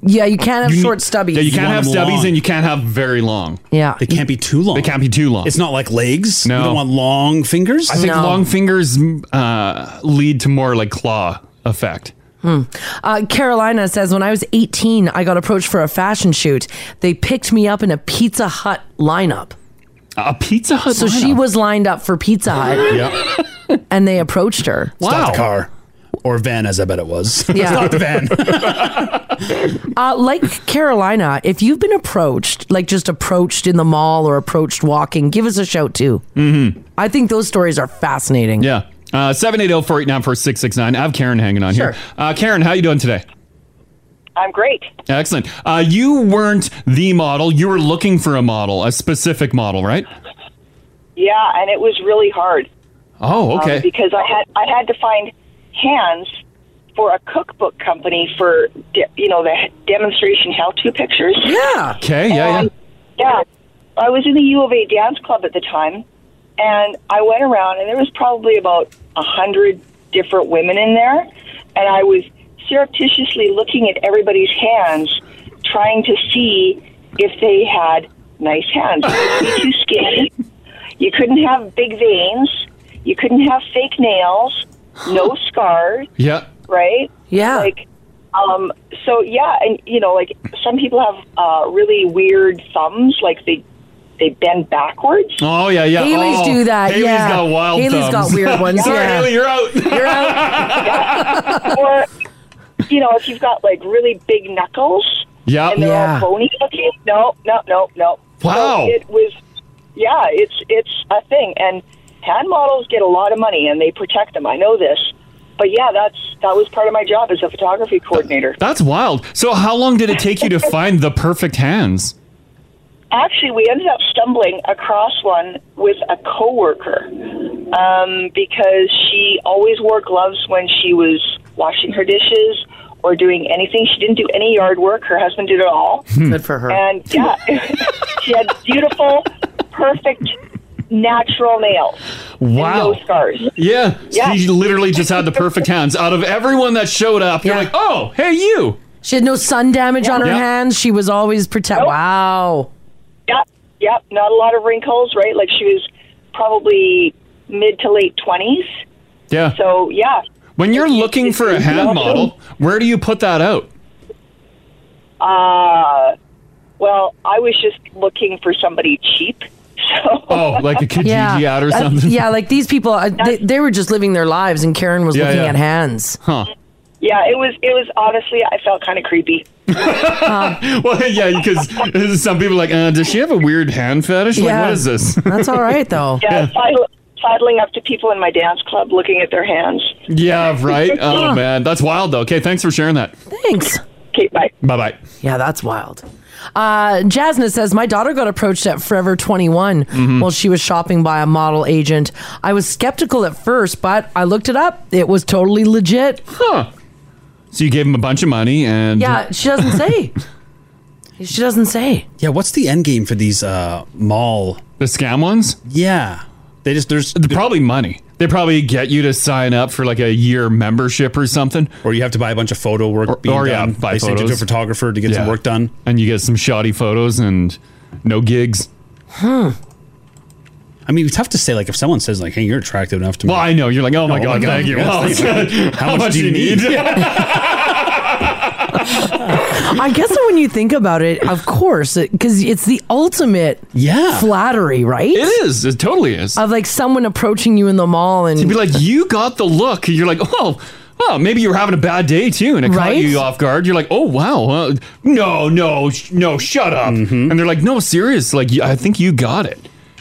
S2: Yeah, you can't have
S3: You need-
S2: short stubbies.
S3: Yeah, you can't have stubbies and you can't have very long.
S2: Yeah.
S15: They can't be too long. They can't
S3: be too long.
S15: It's not like legs.
S3: No.
S15: You don't want long fingers.
S3: I think long fingers mm, uh, lead to more like claw effect.
S2: Hmm. Uh, Carolina says, when I was 18, I got approached for a fashion shoot. They picked me up in a Pizza Hut lineup.
S3: A Pizza Hut
S2: So she was lined up for Pizza Hut. And they approached her.
S15: Stop the car. Or van, as I bet it was.
S2: Yeah.
S15: Stop the van.
S2: Uh, like Carolina, if you've been approached, like just approached in the mall or approached walking, give us a shout too. Mm-hmm. I think those stories are fascinating.
S3: Yeah. Uh, 780-489-4669. I have Karen hanging on
S2: Sure.
S3: here. Uh, Karen, how you doing today?
S22: I'm great.
S3: Excellent. Uh, you weren't the model. You were looking for a model, a specific model, right?
S22: Yeah, and it was really hard.
S3: Oh,
S22: um,
S3: okay.
S22: because I had I had to find hands for a cookbook company for de- you know the demonstration how-to pictures.
S2: Yeah.
S3: Okay, yeah, yeah.
S22: Yeah. I was in the U of A dance club at the time, and I went around, and there was probably about a hundred different women in there, and I was surreptitiously looking at everybody's hands, trying to see if they had nice hands. You couldn't be too skinny. You couldn't have big veins. You couldn't have fake nails. No scars
S3: Yeah.
S22: right?
S2: Yeah.
S22: Like, um, so yeah, and you know, like some people have uh, really weird thumbs, like they they bend backwards.
S3: Oh, yeah, yeah.
S22: Haley's
S3: oh,
S22: do that,
S3: Haley's
S22: yeah.
S3: got wild
S22: Haley's
S3: Haley's
S22: got weird ones,
S3: Sorry,
S22: yeah.
S3: Haley, you're out.
S22: You're out. or you know, if you've got like really big knuckles,
S3: Yeah.
S22: and they're all bony looking. No, no, no, no.
S3: Wow.
S22: So it was, yeah, it's it's a thing, and hand models get a lot of money, and they protect them. I know this, but yeah, that's that was part of my job as a photography coordinator.
S3: That's wild. So how long did it take you to find the perfect hands?
S22: Actually, we ended up stumbling across one with a coworker um, because she always wore gloves when she was washing her dishes or doing anything. She didn't do any yard work. Her husband did it all.
S3: Hmm.
S2: Good for her.
S22: And yeah, she had beautiful, perfect, natural nails.
S3: Wow.
S22: no scars.
S3: Yeah.
S22: Yeah.
S3: She literally just had the perfect hands. Out of everyone that showed up, you're like, oh, hey, you.
S2: She had no sun damage on her
S3: Yeah.
S2: hands. She was always protect. Wow.
S22: Yep, yep. Not a lot of wrinkles, right? Like she was probably mid to late 20s.
S3: Yeah.
S22: So, yeah.
S3: When you're looking for a hand model, where do you put that out?
S22: Uh, well, I was just looking for somebody cheap. So
S3: Oh, like a Kijiji ad or
S2: Uh,
S3: something?
S2: yeah, like these people, uh, they, they were just living their lives, and Karen was
S3: Yeah,
S2: looking
S3: yeah.
S2: at hands.
S3: Huh.
S22: yeah, it was. It was honestly, I felt kind of creepy. Um,
S3: well, yeah, because some people are like, uh, does she have a weird hand fetish? Like,
S22: Yeah.
S3: what is this?
S2: That's all right, though.
S22: Yeah, sidle- sidling up to people in my dance club, looking at their hands.
S3: yeah, right.
S22: Yeah.
S3: Oh man, that's wild though. Okay, thanks for sharing that.
S2: Thanks.
S22: uh, Okay, bye.
S3: Bye bye.
S2: Yeah, that's wild. Uh, Jasmine says, My daughter got approached at Forever 21
S3: Mm-hmm.
S2: while she was shopping by a model agent. I was skeptical at first, but I looked it up. It was totally legit.
S3: Huh. So you gave him a bunch of money and
S2: Yeah, she doesn't say. she doesn't say.
S15: Yeah, what's the end game for these uh, mall?
S3: The scam ones?
S15: Yeah. They just there's
S3: probably money. They probably get you to sign up for like a year membership or something,
S15: or you have to buy a bunch of photo work.
S3: Or,
S15: being
S3: yeah,
S15: done.
S3: buy
S15: They send you to a
S3: photos.
S15: photographer to get some work
S3: done, and you get some shoddy photos and no gigs.
S2: Hmm.
S15: Huh. I mean, it's tough to say. Like, if someone says, "Like, hey, you're attractive enough to me,"
S3: Well, I know you're like, oh my
S15: Oh
S3: god,
S15: my God,
S3: thank you.
S15: yes,
S3: Well,
S15: thank you.
S3: how, much do you need?
S2: I guess that when you think about it, of course, because it's the ultimate
S3: Yeah.
S2: flattery, right?
S3: It is. It totally is.
S2: Of like someone approaching you in the mall and
S3: to be like, you got the look. and You're like, oh, well, maybe you were having a bad day too, and it caught
S2: Right?
S3: you off guard. You're like, oh wow, uh, no, no, sh- no, shut up.
S15: Mm-hmm.
S3: And they're like, no, serious. Like, y- I think you got it.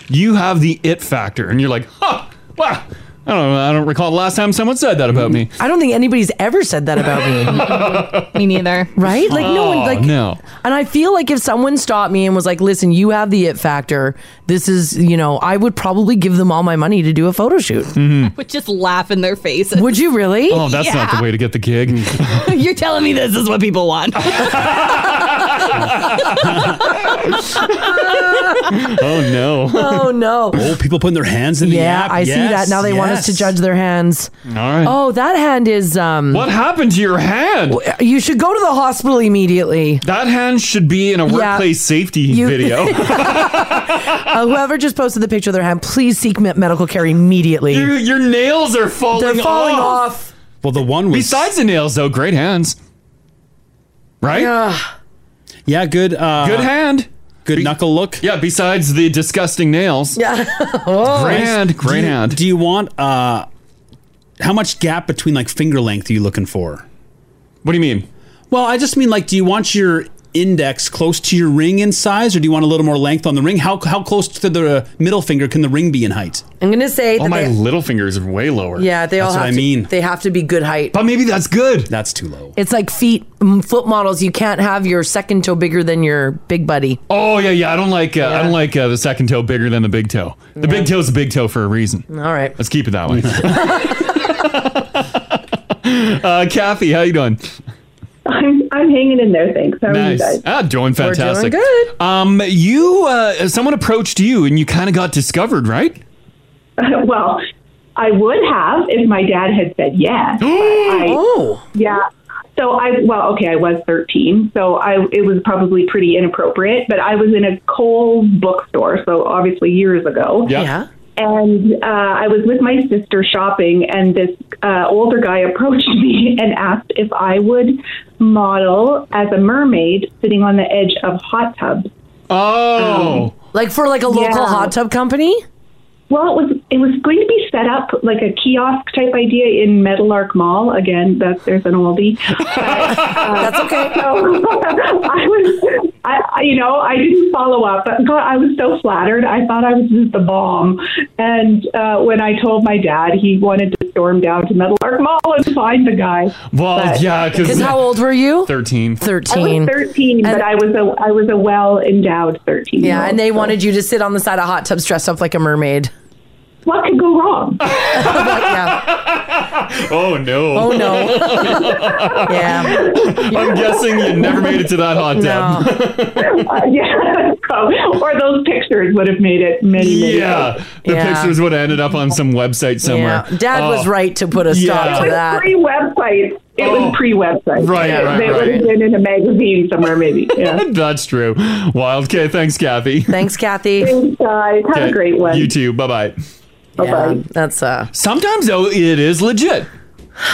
S3: You have the it factor, and you're like, huh, wow. I don't. know. I don't recall the last time someone said that about me.
S2: I don't think anybody's ever said that
S3: about
S5: me neither.
S2: Right? Like no one like
S3: Oh, no.
S2: And I feel like if someone stopped me and was like, "Listen, you have the it factor. This is, you know, I would probably give them all my money to do a photo shoot."
S3: Mm-hmm.
S5: Would just laugh in their faces.
S2: Would you really?
S3: Oh, that's not the way to get the gig.
S5: You're telling me this is what people want.
S3: oh no.
S2: Oh, no.
S4: Oh, people putting their hands in the
S2: yeah,
S4: app.
S2: I see that. Now they want us to judge their hands. All
S3: right.
S2: Oh, that hand is um
S3: What happened to your hand?
S2: uh, You should go to the hospital immediately.
S3: That hand should be in a
S2: Yeah.
S3: workplace safety
S2: You-
S3: video.
S2: Uh, whoever just posted the picture of their hand, please seek me- medical care immediately.
S3: Your, your nails are falling.
S2: They're falling off.
S4: Well, the one was
S3: besides the nails though. Great hands, right?
S2: Yeah.
S4: Yeah, good. Uh,
S3: good hand.
S4: Good knuckle look.
S3: Yeah. Besides the disgusting nails.
S2: Yeah. oh.
S3: Great hand, great
S4: do you,
S3: hand.
S4: Do you want uh how much gap between like finger length are you looking for?
S3: What do you mean?
S4: Well, I just mean like do you want your index close to your ring in size or do you want a little more length on the ring? How how close to the middle finger can the ring be in height?
S2: I'm gonna
S3: Oh
S2: say that they,
S3: little fingers are way lower.
S2: yeah, they all
S4: That's
S2: have
S4: what I
S2: to,
S4: mean.
S2: They have to be good height.
S3: But maybe that's good.
S4: That's too low.
S2: It's like feet, mm, foot models. You can't have your second toe bigger than your big buddy.
S3: Oh yeah, yeah. I don't like uh, I don't like uh, the second toe bigger than the big toe. The big toe's the big toe for a reason.
S2: All right.
S3: Let's keep it that way. uh, Kathy, how you doing?
S8: I'm I'm hanging in there. Thanks. How are you guys?
S3: Ah, doing
S8: We're doing
S3: fantastic.
S8: good.
S3: Um, you uh, someone approached you and you kind of got discovered, right?
S8: well, I would have if my dad had said yes. but I,
S2: oh.
S8: Yeah. So I well, okay, I was 13, so I it was probably pretty inappropriate, but I was in a Kohl's bookstore, so obviously years ago.
S2: Yeah. Yeah.
S8: And uh, I was with my sister shopping, and this uh, older guy approached me and asked if I would model as a mermaid sitting on the edge of hot tubs.
S3: Oh.
S2: like for like a local hot tub company?
S8: Well, it was it was going to be set up like a kiosk type idea in Metal Arc Mall. Again, that there's an oldie. uh,
S2: That's okay.
S8: I was, I, I- you know, I didn't follow up, but God, I was so flattered. I thought I was just the bomb. And uh, when I told my dad, he wanted to storm down to Metal Arc Mall and find the guy.
S3: Well,
S8: But-
S3: yeah, because
S2: old were you?
S3: Thirteen.
S8: I was thirteen, but I was a I was a well endowed thirteen.
S2: Yeah, and they wanted you to sit on the side of hot tubs dressed up like a mermaid.
S8: What could go wrong?
S3: Oh no.
S2: Oh, no. yeah.
S3: I'm guessing you never made it to that hot tub.
S8: Uh, yeah, or those pictures would have made it many, many.
S3: Yeah, the
S2: Yeah.
S3: pictures would have ended up on some website somewhere.
S2: Yeah. Dad
S3: Oh.
S2: was right to put a stop
S3: Yeah. Oh.
S2: to that.
S8: Pre website. It was pre website.
S3: Right, right,
S8: It would
S3: right.
S8: have been in a magazine somewhere, maybe. Yeah.
S3: That's true. Wild. Okay, thanks, Kathy.
S2: Thanks, Kathy.
S8: Thanks, guys. Have
S3: Okay,
S8: a great one.
S3: You too. Bye bye.
S2: Yeah, that's uh.
S3: Sometimes though, it is legit.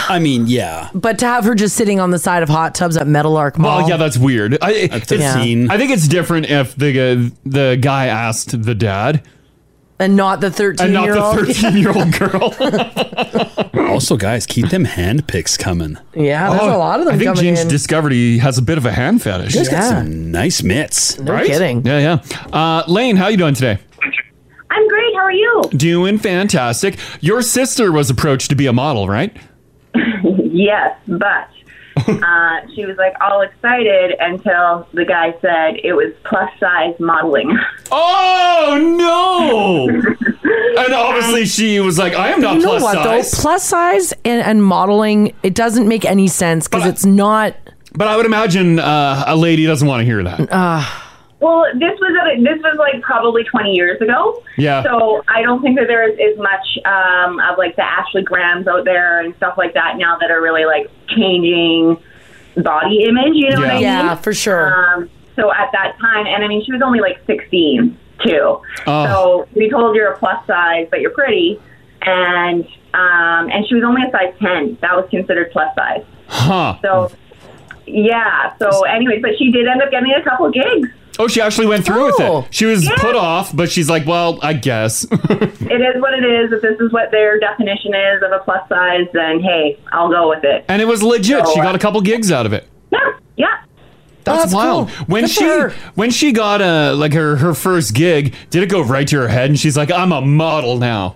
S4: I mean, yeah.
S2: But to have her just sitting on the side of hot tubs at Metal Arc Mall.
S3: Well, yeah, that's weird. I, that's
S2: a scene.
S3: I think it's different if the uh, the guy asked the dad.
S2: and not the 13
S3: And not the
S2: year old.
S3: 13-year-old girl.
S4: also, guys, keep them hand picks coming.
S2: yeah, there's a lot of them
S3: Oh, I think
S2: coming
S3: Ginge
S2: in.
S3: discovered he has a bit of a hand fetish.
S2: You guys got Yeah.
S4: some nice mitts.
S2: No kidding.
S3: Yeah, yeah. Uh, Lane, how you doing today?
S21: I'm great. How are you?
S3: Doing fantastic. Your sister was approached to be a model, right?
S21: yes, but uh, she was like all excited until the guy said it was plus size modeling.
S3: Oh no! and obviously, she was like, "I am not
S2: you know
S3: plus
S2: what
S3: size."
S2: though? Plus size and, and modeling, it doesn't make any sense because it's not.
S3: But I would imagine uh, a lady doesn't want to hear that.
S2: Uh,
S21: Well, this was at a, this was like probably 20 years ago.
S3: Yeah.
S21: So I don't think that there is as much um, of like the Ashley Grahams out there and stuff like that now that are really like changing body image. You know what I
S2: Yeah.
S21: mean?
S2: Yeah, for sure.
S21: Um, so at that time, and I mean, she was only like 16 too.
S3: Oh.
S21: So we told you're a plus size, but you're pretty, and um, and she was only a size 10. That was considered plus size.
S3: Huh.
S21: So
S8: yeah. So, anyways, but she did end up getting a couple gigs.
S3: Oh, she actually went through
S2: Oh.
S3: with it. She was put off, but she's like, well, I guess.
S8: It is what it is. If this is what their definition is of a plus size, then hey, I'll go with it.
S3: and it was legit.
S8: So,
S3: She
S8: uh,
S3: got a couple gigs out of it.
S8: Yeah.
S3: That's, wild. When she when she got uh like her her first gig, did it go right to her head? And she's like, I'm a model now.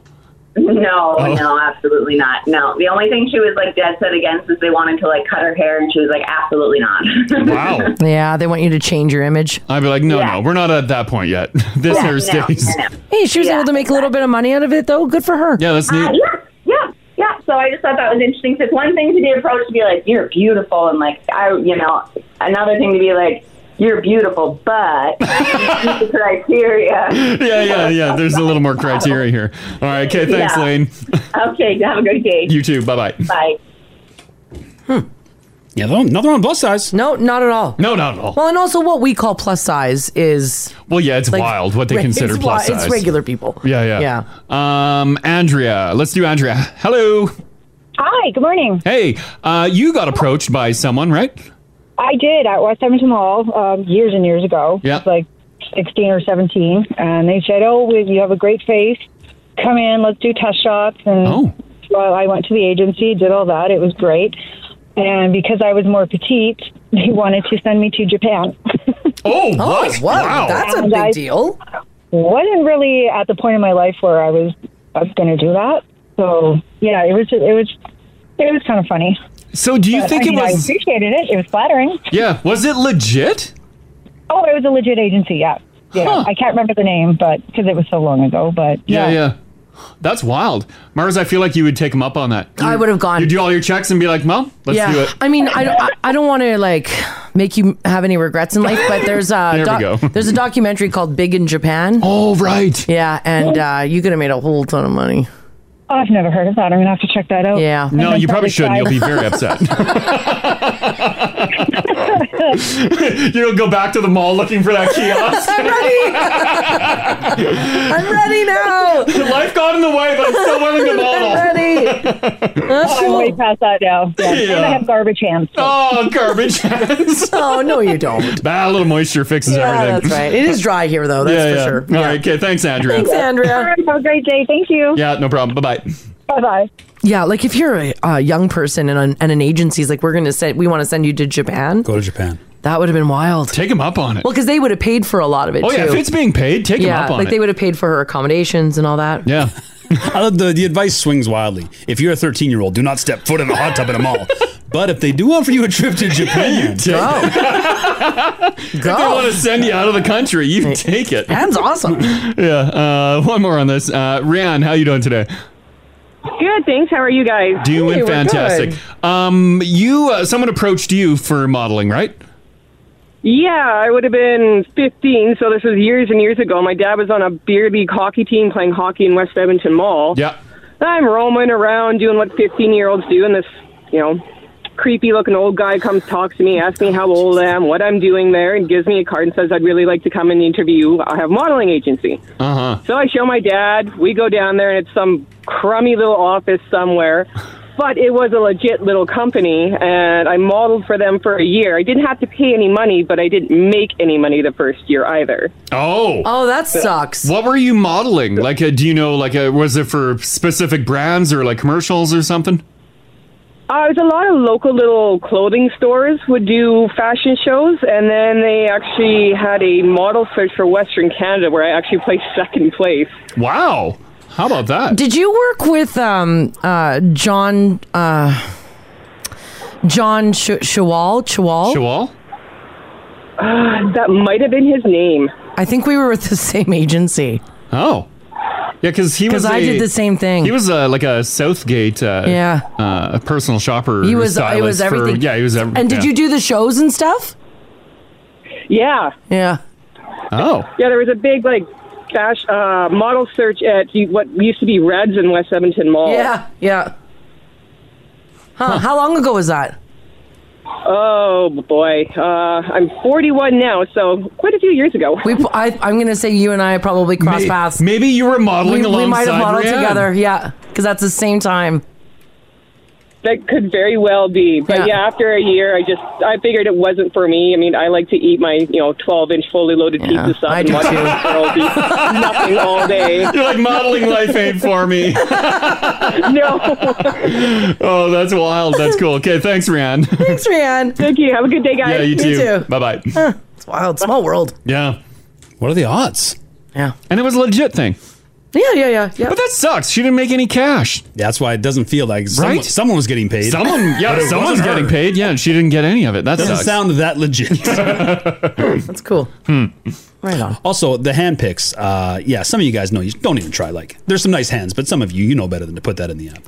S8: No,
S3: Oh.
S8: no, absolutely not. No. The only thing she was like dead set against is they wanted to like cut her hair, and she was like, absolutely not.
S3: Wow.
S2: yeah, they want you to change your image.
S3: I'd be like, no, no, we're not at that point yet. this
S2: Yeah,
S3: hair
S2: no,
S3: stays.
S2: Hey, she was able to make a little bit of money out of it, though. Good for her.
S3: Yeah, that's neat.
S8: Uh, yeah, yeah, yeah. So I just thought that was interesting. 'cause it's one thing to be approached to be like, you're beautiful, and like, I, you know, another thing to be like, you're beautiful, but you meet the criteria.
S3: yeah, yeah, yeah. There's a little more criteria here. All right. Okay. Thanks,
S8: Yeah.
S3: Lane.
S8: Okay, have a good day.
S3: You too. Bye bye.
S8: Bye.
S4: Yeah, another one plus size.
S2: No, not at all.
S3: No, not at all.
S2: Well, and also what we call plus size is
S3: Well, yeah, it's
S2: Like,
S3: wild what they
S2: it's
S3: consider plus
S2: wi- it's
S3: size.
S2: regular people.
S3: Yeah, yeah, yeah. Um, Andrea, let's do Andrea. Hello.
S20: Hi. Good morning.
S3: Hey, uh, you got approached by someone, right?
S20: I did at West Edmonton Mall um, years and years ago.
S3: Yeah.
S20: I was like 16 or 17. And they said, Oh, we- you have a great face. Come in, let's do test shots. And well, I went to the agency, did all that. It was great. And because I was more petite, they wanted to send me to Japan.
S3: Oh,
S20: what?
S2: wow, that's a big deal.
S20: Wasn't really at the point in my life where I was, I was going to do that. So yeah, it was, it was, it was kind of funny.
S3: So do you
S20: But,
S3: think
S20: I
S3: it
S20: mean, I
S3: was?
S20: appreciated it. It was flattering.
S3: Yeah. Was it legit?
S20: Oh, it was a legit agency. Yeah. Yeah. I can't remember the name, but because it was so long ago, but
S3: Yeah, yeah. That's wild, Mars. I feel like you would take him up on that. I would have gone. You do all your checks and be like, "Well, let's
S2: yeah.
S3: do it."
S2: I mean, I, I, I don't want to like make you have any regrets in life, but there's a
S3: There we
S2: doc-
S3: go.
S2: there's a documentary called Big in Japan.
S3: Oh, right.
S2: Yeah, and uh, you could have made a whole ton of money.
S20: Oh, I've never heard of that. I'm gonna have to check that out.
S2: Yeah.
S3: No, you probably shouldn't. You'll be very upset. You'll go back to the mall looking for that kiosk.
S2: I'm ready. I'm ready now.
S3: Life got in the way, but I'm still winning the model.
S20: I'm ready. I'm way past that now. Yeah. And I have garbage hands.
S3: Oh, garbage hands.
S2: oh no, you don't.
S3: Bah, a little moisture fixes
S2: Yeah,
S3: everything.
S2: that's right. It is dry here, though, that's for sure.
S3: All right. Okay. Thanks, Andrea.
S2: All
S20: right, have a great day. Thank you.
S3: Yeah. No problem. Bye bye.
S20: Bye bye.
S2: Yeah, like if you're a, a young person and an, and an agency's like, we're gonna send, we want to send you to Japan. Go
S4: to Japan.
S2: That would have been wild.
S3: Take him up on it.
S2: Well, because they would have paid for a lot of it.
S3: Oh, yeah,
S2: too.
S3: if it's being paid, take 'em
S2: yeah,
S3: up on
S2: Like
S3: it.
S2: they would have paid for her accommodations and all that.
S3: Yeah.
S4: I love the, the advice swings wildly. If you're a 13 year old, do not step foot in the hot tub in a mall. But if they do offer you a trip to Japan,
S3: Go. If they want to send you out of the country, you take it.
S2: That's awesome.
S3: yeah. Uh, one more on this. Uh, Rianne, how you doing today?
S23: Good, thanks. How are you guys?
S3: Doing fantastic. Um, you uh, someone approached you for modeling, right?
S23: Yeah, I would have been 15, so this was years and years ago. My dad was on a beer league hockey team playing hockey in West Edmonton Mall.
S3: Yeah.
S23: I'm roaming around doing what 15 year olds do, and this, you know, creepy looking old guy comes, talks to me, asks me how old I am, what I'm doing there, and gives me a card and says, I'd really like to come and interview. I have a modeling agency.
S3: Uh huh.
S23: So I show my dad. We go down there, and it's some crummy little office somewhere. But it was a legit little company, and I modeled for them for a year. I didn't have to pay any money, but I didn't make any money the first year either.
S3: Oh.
S23: Oh, that sucks.
S3: What were you modeling? Like, uh, do you know? Like, uh, was it for specific brands or like commercials or something?
S23: Uh, it was a lot of local little clothing stores would do fashion shows, and then they actually had a model search for Western Canada where I actually placed second place.
S3: Wow. How about that?
S2: Did you work with um uh John uh John Sh- Shawal Chawal
S3: Chawal?
S23: Uh, that might have been his name.
S2: I think we were with the same agency.
S3: Oh. Yeah, because he was.
S2: 'Cause I
S3: a-
S2: did the same thing.
S3: He was uh, like a Southgate. Uh,
S2: Yeah.
S3: Uh, personal shopper.
S2: He was- it was
S3: stylist for-
S2: everything.
S3: yeah, he was. Every,
S2: And did
S3: yeah.
S2: you do the shows and stuff?
S23: Yeah.
S2: Yeah.
S3: Oh.
S23: Yeah, there was a big like fash, uh, model search at the- what used to be Reds in West Edmonton Mall.
S2: Yeah. Yeah. Huh. How long ago was that?
S23: Oh boy, uh, I'm 41 now, so quite a few years ago.
S2: We, I, I'm going to say you and I probably crossed
S23: May-
S2: paths.
S3: Maybe you were modeling
S2: we, We might have
S23: alongside
S2: modeled
S23: Rihanna.
S2: together. Yeah. Because that's the same time.
S23: That could very well be. But yeah. after a year, I just I figured it wasn't for me. I mean, I like to eat my you know twelve inch fully loaded pizza sub and watch this girl do nothing all day.
S3: You're like modeling life ain't for me.
S23: no.
S3: Oh, that's wild. That's cool. Okay, thanks, Ryan.
S24: Thanks, Ryan.
S23: Thank you. Have a good day,
S3: yeah, you too. Bye bye.
S24: Huh, it's wild. Small world.
S3: Yeah. What are the odds?
S24: Yeah.
S3: And it was a legit thing.
S24: Yeah, yeah, yeah, yeah.
S3: But that sucks. She didn't make any cash.
S4: That's why it doesn't feel like someone,
S3: Right?
S4: someone was getting paid.
S3: Someone,
S4: But
S3: yeah,
S4: it
S3: someone's
S4: wasn't her.
S3: getting paid. Yeah, and she didn't get any of it. That
S4: Doesn't
S3: sucks.
S4: sound that legit. That's
S24: cool.
S4: Hmm.
S24: Right on.
S4: Also, the hand picks. Uh, yeah, some of you guys know. You don't even try. Like, there's some nice hands, but some of you, you know better than to put that in the app.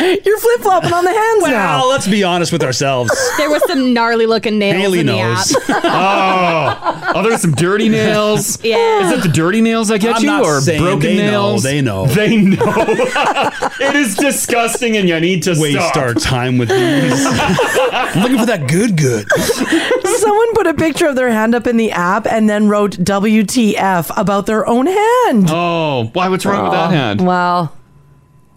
S24: You're flip flopping on the hands
S4: well,
S5: now.
S4: let's be honest with ourselves.
S5: There was some gnarly looking nails
S4: Haley
S5: in the
S4: knows.
S5: app.
S3: oh, oh, there's some dirty nails.
S5: Yeah.
S3: Is it the dirty nails that get
S4: I'm
S3: you,
S4: not
S3: or
S4: saying
S3: broken
S4: they know,
S3: nails?
S4: they know.
S3: They know. it is disgusting, and you need to
S4: Waste
S3: stop.
S4: our time with these. I'm looking for that good, good.
S2: Someone put a picture of their hand up in the app and then wrote WTF about their own hand.
S3: Oh, why? What's wrong with that hand?
S2: Well,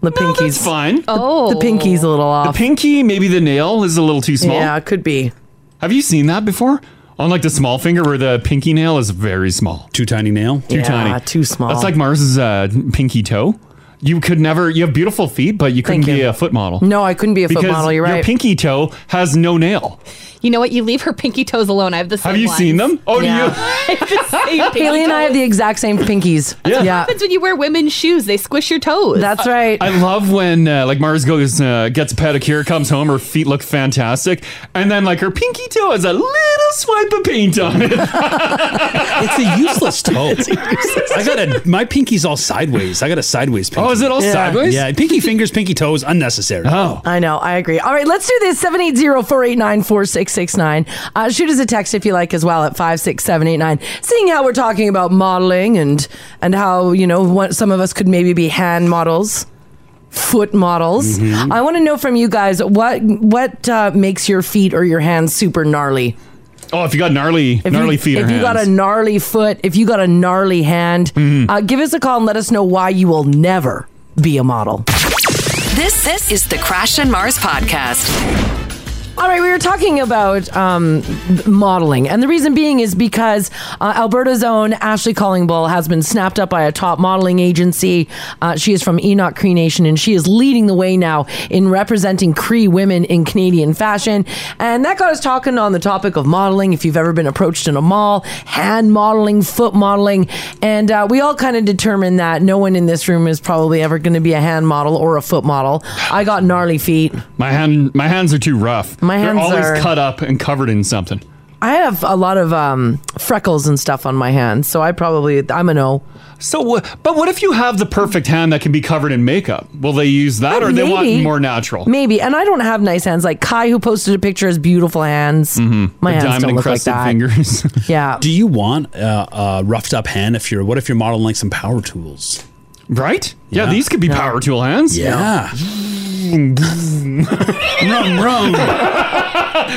S2: the pinky's
S3: fine.
S2: Oh, the pinky's a little off.
S3: The pinky, maybe the nail is a little too small.
S2: Yeah, it could be.
S3: Have you seen that before? On like the small finger, where the pinky nail is very small,
S4: too tiny nail,
S3: too
S24: Yeah,
S3: tiny,
S24: too small.
S3: That's like Mars's uh, pinky toe. You could never. You have beautiful feet, but you couldn't be a foot model.
S2: No, I couldn't be a foot
S3: Because
S2: model. You're
S3: Your
S2: right.
S3: pinky toe has no nail.
S5: You know what? You leave her pinky toes alone. I have the same.
S3: Oh. Have you
S5: ones.
S3: seen them? Oh, do
S5: Yeah.
S3: you?
S2: Haley and I have the exact same pinkies. Yeah.
S5: What happens when you wear women's shoes? They squish your toes.
S2: That's right.
S3: I love when uh, like Mars goes uh, gets a pedicure, comes home, her feet look fantastic, and then like her pinky toe has a little swipe of paint on it.
S4: it's a useless toe. I got a my pinky's all sideways. I got a sideways pinky. Oh,
S3: is it all Yeah. sideways?
S4: Yeah, pinky fingers, pinky toes, unnecessary.
S3: Oh,
S2: I know. I agree. All right, let's do this 780 489 4669. Uh, Shoot us a text if you like as well at 56789. Seeing how we're talking about modeling and and how, you know, what, some of us could maybe be hand models. Foot models.
S24: Mhm.
S2: I want to know from you guys what what uh, makes your feet or your hands super gnarly.
S3: Oh, if you got gnarly, gnarly
S2: you,
S3: feet
S2: If
S3: or
S2: you got a
S3: hands. Mm-hmm.
S2: gnarly foot, if you got a gnarly hand, uh, give us a call and let us know why you will never be a model.
S1: This this is the Crash and Mars podcast.
S2: All right, we were talking about um, th- modeling, and the reason being is because uh, Alberta's own Ashley Collingbull has been snapped up by a top modeling agency. Uh, she is from Enoch Cree Nation, and she is leading the way now in representing Cree women in Canadian fashion. And that got us talking on the topic of modeling. If you've ever been approached in a mall, hand modeling, foot modeling, and uh, we all kind of determined that no one in this room is probably ever going to be a hand model or a foot model. I got gnarly feet.
S3: my hand, my hands are too rough.
S2: My hands
S3: They're always
S2: are-
S3: cut up and covered in something.
S2: I have a lot of um, freckles and stuff on my hands, so I probably I'm an O.
S3: So, wh- but what if you have the perfect hand that can be covered in makeup? Will they use that,
S2: Uh,
S3: or they want
S2: maybe.
S3: more natural?
S2: Maybe, and I don't have nice hands. Like Kai, who posted a picture, has beautiful hands.
S3: Mm-hmm.
S2: My
S4: Mm-hmm. The
S2: hands don't look like
S4: diamond-encrusted
S2: that.
S3: fingers.
S2: yeah.
S4: Do you want uh, a roughed up hand if you're? What if you're modeling like some power tools?
S3: Right? Yeah, these could be power tool hands.
S4: Yeah.
S3: wrong, wrong.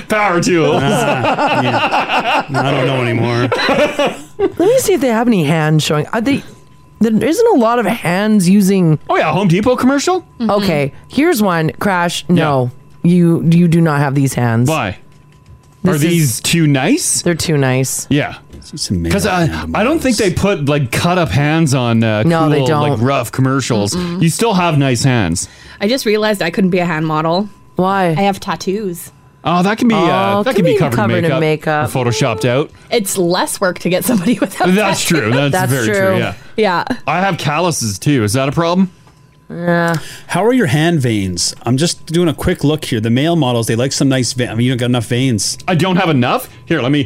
S3: power tools.
S4: Ah, I don't know anymore.
S2: Let me see if they have any hands showing. Are they? There isn't a lot of hands using.
S3: Oh yeah, Home Depot commercial.
S2: Okay, here's one. Crash. No, you you do not have these hands.
S3: Why? Are these too nice?
S2: They're too nice.
S3: Yeah. Because I, I don't think they put like cut up hands on uh,
S5: No,
S3: cool,
S5: they
S3: like
S5: don't.
S3: rough commercials.
S5: Mm-mm.
S3: You still have nice hands.
S5: I just realized I couldn't be a hand model.
S2: Why?
S5: I have tattoos.
S3: Oh, that can be uh,
S5: Oh,
S3: that
S5: can
S3: can be
S5: be
S3: covered,
S5: covered
S3: in
S5: in
S3: makeup,
S5: makeup.
S3: or photoshopped out.
S5: It's less work to get somebody without.
S3: That's true. That's, very true. Yeah.
S5: Yeah.
S3: I have calluses too. Is that a problem?
S2: Yeah.
S4: How are your hand veins? I'm just doing a quick look here. The male models, they like some nice veins. I mean, you don't got enough veins.
S3: I don't have enough. Here, let me.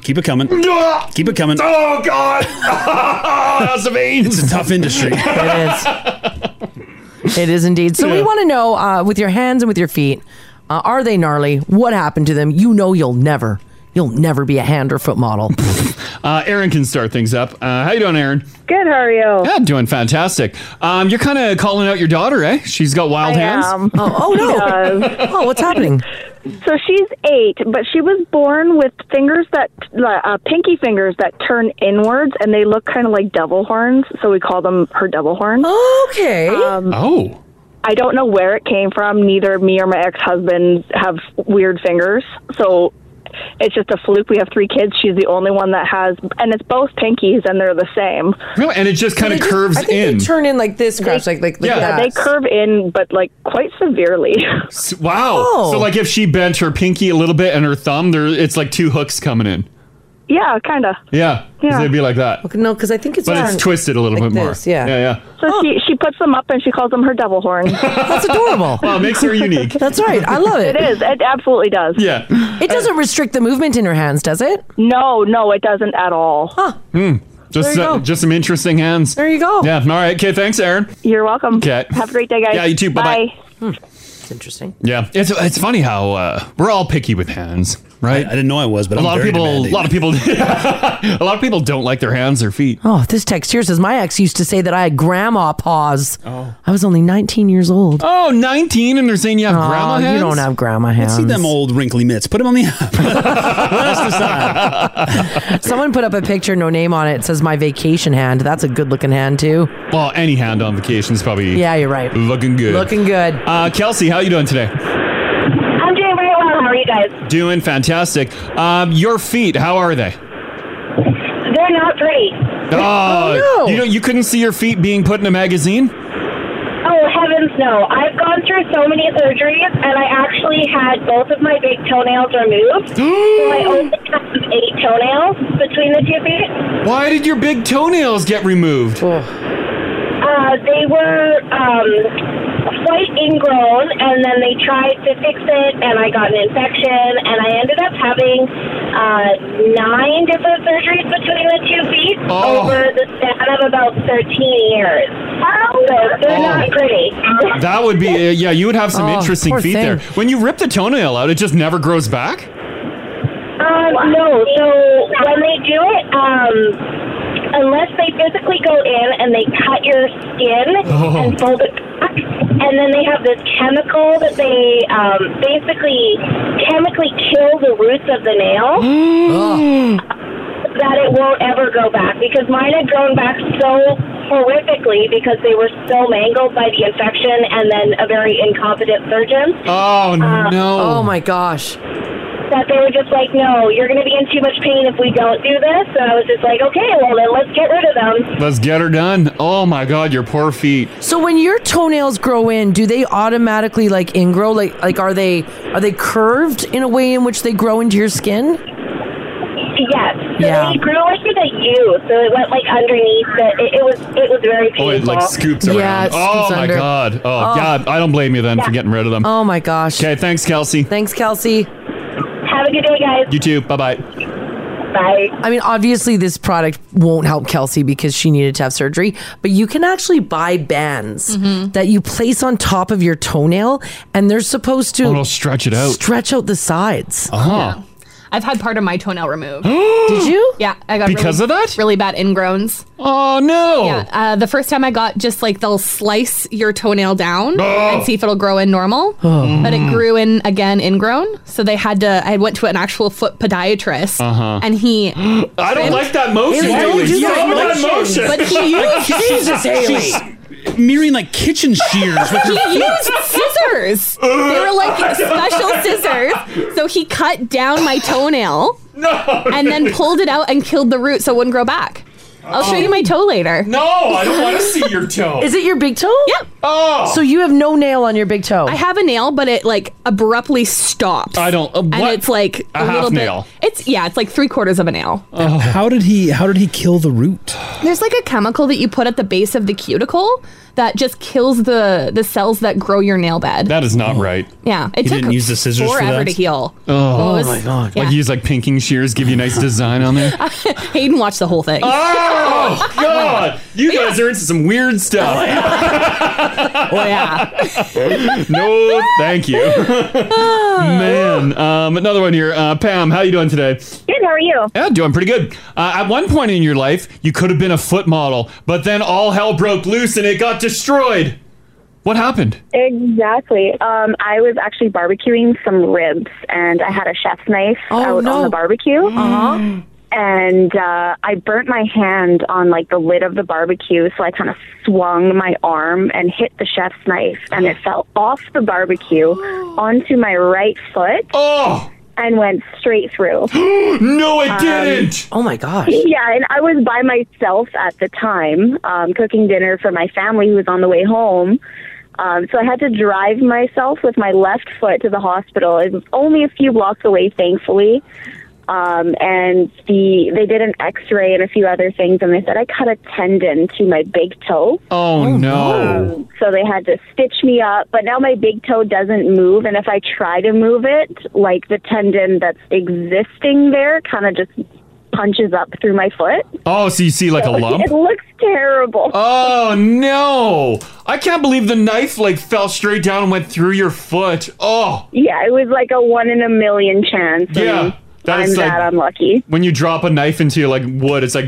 S4: Keep it coming. Keep it coming.
S3: Oh God! That's the veins.
S4: It's a tough industry.
S2: it is. It is indeed. So we
S4: Yeah.
S2: want to know uh, with your hands and with your feet, uh, are they gnarly? What happened to them? You know, you'll never, you'll never be a hand or foot model.
S3: Uh, Aaron can start things up. Uh, how you doing, Aaron?
S8: Good. How are you?
S3: Yeah, doing fantastic. Um, you're kind of calling out your daughter, eh? She's got wild
S8: I
S3: hands.
S8: am.
S2: Oh,
S8: no.
S2: oh, what's happening?
S8: So she's eight, but she was born with fingers that, uh, pinky fingers that turn inwards, and they look kind of like devil horns. So we call them her devil horn.
S2: Okay.
S8: Um,
S3: oh.
S8: I don't know where it came from. Neither me or my ex husband have weird fingers. So it's just a fluke. We have three kids. She's the only one that has, and it's both pinkies, and they're the same.
S3: Really? And it just kind of curves in.
S8: turn in like this, Crash, like, like, yeah.
S3: that.
S8: they curve in, but like quite severely.
S3: S- Wow. So like if she bent her pinky a little bit and her thumb, there it's like two hooks coming in.
S8: yeah, kind of.
S3: Yeah. 'Cause
S8: Yeah.
S3: It'd be like that.
S8: No, because I think
S3: but it's twisted a little
S8: like
S3: bit more.
S8: this, yeah.
S3: Yeah, yeah.
S8: So she, she puts them up and she calls them her devil horn. That's
S2: adorable.
S3: Well, it makes her unique.
S2: That's right. I love it.
S8: It is. It absolutely does.
S3: Yeah.
S2: It doesn't restrict the movement in her hands, does it?
S8: No, no, it doesn't at all. Huh.
S3: Hmm. Just
S8: There you
S3: uh,
S8: go.
S3: just some interesting hands.
S8: There you go.
S3: Yeah. All right. Okay. Thanks, Aaron.
S8: You're welcome.
S3: Okay.
S8: Have a great day, guys.
S3: Yeah. You too. Bye.
S2: It's interesting.
S3: Yeah. It's it's funny how uh, we're all picky with hands, right? I,
S4: didn't know I was, but
S3: a
S4: I'm
S3: lot of
S4: very
S3: people,
S4: demanding.
S3: a lot of people, a lot of people don't like their hands or feet.
S2: Oh, this text here says my ex used to say that I had grandma paws. Oh. I was only 19 years old.
S3: Oh, 19, and they're saying you have
S4: grandma hands?
S2: Uh, You don't have grandma hands.
S4: Let's see them old wrinkly mitts. Put them on the app.
S2: Someone put up a picture, no name on it. It says my vacation hand. That's a good looking hand too.
S3: Well, any hand on vacation is probably
S2: Yeah, you're right.
S3: Looking good.
S2: Looking good.
S3: Uh, Kelsey, how you doing today?
S16: I'm doing very well. How are you guys?
S3: Doing fantastic. Um, your feet, how are they?
S16: They're not pretty.
S3: Oh, you know, you couldn't see your feet being put in a magazine.
S16: Oh, heavens no. I've gone through so many surgeries, and I actually had both of my big toenails removed. so I only have eight toenails between the two feet.
S3: Why did your big toenails get removed?
S16: Uh, they were um, quite ingrown, and then they tried to fix it, and I got an infection, and I ended up having uh, nine different surgeries between the two feet over the span of about 13 years. So they're not pretty.
S3: That would be uh, yeah. You would have some
S16: Oh,
S3: interesting
S16: poor
S3: feet there.
S16: thing.
S3: When you rip the toenail out, it just never grows back.
S16: Um, no. So when they do it, um, unless they physically go in and they cut your skin and fold it back, and then they have this chemical that they um, basically chemically kill the roots of the nail. That it won't ever grow back because mine had grown back so horrifically because they were so mangled by the infection and then a very incompetent surgeon. Uh,
S3: Oh no!
S2: Oh my gosh!
S16: that they were just like, no, you're going to be in too much pain if we don't do this. And I was just like, okay, well then let's get rid of them.
S3: Let's get her done. Oh my God, your poor feet.
S2: So when your toenails grow in, do they automatically like ingrow? Like like are they are they curved in a way in which they grow into your skin?
S16: Yes. So
S2: Yeah.
S16: they grew into the U, so it went like underneath. The, it, it was it was very
S3: Oh,
S16: painful.
S3: it like scoops around. oh my God. Oh,
S16: Oh.
S3: God. I don't blame you then for getting rid of them.
S2: Oh my gosh.
S3: Okay. Thanks, Kelsey.
S2: Thanks, Kelsey.
S16: Have a good day, guys.
S3: You too. Bye bye.
S16: Bye.
S2: I mean, obviously, this product won't help Kelsey because she needed to have surgery, but you can actually buy bands
S16: Mm-hmm.
S2: that you place on top of your toenail, and they're supposed to
S3: Oh, it'll stretch it out.
S2: stretch out the sides.
S3: Uh-huh.
S5: I've had part of my toenail removed.
S2: Did you?
S5: Yeah, I got
S2: Because
S5: really,
S2: of
S5: that really bad ingrowns.
S3: Oh no!
S5: Yeah, uh, the first time I got just like they'll slice your toenail down
S3: Oh.
S5: and see if it'll grow in normal,
S3: Oh.
S5: but it grew in again ingrown. So they had to. I went to an actual foot podiatrist,
S3: Uh-huh.
S5: and he.
S3: I don't like that motion, Haley, don't Haley. do You that don't like motion. motion. But he used- Jesus, Haley.
S4: She's Mirroring like kitchen shears with her
S5: He
S4: feet.
S5: used scissors. They were like special scissors. So he cut down my toenail and then pulled it out and killed the root so it wouldn't grow back. I'll show you my toe later.
S3: No, Oh, I don't want to see your toe.
S2: Is it your big toe?
S5: Yep.
S3: Oh.
S2: So you have no nail on your big toe.
S5: I have a nail, but it like abruptly stops.
S4: I don't- uh,
S5: and
S4: what?
S5: it's like
S4: A
S5: a,
S4: half
S5: little
S4: nail.
S5: bit. It's yeah, it's like three quarters of a nail.
S4: Oh, How did he? How did he kill the root?
S5: There's like a chemical that you put at the base of the cuticle that just kills the the cells that grow your nail bed.
S3: That is not right.
S5: yeah, it
S3: He
S5: took
S3: didn't use the scissors for
S5: forever
S3: that?
S5: to heal.
S3: Oh,
S5: It was-
S3: Like
S5: yeah.
S3: you use like pinking shears, give you a nice design on there.
S5: Hayden watched the whole thing.
S2: Ah!
S3: Oh God! You guys are into some weird stuff. no, thank you, man. Um, another one here, uh, Pam. How you doing today?
S21: Good. How are you?
S3: Yeah, doing pretty good. Uh, at one point in your life, you could have been a foot model, but then all hell broke loose and it got destroyed. What happened?
S21: Exactly. Um, I was actually barbecuing some ribs, and I had a chef's knife out on the barbecue. Uh-huh. and uh, I burnt my hand on like the lid of the barbecue, so I kind of swung my arm and hit the chef's knife, and it fell off the barbecue onto my right foot.
S3: Oh!
S21: And went straight through.
S3: no,
S16: Um,
S3: it didn't.
S10: Oh my gosh.
S21: Yeah, and I was by myself at the time, um, cooking dinner for my family who was on the way home. Um, so I had to drive myself with my left foot to the hospital. It was only a few blocks away, thankfully. Um, and the they did an X-ray and a few other things, and they said I cut a tendon to my big toe.
S3: Oh, no.
S21: Um, so they had to stitch me up, but now my big toe doesn't move, and if I try to move it, like the tendon that's existing there, kind of just punches up through my foot.
S3: Oh, so you see like a
S21: So
S3: lump?
S21: It looks terrible.
S3: Oh no! I can't believe the knife like fell straight down and went through your foot. Oh
S21: Yeah, it was like a one in a million chance. and
S3: yeah, that
S21: I'm
S3: is like
S21: that unlucky.
S3: when you drop a knife into like wood, it's like.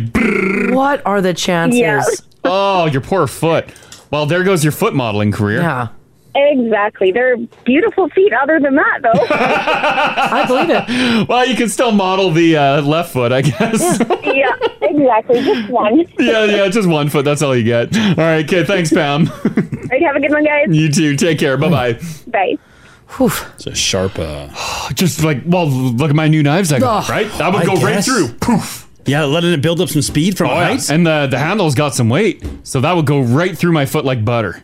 S2: What are the chances?
S21: Yeah.
S3: oh, your poor foot. Well, there goes your foot modeling career.
S2: Yeah.
S21: Exactly. They're beautiful feet. Other than that, though.
S2: I believe
S3: it. Well, you can still model the uh, left foot, I guess.
S21: yeah, exactly. Just one.
S3: Yeah. yeah, just one foot. That's all you get. All right, okay. Thanks, Pam.
S21: All right, have a good one, guys.
S3: you too. Take care. Bye bye.
S21: Bye.
S3: It's a sharp. Uh... just like, well, look at my new knives I got.
S4: Ugh.
S3: right, that would
S4: I
S3: go right
S4: guess. Hmm.
S3: through. Poof. Yeah, letting it build up some speed from height. Oh, And the the handle's got some weight, so that would go right through my foot like butter.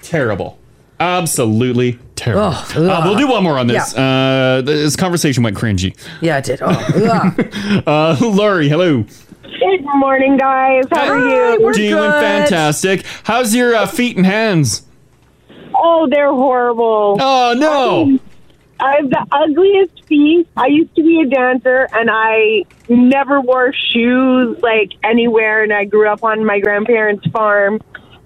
S3: terrible. Absolutely terrible.
S10: Ugh.
S3: Uh, we'll do one more on this. Uh, this conversation went cringy.
S10: Yeah, it did. Oh, ugh.
S3: Uh, Laurie, hello.
S21: Good morning, guys. How are you?
S3: Doing fantastic. How's your uh, feet and hands?
S8: Oh, they're horrible.
S3: Oh no.
S8: I have the ugliest feet. I used to be a dancer and I never wore shoes like anywhere and I grew up on my grandparents' farm.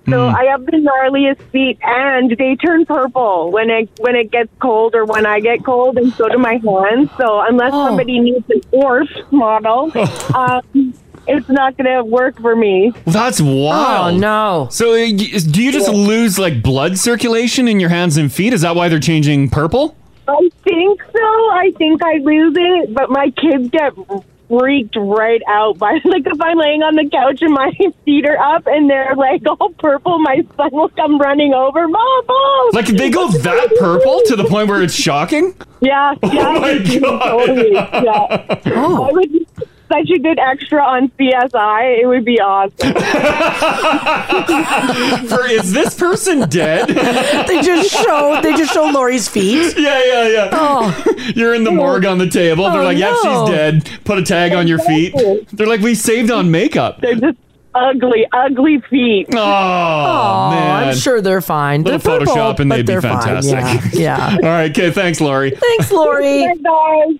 S8: So I have the gnarliest feet and they turn purple when it when it gets cold or when I get cold and so do my hands. So unless somebody needs an orf model, um, it's not gonna work for me.
S3: Well, that's wild.
S8: Oh,
S2: no.
S3: So, uh, y- do you just lose like blood circulation in your hands and feet? Is that why they're changing purple?
S8: I think so. I think I lose it, but my kids get freaked right out by like if I'm laying on the couch and my feet are up and they're like all purple, my son will come running over, mom, mom.
S3: Like they go that purple to the point where it's shocking?
S8: Yeah, yeah.
S3: Oh my God.
S8: Totally, yeah. I would be such a good extra on CSI. It would be awesome.
S3: For is this person dead?
S10: they just show they just show Lori's feet.
S3: Yeah, yeah, yeah. Oh. You're in the morgue on the table. They're
S8: Oh,
S3: like, "Yep,
S8: no.
S3: she's dead." Put a tag on your feet. They're like, "We saved on makeup."
S8: They're just ugly, ugly feet.
S3: Oh,
S2: Aw,
S3: man.
S2: I'm sure they're fine.
S3: Little
S2: they're purple,
S3: Photoshop and
S2: but
S3: they'd be
S2: they're
S3: fantastic.
S2: Fine. Yeah.
S3: All right, okay. Thanks, Lori.
S2: Thanks, Lori.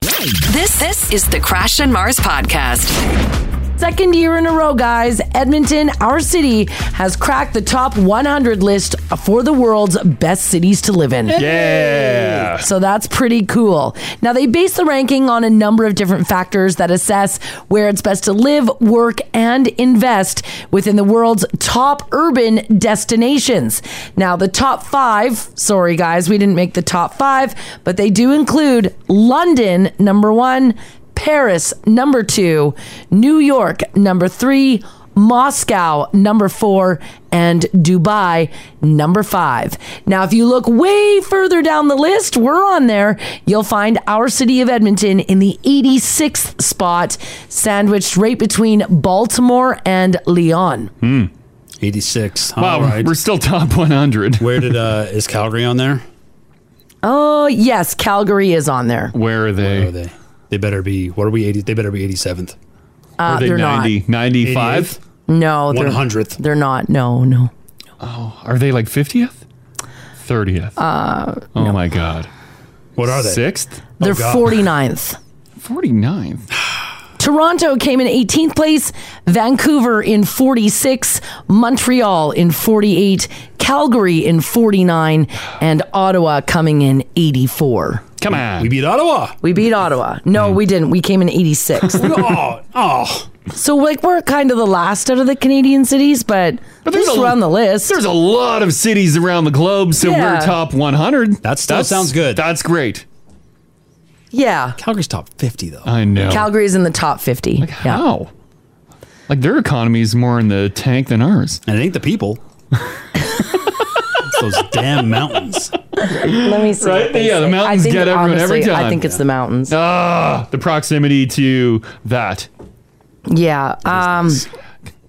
S1: This this is the Crash and Mars podcast.
S2: yeah. Second year in a row, guys. Edmonton, our city, has cracked the top 100 list for the world's best cities to live in.
S3: Yeah.
S2: So that's pretty cool. Now, they base the ranking on a number of different factors that assess where it's best to live, work, and invest within the world's top urban destinations. Now, the top five, sorry guys, we didn't make the top five, but they do include London, number one, Paris, number two, New York, number three, Moscow, number four, and Dubai, number five. Now, if you look way further down the list, we're on there. You'll find our city of Edmonton in the 86th spot, sandwiched right between Baltimore and Lyon.
S4: Hmm. 86.
S3: Wow, we're still top 100.
S4: Where did uh is Calgary on there?
S2: Oh, yes, Calgary is on there.
S3: Where are they?
S4: Where are they? They better be. What are we 80? They better be 87th.
S2: Uh, Are they they're not. 90?
S3: 95?
S2: No, they're
S4: 100th.
S2: They're not. No, no.
S3: Oh, are they like 50th? 30th?
S2: Uh,
S3: oh my god. What
S4: are they? Oh,
S3: Sixth?
S2: They're 49th.
S3: 49th.
S2: Toronto came in 18th place, Vancouver in 46, Montreal in 48, Calgary in 49, and Ottawa coming in 84.
S3: Come on.
S4: We beat Ottawa.
S2: We beat Ottawa. No, we didn't. We came in 86.
S4: oh, oh.
S2: So like we're kind of the last out of the Canadian cities, but, but
S3: there's
S2: there's
S3: a-
S2: around the list.
S3: There's a lot of cities around the globe, so
S2: Yeah.
S3: we're top 100. That
S4: still sounds
S3: good. That's great.
S2: Yeah.
S4: Calgary's top 50, though.
S3: I know.
S2: Calgary's in the top 50.
S3: How? Like their economy is more in the tank than ours.
S4: And it ain't the people. it's those damn mountains.
S2: Let me see.
S3: Right?
S2: what they
S3: Yeah, the
S2: say.
S3: mountains
S2: I think,
S3: get everyone every
S2: honestly, I
S3: time.
S2: think it's the mountains.
S3: Ah, the proximity to that.
S2: Yeah. Um,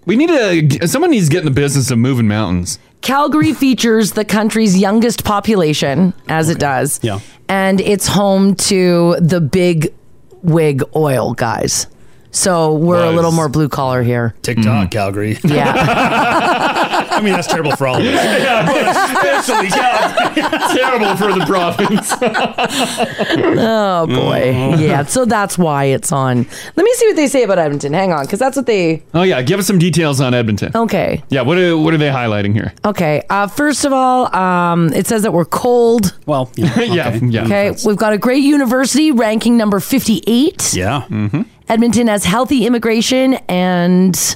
S3: We need to. Someone needs to get in the business of moving mountains.
S2: Calgary features the country's youngest population, as it does.
S3: Yeah.
S2: And it's home to the big wig oil guys. So we're a little more blue collar here.
S4: TikTok, Calgary.
S2: Yeah.
S4: I mean, that's terrible for all of us.
S2: Yeah,
S4: but especially
S3: terrible for the province.
S2: oh, boy.
S4: Mm.
S2: Yeah. So that's why it's on. Let me see what they say about Edmonton. Hang on, because that's what they.
S3: Oh yeah, give us some details on Edmonton.
S2: Okay.
S3: Yeah, what are, what are they highlighting here?
S2: Okay. Uh, first of all, um, it says that we're cold.
S4: Well,
S3: yeah, yeah.
S2: Okay. We've got a great university ranking number 58.
S4: Yeah. Mm-hmm.
S2: Edmonton has healthy immigration and.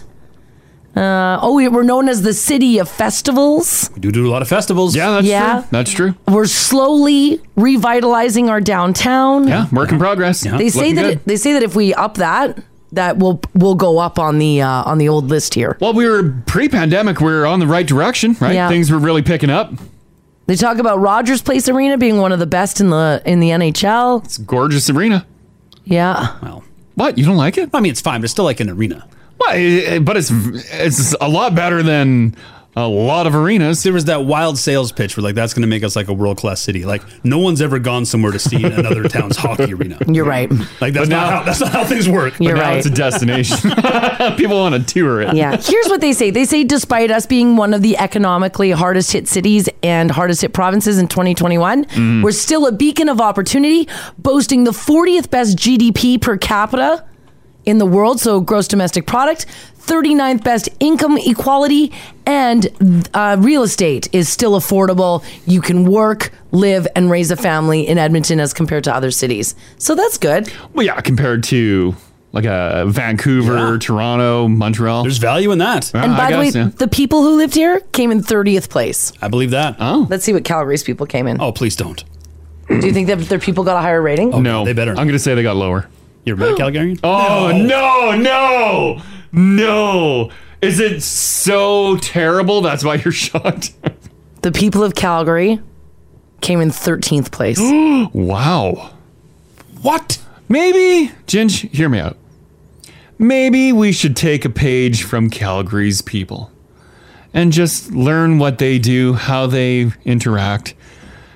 S2: Uh, oh, we- we're known as the city of festivals.
S4: We do do a lot of festivals. Yeah,
S2: that's Yeah. true.
S3: That's true.
S2: We're slowly revitalizing our downtown.
S3: Yeah, work in progress.
S2: They say that they say that if we up that, that will will go up on the uh, on the old list here.
S3: Well, we were pre-pandemic. We were on the right direction, right?
S2: Yeah.
S3: Things were really picking up.
S2: They talk about Rogers Place Arena being one of the best in the in the NHL. It's
S3: gorgeous arena.
S2: Yeah.
S4: Well,
S3: what you don't like it?
S4: I mean, it's fine, but it's still like an arena.
S3: Well, eh, but it's it's a lot better than a lot of arenas.
S4: There was that wild sales pitch where like that's going to make us like a world class city. Like no one's ever gone somewhere to see another town's hockey arena.
S2: You're right.
S4: Like that's not how, that's not how things work.
S2: You're But now right.
S3: It's a destination. People want to tour it.
S2: Yeah. Here's what they say. They say despite us being one of the economically hardest hit cities and hardest hit provinces in 2021,
S1: Mhm.
S2: we're still a beacon of opportunity, boasting the 40th best GDP per capita in the world, so gross domestic product, 39th best income equality, and uh, real estate is still affordable. You can work, live, and raise a family in Edmonton as compared to other cities. So that's good.
S3: Well, yeah, compared to like a Vancouver, Toronto, Montreal. There's
S4: value in that.
S2: and by the way, the people who lived here came in 30th place.
S4: I believe that.
S3: Oh.
S2: Let's see what Calgary's people came in.
S4: Oh, please don't.
S2: Do you think that their people got a higher rating?
S3: no, they better. I'm gonna say they got lower.
S4: You're better, Calgarian.
S3: Oh no, no, no! Is it so terrible? That's why you're shocked.
S2: The people of Calgary came in 13th place.
S3: wow. What? Maybe, Ginge, hear me out. Maybe we should take a page from Calgary's people and just learn what they do, how they interact,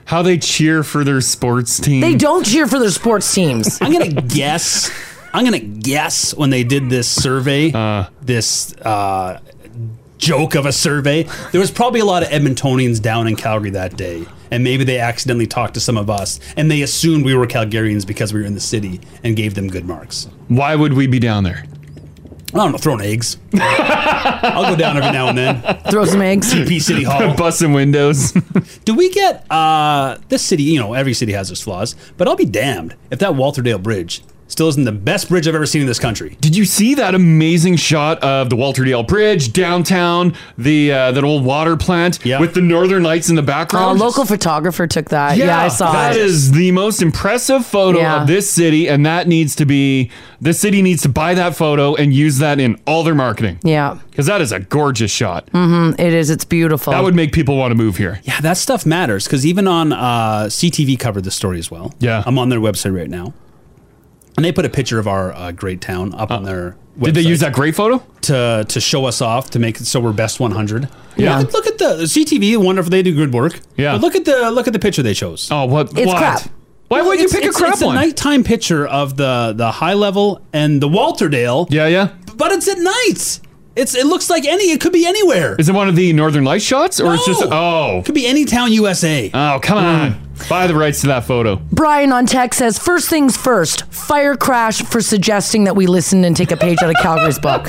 S3: how they cheer for their sports team.
S2: They don't cheer for their sports teams.
S4: I'm gonna guess. I'm gonna guess when they did this survey, this uh, joke of a survey, there was probably a lot of Edmontonians down in Calgary that day, and maybe they accidentally talked to some of us, and they assumed we were Calgarians because we were in the city, and gave them good marks.
S3: Why would we be down there?
S4: I don't know, throwing eggs. I'll go down every now and then.
S2: Throw some eggs.
S4: CP City Hall.
S3: Bust some windows.
S4: Do we get uh this city? You know, every city has its flaws, but I'll be damned if that Walterdale Bridge still isn't the best bridge I've ever seen in this country.
S3: Did you see that amazing shot of the Walter Dale Bridge downtown, the uh, that old water plant with the northern lights in
S2: Oh,
S3: the
S2: A
S3: background?
S2: local photographer took that. Uh, Yeah, I saw
S3: That
S2: it.
S3: is the most impressive photo
S2: Yeah.
S3: of this city, and that needs to be the city needs to buy that photo and use that in all their marketing.
S2: Yeah.
S3: Because that is a gorgeous shot.
S2: Mm-hmm. It is. It's beautiful.
S3: That would make people want to move here.
S4: Yeah, that stuff matters because even on uh, CTV covered the story as well. Yeah, I'm on their website right now, and they put a picture of our uh, great town up on their. Website
S3: Did they use that great photo
S4: to to show us off to make it so we're best 100?
S3: Yeah.
S4: Look, look at the CTV. Wonderful, they do good work.
S3: Yeah.
S4: But look at the look at the picture they chose.
S3: Oh, what?
S2: It's what? crap.
S3: Why would you pick a crap
S4: it's
S3: one?
S4: It's a nighttime picture of the the high level and the Walterdale.
S3: Yeah, yeah.
S4: But it's at night. It's it looks like any. It could be anywhere.
S3: Is it one of the Northern Lights shots, or it's just oh? Could
S4: be any town USA.
S3: Oh come on, buy the rights to that photo.
S2: Brian on tech says, first things first, fire crash for suggesting that we listen and take a page out of Calgary's book.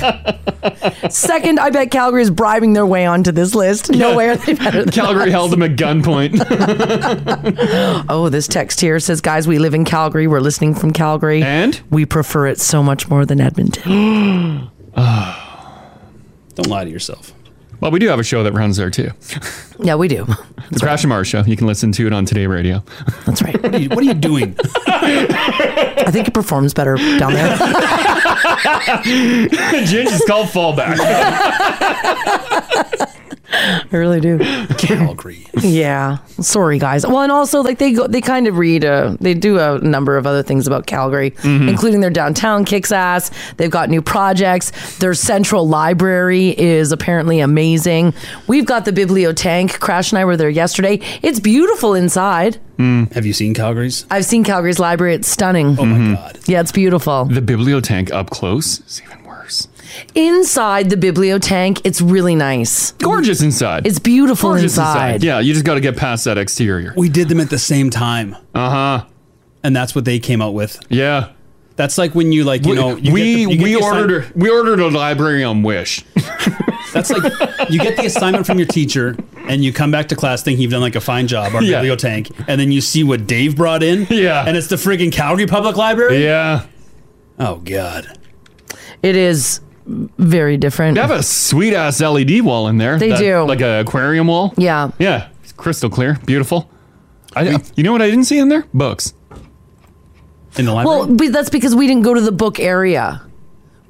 S2: Second, I bet Calgary is bribing their way onto this list. No way are they better than
S3: Calgary
S2: us.
S3: held them at gunpoint.
S2: Oh, this text here says, guys, we live in Calgary. We're listening from Calgary.
S3: And?
S2: We prefer it so much more than Edmonton.
S4: Don't lie to yourself.
S3: Well, we do have a show that runs there too.
S2: Yeah, we do.
S3: the Crash and Mars show. You can listen to it on Today Radio.
S2: That's right.
S3: What are you, what are you doing?
S2: I think it performs better down there.
S3: Ginge is called
S4: Oh
S3: fallback.
S2: I really do. Calgary. Yeah. Sorry, guys. Well, and also like they go, they kind of read, uh, they do a number of other things about Calgary,
S9: Mhm.
S3: Mm-hmm.
S2: including their downtown kicks ass. They've got new projects. Their central library is apparently amazing. We've got the bibliotank. Crash and I were there yesterday. It's beautiful inside.
S3: Mm.
S4: Have you seen Calgary's?
S2: I've seen Calgary's library. It's stunning. Oh
S3: my
S2: god. Yeah, it's beautiful.
S3: Mm-hmm. The bibliotank up close is even worse.
S2: Inside the bibliotank, it's really nice.
S3: Gorgeous inside.
S2: It's beautiful
S3: Gorgeous
S2: inside.
S3: Yeah, you just got to get past that exterior.
S4: We did them at the same time.
S3: Uh huh.
S4: And that's what they came out with.
S3: Yeah.
S4: That's like when you like you
S3: we,
S4: know you get
S3: we,
S4: the- you get
S3: we
S4: the assign-
S3: ordered we ordered a library on Wish.
S4: That's like you get the assignment from your teacher, and you come back to class thinking you've done like a fine job on
S3: Yeah.
S4: bibliotank, tank, and then you see what Dave brought in. Yeah, and it's the friggin' Calgary Public Library.
S3: Yeah.
S4: Oh God.
S2: It is very different.
S3: They have a sweet ass LED wall in there.
S2: They do.
S3: like an aquarium wall.
S2: Yeah.
S3: Yeah, it's crystal clear, beautiful. I, you know what I didn't see in there? Books.
S4: In the
S2: Well, but that's because we didn't go to the book area.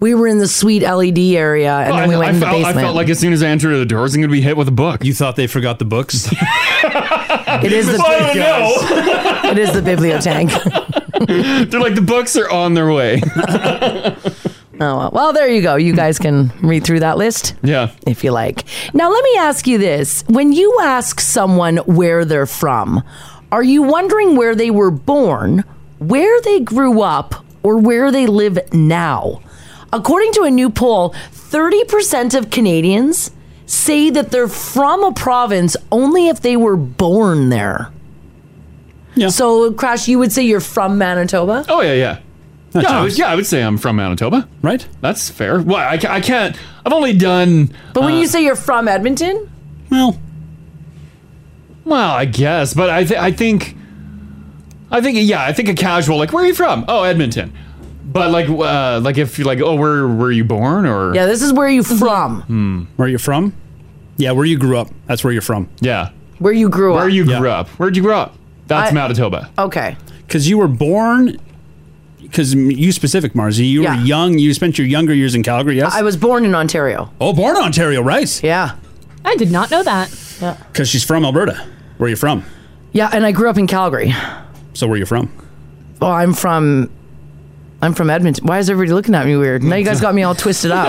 S2: We were in the sweet LED area, and then we went
S3: I,
S2: in the
S3: felt, I
S2: basement.
S3: felt like as soon as I entered the door, I was going to be hit with a book.
S4: You thought they forgot the books?
S2: it is the
S3: I
S2: it is the bibliotank.
S3: They're like the books are on their way.
S2: Oh well. well, there you go. You guys can read through that list.
S3: Yeah.
S2: if you like. Now, let me ask you this: When you ask someone where they're from, are you wondering where they were born, where they grew up, or where they live now? According to a new poll, 30% of Canadians say that they're from a province only if they were born there. Yeah. So, Crash, you would say you're from Manitoba?
S3: Oh yeah, yeah. Yeah I, would, yeah, I would say I'm from Manitoba.
S4: Right.
S3: That's fair. Well, I, ca- I can't. I've only done.
S2: But when
S3: uh,
S2: you say you're from Edmonton,
S4: well,
S3: Well, I guess, but I, th- I think, I think, yeah, I think a casual like, where are you from? Oh, Edmonton. But like, uh, like if you're like, oh, where were you born? Or
S2: yeah, this is where you from,
S4: Hmm. Where you from? Yeah, where you grew up. That's where you're from.
S3: Yeah.
S2: where you grew up.
S3: Where you grew up? Where'd you grow up? That's
S4: I-
S3: Manitoba.
S2: Okay.
S4: Because you were born. Because you specific, Marzi, you
S2: Yeah.
S4: were young. You spent your younger years in Calgary. Yes.
S2: I was born in Ontario.
S4: Oh, born in Ontario, right?
S2: Yeah.
S5: I did not know that.
S2: Yeah.
S4: Because she's from Alberta. Where are you from?
S2: Yeah, and I grew up in Calgary.
S4: So where are you from?
S2: Oh, I'm from I'm from Edmonton. Why is everybody looking at me weird? Now you guys got me all twisted up.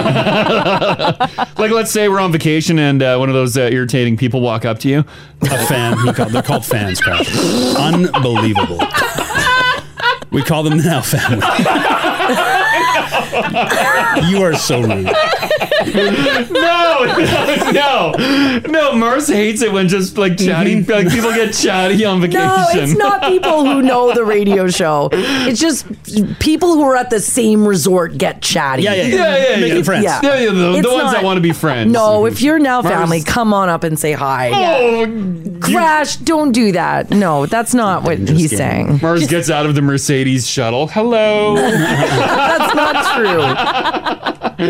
S3: Like, let's say we're on vacation and uh, one of those uh, irritating people walk up to you.
S4: A fan. He called, they're called fans, Pat. Unbelievable. We call them now family. you are so rude.
S3: no, no, no. Mars hates it when just like chatty, like people get chatty on vacation.
S2: no, it's not people who know the radio show. It's just people who are at the same resort get chatty.
S3: Yeah, yeah, yeah. Yeah, yeah, Making yeah. friends. Yeah, yeah, the- the
S2: It's
S3: ones that wanna be friends.
S2: No, if you're now
S3: Mars-
S2: family, come on up and say hi.
S3: Oh,
S2: Crash, don't do that. No, that's not what he's saying.
S3: Mars gets out of the Mercedes shuttle. Hello.
S2: That's not true.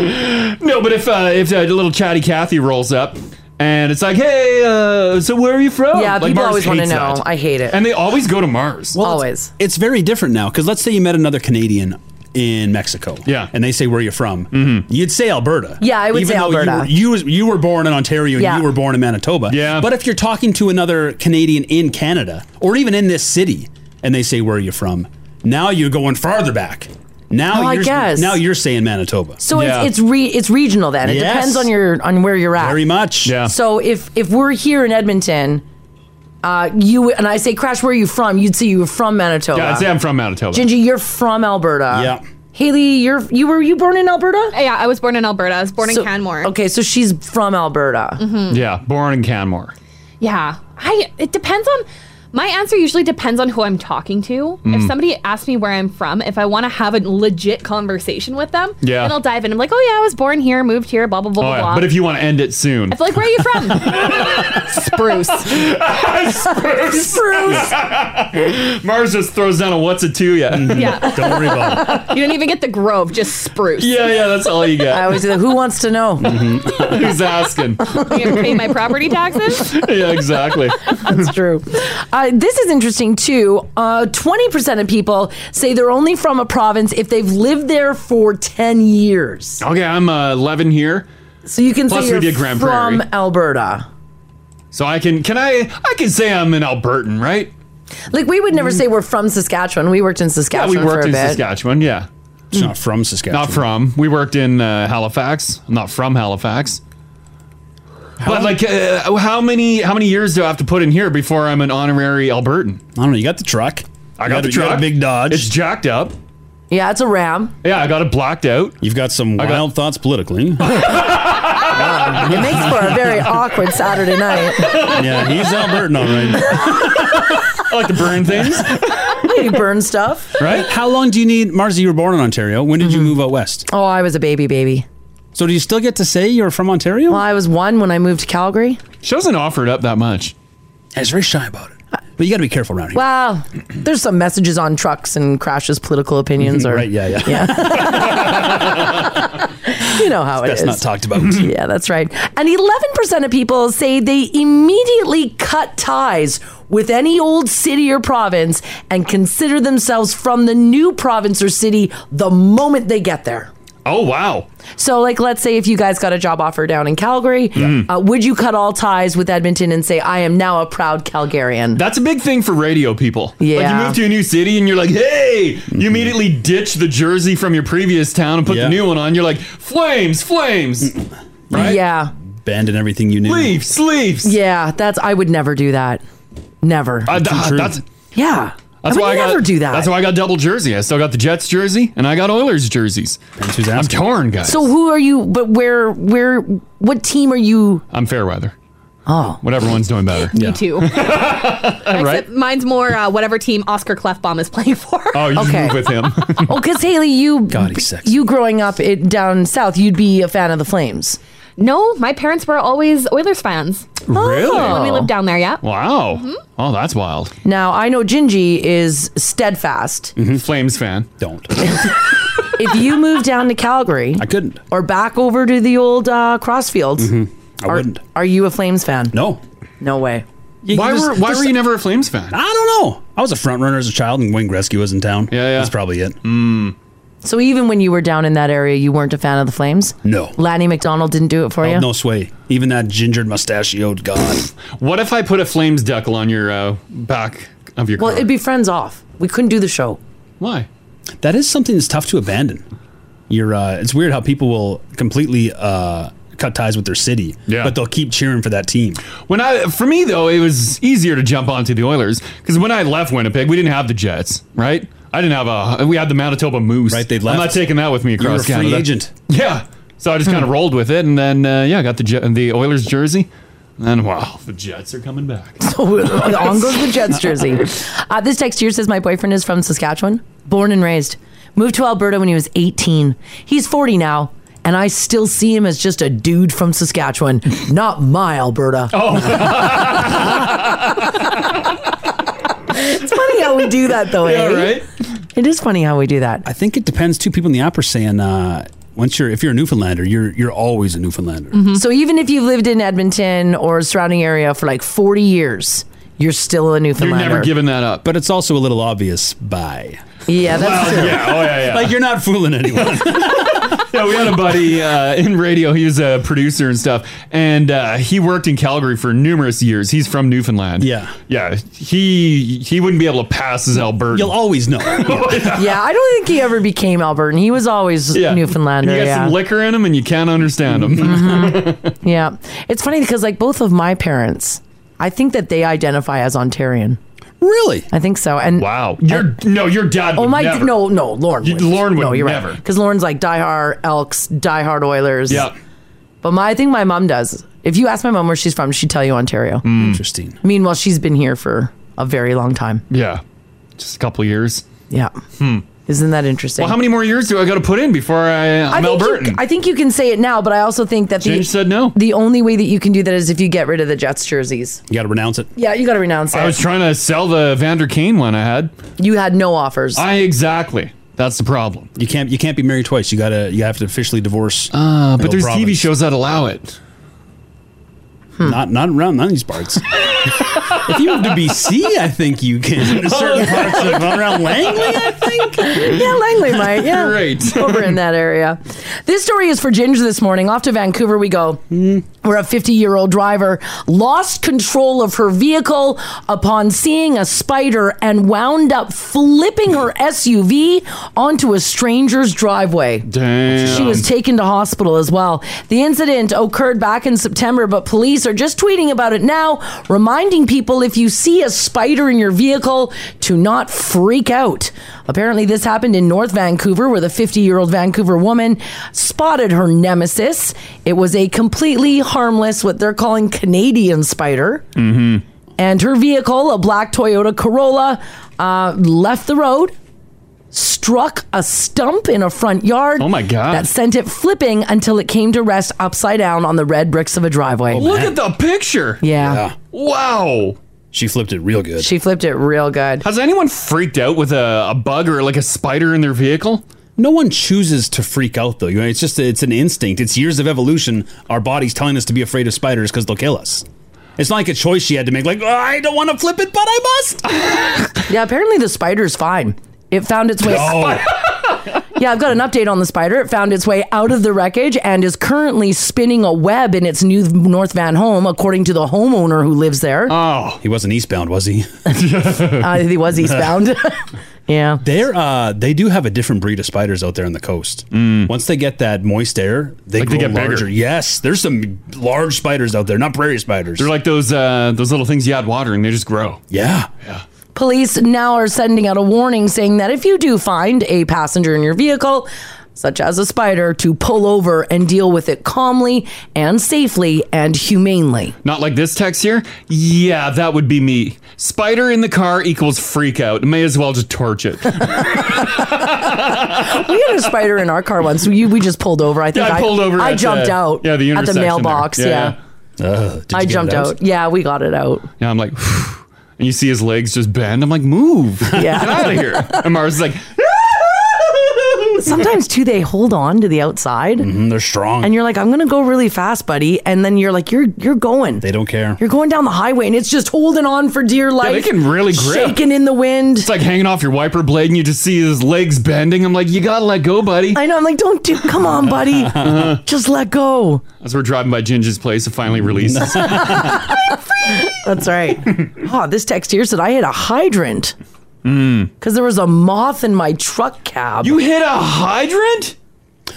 S3: no, but if uh, if uh, little chatty Kathy rolls up and it's like, hey, uh, so where are you from?
S2: Yeah,
S3: Like,
S2: people
S3: Mars
S2: always want to
S3: hates
S2: know.
S3: that.
S2: I hate it.
S3: and they always go to Mars.
S2: Always.
S4: It's very different now because let's say you met another Canadian in Mexico. Yeah. And they say, Where are you from? Mm-hmm. You'd say Alberta.
S2: Yeah, I would
S4: Even
S2: say
S4: though you
S2: Alberta.
S4: were- You, was- you, were born in Ontario and
S2: Yeah.
S4: you were born in Manitoba. Yeah. But if you're talking to another Canadian in Canada or even in this city and they say, Where are you from? Now you're going farther back. Now
S2: Oh, I
S4: you're
S2: guess.
S4: now you're saying Manitoba.
S2: So it's it's re, it's regional then. It
S4: Yes.
S2: depends on your on where you're at.
S4: Very much. Yeah.
S2: So if if we're here in Edmonton, uh, you and I say, Crash, where are you from? You'd say you were from Manitoba.
S3: Yeah, I'd say I'm from Manitoba.
S2: Gingy, you're from Alberta.
S3: Yeah.
S2: Haley, you're you were you born in Alberta?
S5: Yeah, I was born in Alberta. I was born
S2: So-
S5: in Canmore.
S2: Okay, so she's from Alberta.
S5: Mhm.
S3: Yeah, born in Canmore.
S5: Yeah. I it depends on My answer usually depends on who I'm talking to. If
S14: Mm.
S5: somebody asks me where I'm from, if I want to have a legit conversation with them,
S3: Yeah.
S5: then I'll dive in. I'm like, oh yeah, I was born here, moved here, blah blah blah
S3: Oh,
S5: blah.
S3: yeah. But if you want to end it soon,
S5: I feel like, where are you from? Spruce.
S3: Spruce. Mars just throws down a what's it to you.
S5: Yeah.
S3: Don't worry about it.
S5: You don't even get the Grove, just Spruce.
S3: Yeah, yeah, that's all you get. Mm-hmm.
S5: I always
S2: say, who wants to know?
S3: Who's asking?
S5: You have to pay my property taxes.
S3: yeah, exactly.
S2: That's true. Uh, this is interesting too. Uh, Twenty percent of people say they're only from a province if they've lived there for ten years.
S3: Okay, I'm uh, 11 here.
S2: So you can
S3: Plus
S2: say
S3: we
S2: you're
S3: did Grand
S2: from
S3: Prairie.
S2: Alberta.
S3: So I can can I I can say I'm an Albertan, right?
S2: Like we would never say we're from Saskatchewan. We worked in
S3: Yeah,
S2: Saskatchewan
S3: we worked
S2: for a
S3: in
S2: bit.
S3: Saskatchewan. Yeah,
S15: It's not from Saskatchewan.
S3: Not from. We worked in uh, Halifax. I'm not from Halifax. But like, uh, how many how many years do I have to put in here before I'm an honorary Albertan? I don't know. You got the truck. I
S15: You
S3: got,
S15: got-
S3: the
S15: you got a
S3: truck. big Dodge. It's jacked up.
S2: Yeah, it's a Ram.
S3: Yeah, I got it blacked out.
S15: You've got some
S3: I
S15: wild
S3: got-
S15: thoughts politically.
S2: It makes for a very awkward Saturday night.
S15: yeah, he's Albertan, all right.
S3: I like to burn things.
S2: you burn stuff.
S15: Right? How long do you need, Marzi? You were born in Ontario. When did you move out west?
S2: Oh, I was a baby, baby.
S15: So do you still get to say you're from Ontario? Well,
S2: I was one when I moved to Calgary.
S3: She doesn't offer it up that much.
S15: He's very shy about it. But you got to be careful around here.
S2: Wow, there's some messages on trucks and crashes. Political opinions are
S15: Right, yeah, yeah.
S2: you know how
S15: That's
S2: it is.
S15: not talked about.
S2: yeah, that's right. And 11% of people say they immediately cut ties with any old city or province and consider themselves from the new province or city the moment they get there.
S3: Oh wow!
S2: So, like, let's say if you guys got a job offer down in Calgary, uh, would you cut all ties with Edmonton and say, "I am now a proud Calgarian"?
S3: That's a big thing for radio people. Like you
S2: Yeah.
S3: move to a new city and you're like, hey,
S15: Mm-hmm.
S3: you immediately ditch the jersey from your previous town and put the new one on. You're like, flames, flames. Right?
S2: Yeah.
S15: Mm-hmm. Abandon everything you knew.
S3: Leave, sleeves.
S2: Yeah, that's. I would never do that. Never.
S3: Uh, th- that's
S2: yeah.
S3: that's
S2: I would
S3: why I got,
S2: never do that.
S3: That's why I got double jersey. I still got the Jets jersey and I got Oilers jerseys. I'm torn, guys.
S2: So who are you? But where? Where? What team are you?
S3: I'm fair weather.
S2: Oh.
S3: Whatever one's doing better.
S5: Me too.
S3: right?
S5: Except mine's more uh, whatever team Oscar Clefbaum is playing for.
S3: Oh, you just move with him.
S2: Oh, because Haley, you
S3: God, he's sexy.
S2: you growing up it, down south, you'd be a fan of the Flames.
S5: No, my parents were always Oilers fans. Oh.
S3: Really?
S5: When we lived down there, yeah. Mm-hmm.
S3: Wow. Oh, that's wild.
S2: Now I know Gingy is steadfast.
S3: Flames fan.
S15: Mm-hmm. Don't.
S2: if you moved down to Calgary, I
S15: couldn't,
S2: or back over to the old uh, Crossfields,
S3: Mm-hmm.
S15: I
S2: are,
S15: wouldn't.
S2: Are you a Flames fan?
S15: No,
S2: no way.
S3: why were Why were you never a Flames fan?
S15: I don't know. I was a front runner as a child, and Wayne Gretzky was in town. Yeah, yeah. That's probably it. Mm.
S2: So even when you were down in that area, you weren't a fan of the Flames.
S15: No. Oh,
S2: Lanny McDonald didn't do it
S4: Oh,
S2: for you.
S15: No sway. Even that gingered mustachioed god.
S3: What if I put a Flames deckle on your uh, back of your
S2: Well, it'd be friends off. We couldn't do the show.
S3: Why?
S15: That is something that's tough to abandon. You're. Uh, it's weird how people will completely uh, cut ties with their city, yeah. but they'll keep cheering for that team.
S3: When I, for me though, it was easier to jump onto the Oilers because when I left Winnipeg, we didn't have the Jets, right? I didn't have a. We had the Manitoba Moose, right? They
S15: left.
S3: I'm not taking that with me
S15: You were a
S3: across
S15: free
S3: Canada.
S15: agent. Hmm.
S3: Yeah, so I just kind of rolled with it, and then uh, yeah, I got the Je- the Oilers jersey, and then wow, the Jets are coming back.
S2: So on goes the Jets jersey. Uh, this text here says my boyfriend is from Saskatchewan, born and raised. Moved to Alberta when he was 18. He's 40 now, and I still see him as just a dude from Saskatchewan, not my Alberta. Oh. it's funny how we do that, though.
S15: Yeah,
S2: eh?
S15: right?
S2: It is funny how we do that.
S15: I think it depends. Two people in the app are saying uh, once you're if you're a Newfoundlander, you're you're always a Newfoundlander.
S2: So even if you've lived in Edmonton or surrounding area for like 40 years, you're still a Newfoundlander.
S3: giving that up.
S15: But it's also a little obvious. Bye.
S2: Yeah, that's
S3: Well,
S2: true.
S3: yeah, oh, yeah, yeah.
S15: Like you're not fooling anyone.
S3: yeah, we had a buddy uh, in radio. He was a producer and stuff, and uh, he worked in Calgary for numerous years. He's from Newfoundland. Yeah, yeah. He he wouldn't be able to pass as Alberta. You'll
S15: always know.
S2: yeah, I don't think he ever became Albertan. He was always Newfoundlander.
S3: You got
S2: yeah.
S3: some liquor in him, and you can't understand him.
S2: yeah. It's funny because like both of my parents, I think that they identify as Ontarian.
S15: Really?
S2: I think so. And
S3: wow. Your no, your dad
S2: Oh
S3: would
S2: my
S3: never.
S2: no, no, Lauren.
S3: You-
S2: would.
S3: Lauren would
S2: no, you're
S3: never.
S2: Because Lauren's like diehard Elks, diehard Oilers.
S3: Yeah.
S2: But my I think
S3: Hmm.
S2: my mom does. If you ask my mom where she's from, she'd tell you Ontario.
S15: Interesting.
S2: Meanwhile, she's been here for a very long time.
S3: Yeah. Just a couple years.
S2: Yeah.
S3: Hmm.
S2: Isn't that interesting?
S3: Well, how many more years do I got to put in before I, uh, I'm
S2: think
S3: Albertan?
S2: You, I think you can say it now, but I also think that the
S3: Ginge said no.
S2: The only way that you can do that is if you get rid of the Jets jerseys.
S3: you got to renounce it.
S2: Yeah, you got to renounce it.
S3: I was trying to sell the Vander Kane one I had.
S2: You had no offers.
S3: I exactly. That's the problem.
S4: You can't you can't be married twice. You gotta you have to officially divorce.
S3: Uh, but there's TV shows that allow it.
S2: Hmm.
S4: Not not around none of these parts. if you have to BC, I think you can. Certain parts of around Langley.
S2: I think. yeah, Langley might. Yeah,
S3: Great.
S2: Over in that area. This story is for Ginger this morning. Off to Vancouver we go.
S3: Hmm.
S2: Where a 50 year old driver lost control of her vehicle upon seeing a spider and wound up flipping her SUV onto a stranger's driveway.
S3: Damn.
S2: She was taken to hospital as well. The incident occurred back in September, but police are just tweeting about it now, reminding people if you see a spider in your vehicle to not freak out. Apparently, this happened in North Vancouver, where the 50 year old Vancouver woman spotted her nemesis. It was a completely harmless, what they're calling Canadian spider
S3: Mm-hmm.
S2: and her vehicle, a black Toyota Corolla, uh, left the road, struck a stump in a front yard. Oh my
S3: God.
S2: That sent it flipping until it came to rest upside down on the red bricks of a driveway.
S3: Look at the picture.
S2: Yeah.
S3: Wow. She flipped it real good.
S2: She flipped it real good.
S3: Has anyone freaked out with a, a bug or like a spider in their vehicle?
S4: No one chooses to freak out though. You know, it's just it's an instinct. It's years of evolution. Our body's telling us to be afraid of spiders because they'll kill us. It's not like a choice she had to make. Like "Oh, I don't want to flip it, but I must.
S3: Oh.
S2: Yeah, apparently the spider's fine. It found its way.
S4: No.
S2: yeah, I've got an update on the spider. It found its way out of the wreckage and is currently spinning a web in its new North Van home, according to the homeowner who lives there.
S3: Oh,
S4: he wasn't eastbound, was he?
S2: Uh, he was eastbound. yeah,
S4: they're uh, they do have a different breed of spiders out there on the coast. Once they get that moist air, they
S3: Mm. Like they
S4: grow
S3: get bigger.
S4: larger. Yes, there's some large spiders out there, not prairie spiders.
S3: They're like those uh, those little things you add water and they just grow.
S4: Yeah.
S2: Police now are sending out a warning saying that if you do find a passenger in your vehicle, such as a spider, to pull over and deal with it calmly and safely and humanely.
S3: Not like this text here. Yeah, that would be me. Spider in the car equals freak out. May as well just torch it.
S2: we had a spider in our car once. We, we just pulled over. I think
S3: I pulled over.
S2: I
S3: at,
S2: jumped
S3: uh,
S2: out.
S3: Yeah, the
S2: at the
S3: intersection there.
S2: mailbox. Yeah,
S3: Ugh, did you
S2: I
S3: get it
S2: jumped out? Yeah, we got it out.
S3: Yeah, I'm like, and you see his legs just bend. I'm like, move.
S2: Yeah.
S3: Get out of here. And Mars is like,
S2: Sometimes too, they hold on to the outside.
S3: Mm-hmm,
S4: they're strong.
S2: And you're like, I'm gonna go really fast, buddy. And then you're like, you're you're going.
S4: They don't care.
S2: You're going down the highway, and it's just holding on for dear life.
S3: yeah, they can really grip.
S2: shaking in the wind. It's
S3: like hanging off your wiper blade and you just see his legs bending. I'm like, you gotta let go, buddy. Uh-huh.
S2: I know. I'm like, don't do. Come on, buddy. Just let go.
S3: As we're driving by Ginger's place, it finally releases.
S2: That's right. oh, this text here said I hit a hydrant
S3: mm.
S2: because there was a moth in my truck cab.
S3: You hit a hydrant?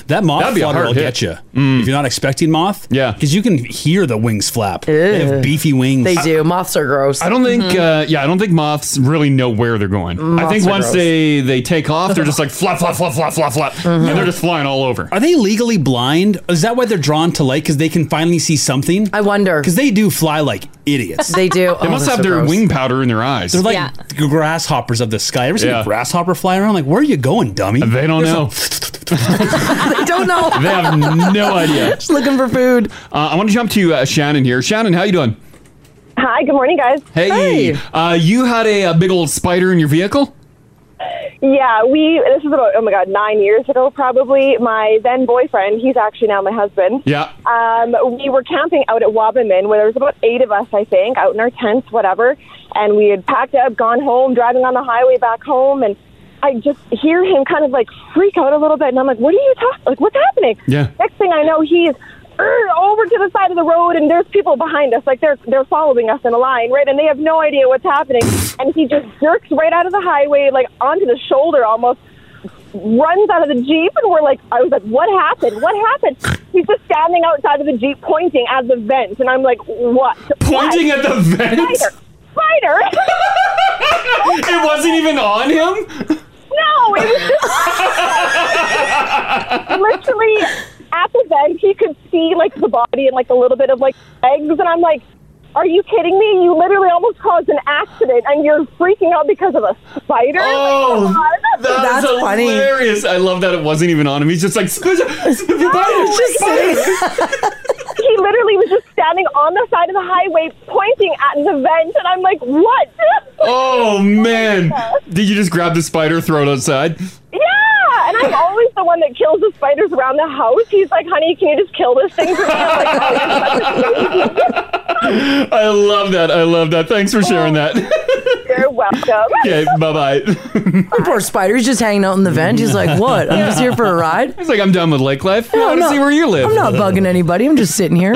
S4: That moth
S3: That'd be a
S4: flutter
S3: hard
S4: will
S3: hit. Mm.
S4: get you if you're not expecting moth. Yeah, because you can hear the wings flap. They have beefy wings.
S2: They do. Moths are gross. Mm-hmm.
S3: I don't think, uh, yeah, I don't think moths really know where they're going. I
S4: Moths
S3: think
S4: are
S3: once
S4: gross.
S3: they they take off, they're just like flap, flap, flap, flap, flap, flap,
S2: Mm-hmm.
S3: and they're just flying all over.
S4: Are they legally blind? Is that why they're drawn to light? Because they can finally see something. I
S2: wonder.
S4: Because they do fly like idiots.
S2: They do. Oh,
S3: They must have their wing powder in their eyes.
S4: They're like grasshoppers of the sky. Ever seen
S3: Yeah.
S4: a grasshopper fly around? Like, where are you going, dummy? They
S3: don't know.
S2: I don't know.
S3: they have no idea. Just
S2: looking for food.
S3: Uh, I want to jump to uh, Shannon here. Shannon, how you doing?
S8: Hi, good morning, guys.
S3: Hey, Uh, you had a, a big old spider in your vehicle.
S8: Yeah, we, this is about, oh my God, nine years ago probably. My then boyfriend, he's actually now my husband.
S3: Yeah.
S8: Um, we were camping out at Wabamin where there was about eight of us, I think, out in our tents, whatever. And we had packed up, gone home, driving on the highway back home. And I just hear him kind of like freak out a little bit. And I'm like, what are you talking, like, what's happening?
S16: Yeah.
S8: Next thing I know, he's "Er, over to the side of the road, and there's people behind us. Like they're they're following us in a line, right? And they have no idea what's happening. And he just jerks right out of the highway, like onto the shoulder, almost runs out of the jeep. And we're like, I was like, what happened? What happened? He's just standing outside of the jeep, pointing at the vent, and I'm like, what?
S3: Pointing
S8: What?
S3: at the vent?
S8: Spider. Spider.
S3: it wasn't even on him.
S8: No, it was just literally at the vent. He could see like the body and like a little bit of like legs, and I'm like,
S14: Are you kidding me? You literally almost caused an accident, and you're freaking out because of a spider.
S3: Oh, that's hilarious. I love that it wasn't even on him. He's just like,
S14: just he literally was just standing on the side of the highway, pointing at the vent, and I'm like, "What?"
S3: oh man. Did you just grab the spider, throw it outside?
S14: Yeah, and I'm always the one that kills the spiders around the house. He's like, "Honey, can you just kill this thing?" For me? I'm like, "Oh, you're such a baby."
S3: I love that. I love that. Thanks for sharing that.
S14: You're welcome.
S3: Okay, bye bye.
S2: Poor spider. He's just hanging out in the vent. He's like, what? I'm just here for a ride.
S3: He's like, I'm done with lake life. I want to see where you live.
S2: I'm not bugging anybody. I'm just sitting here.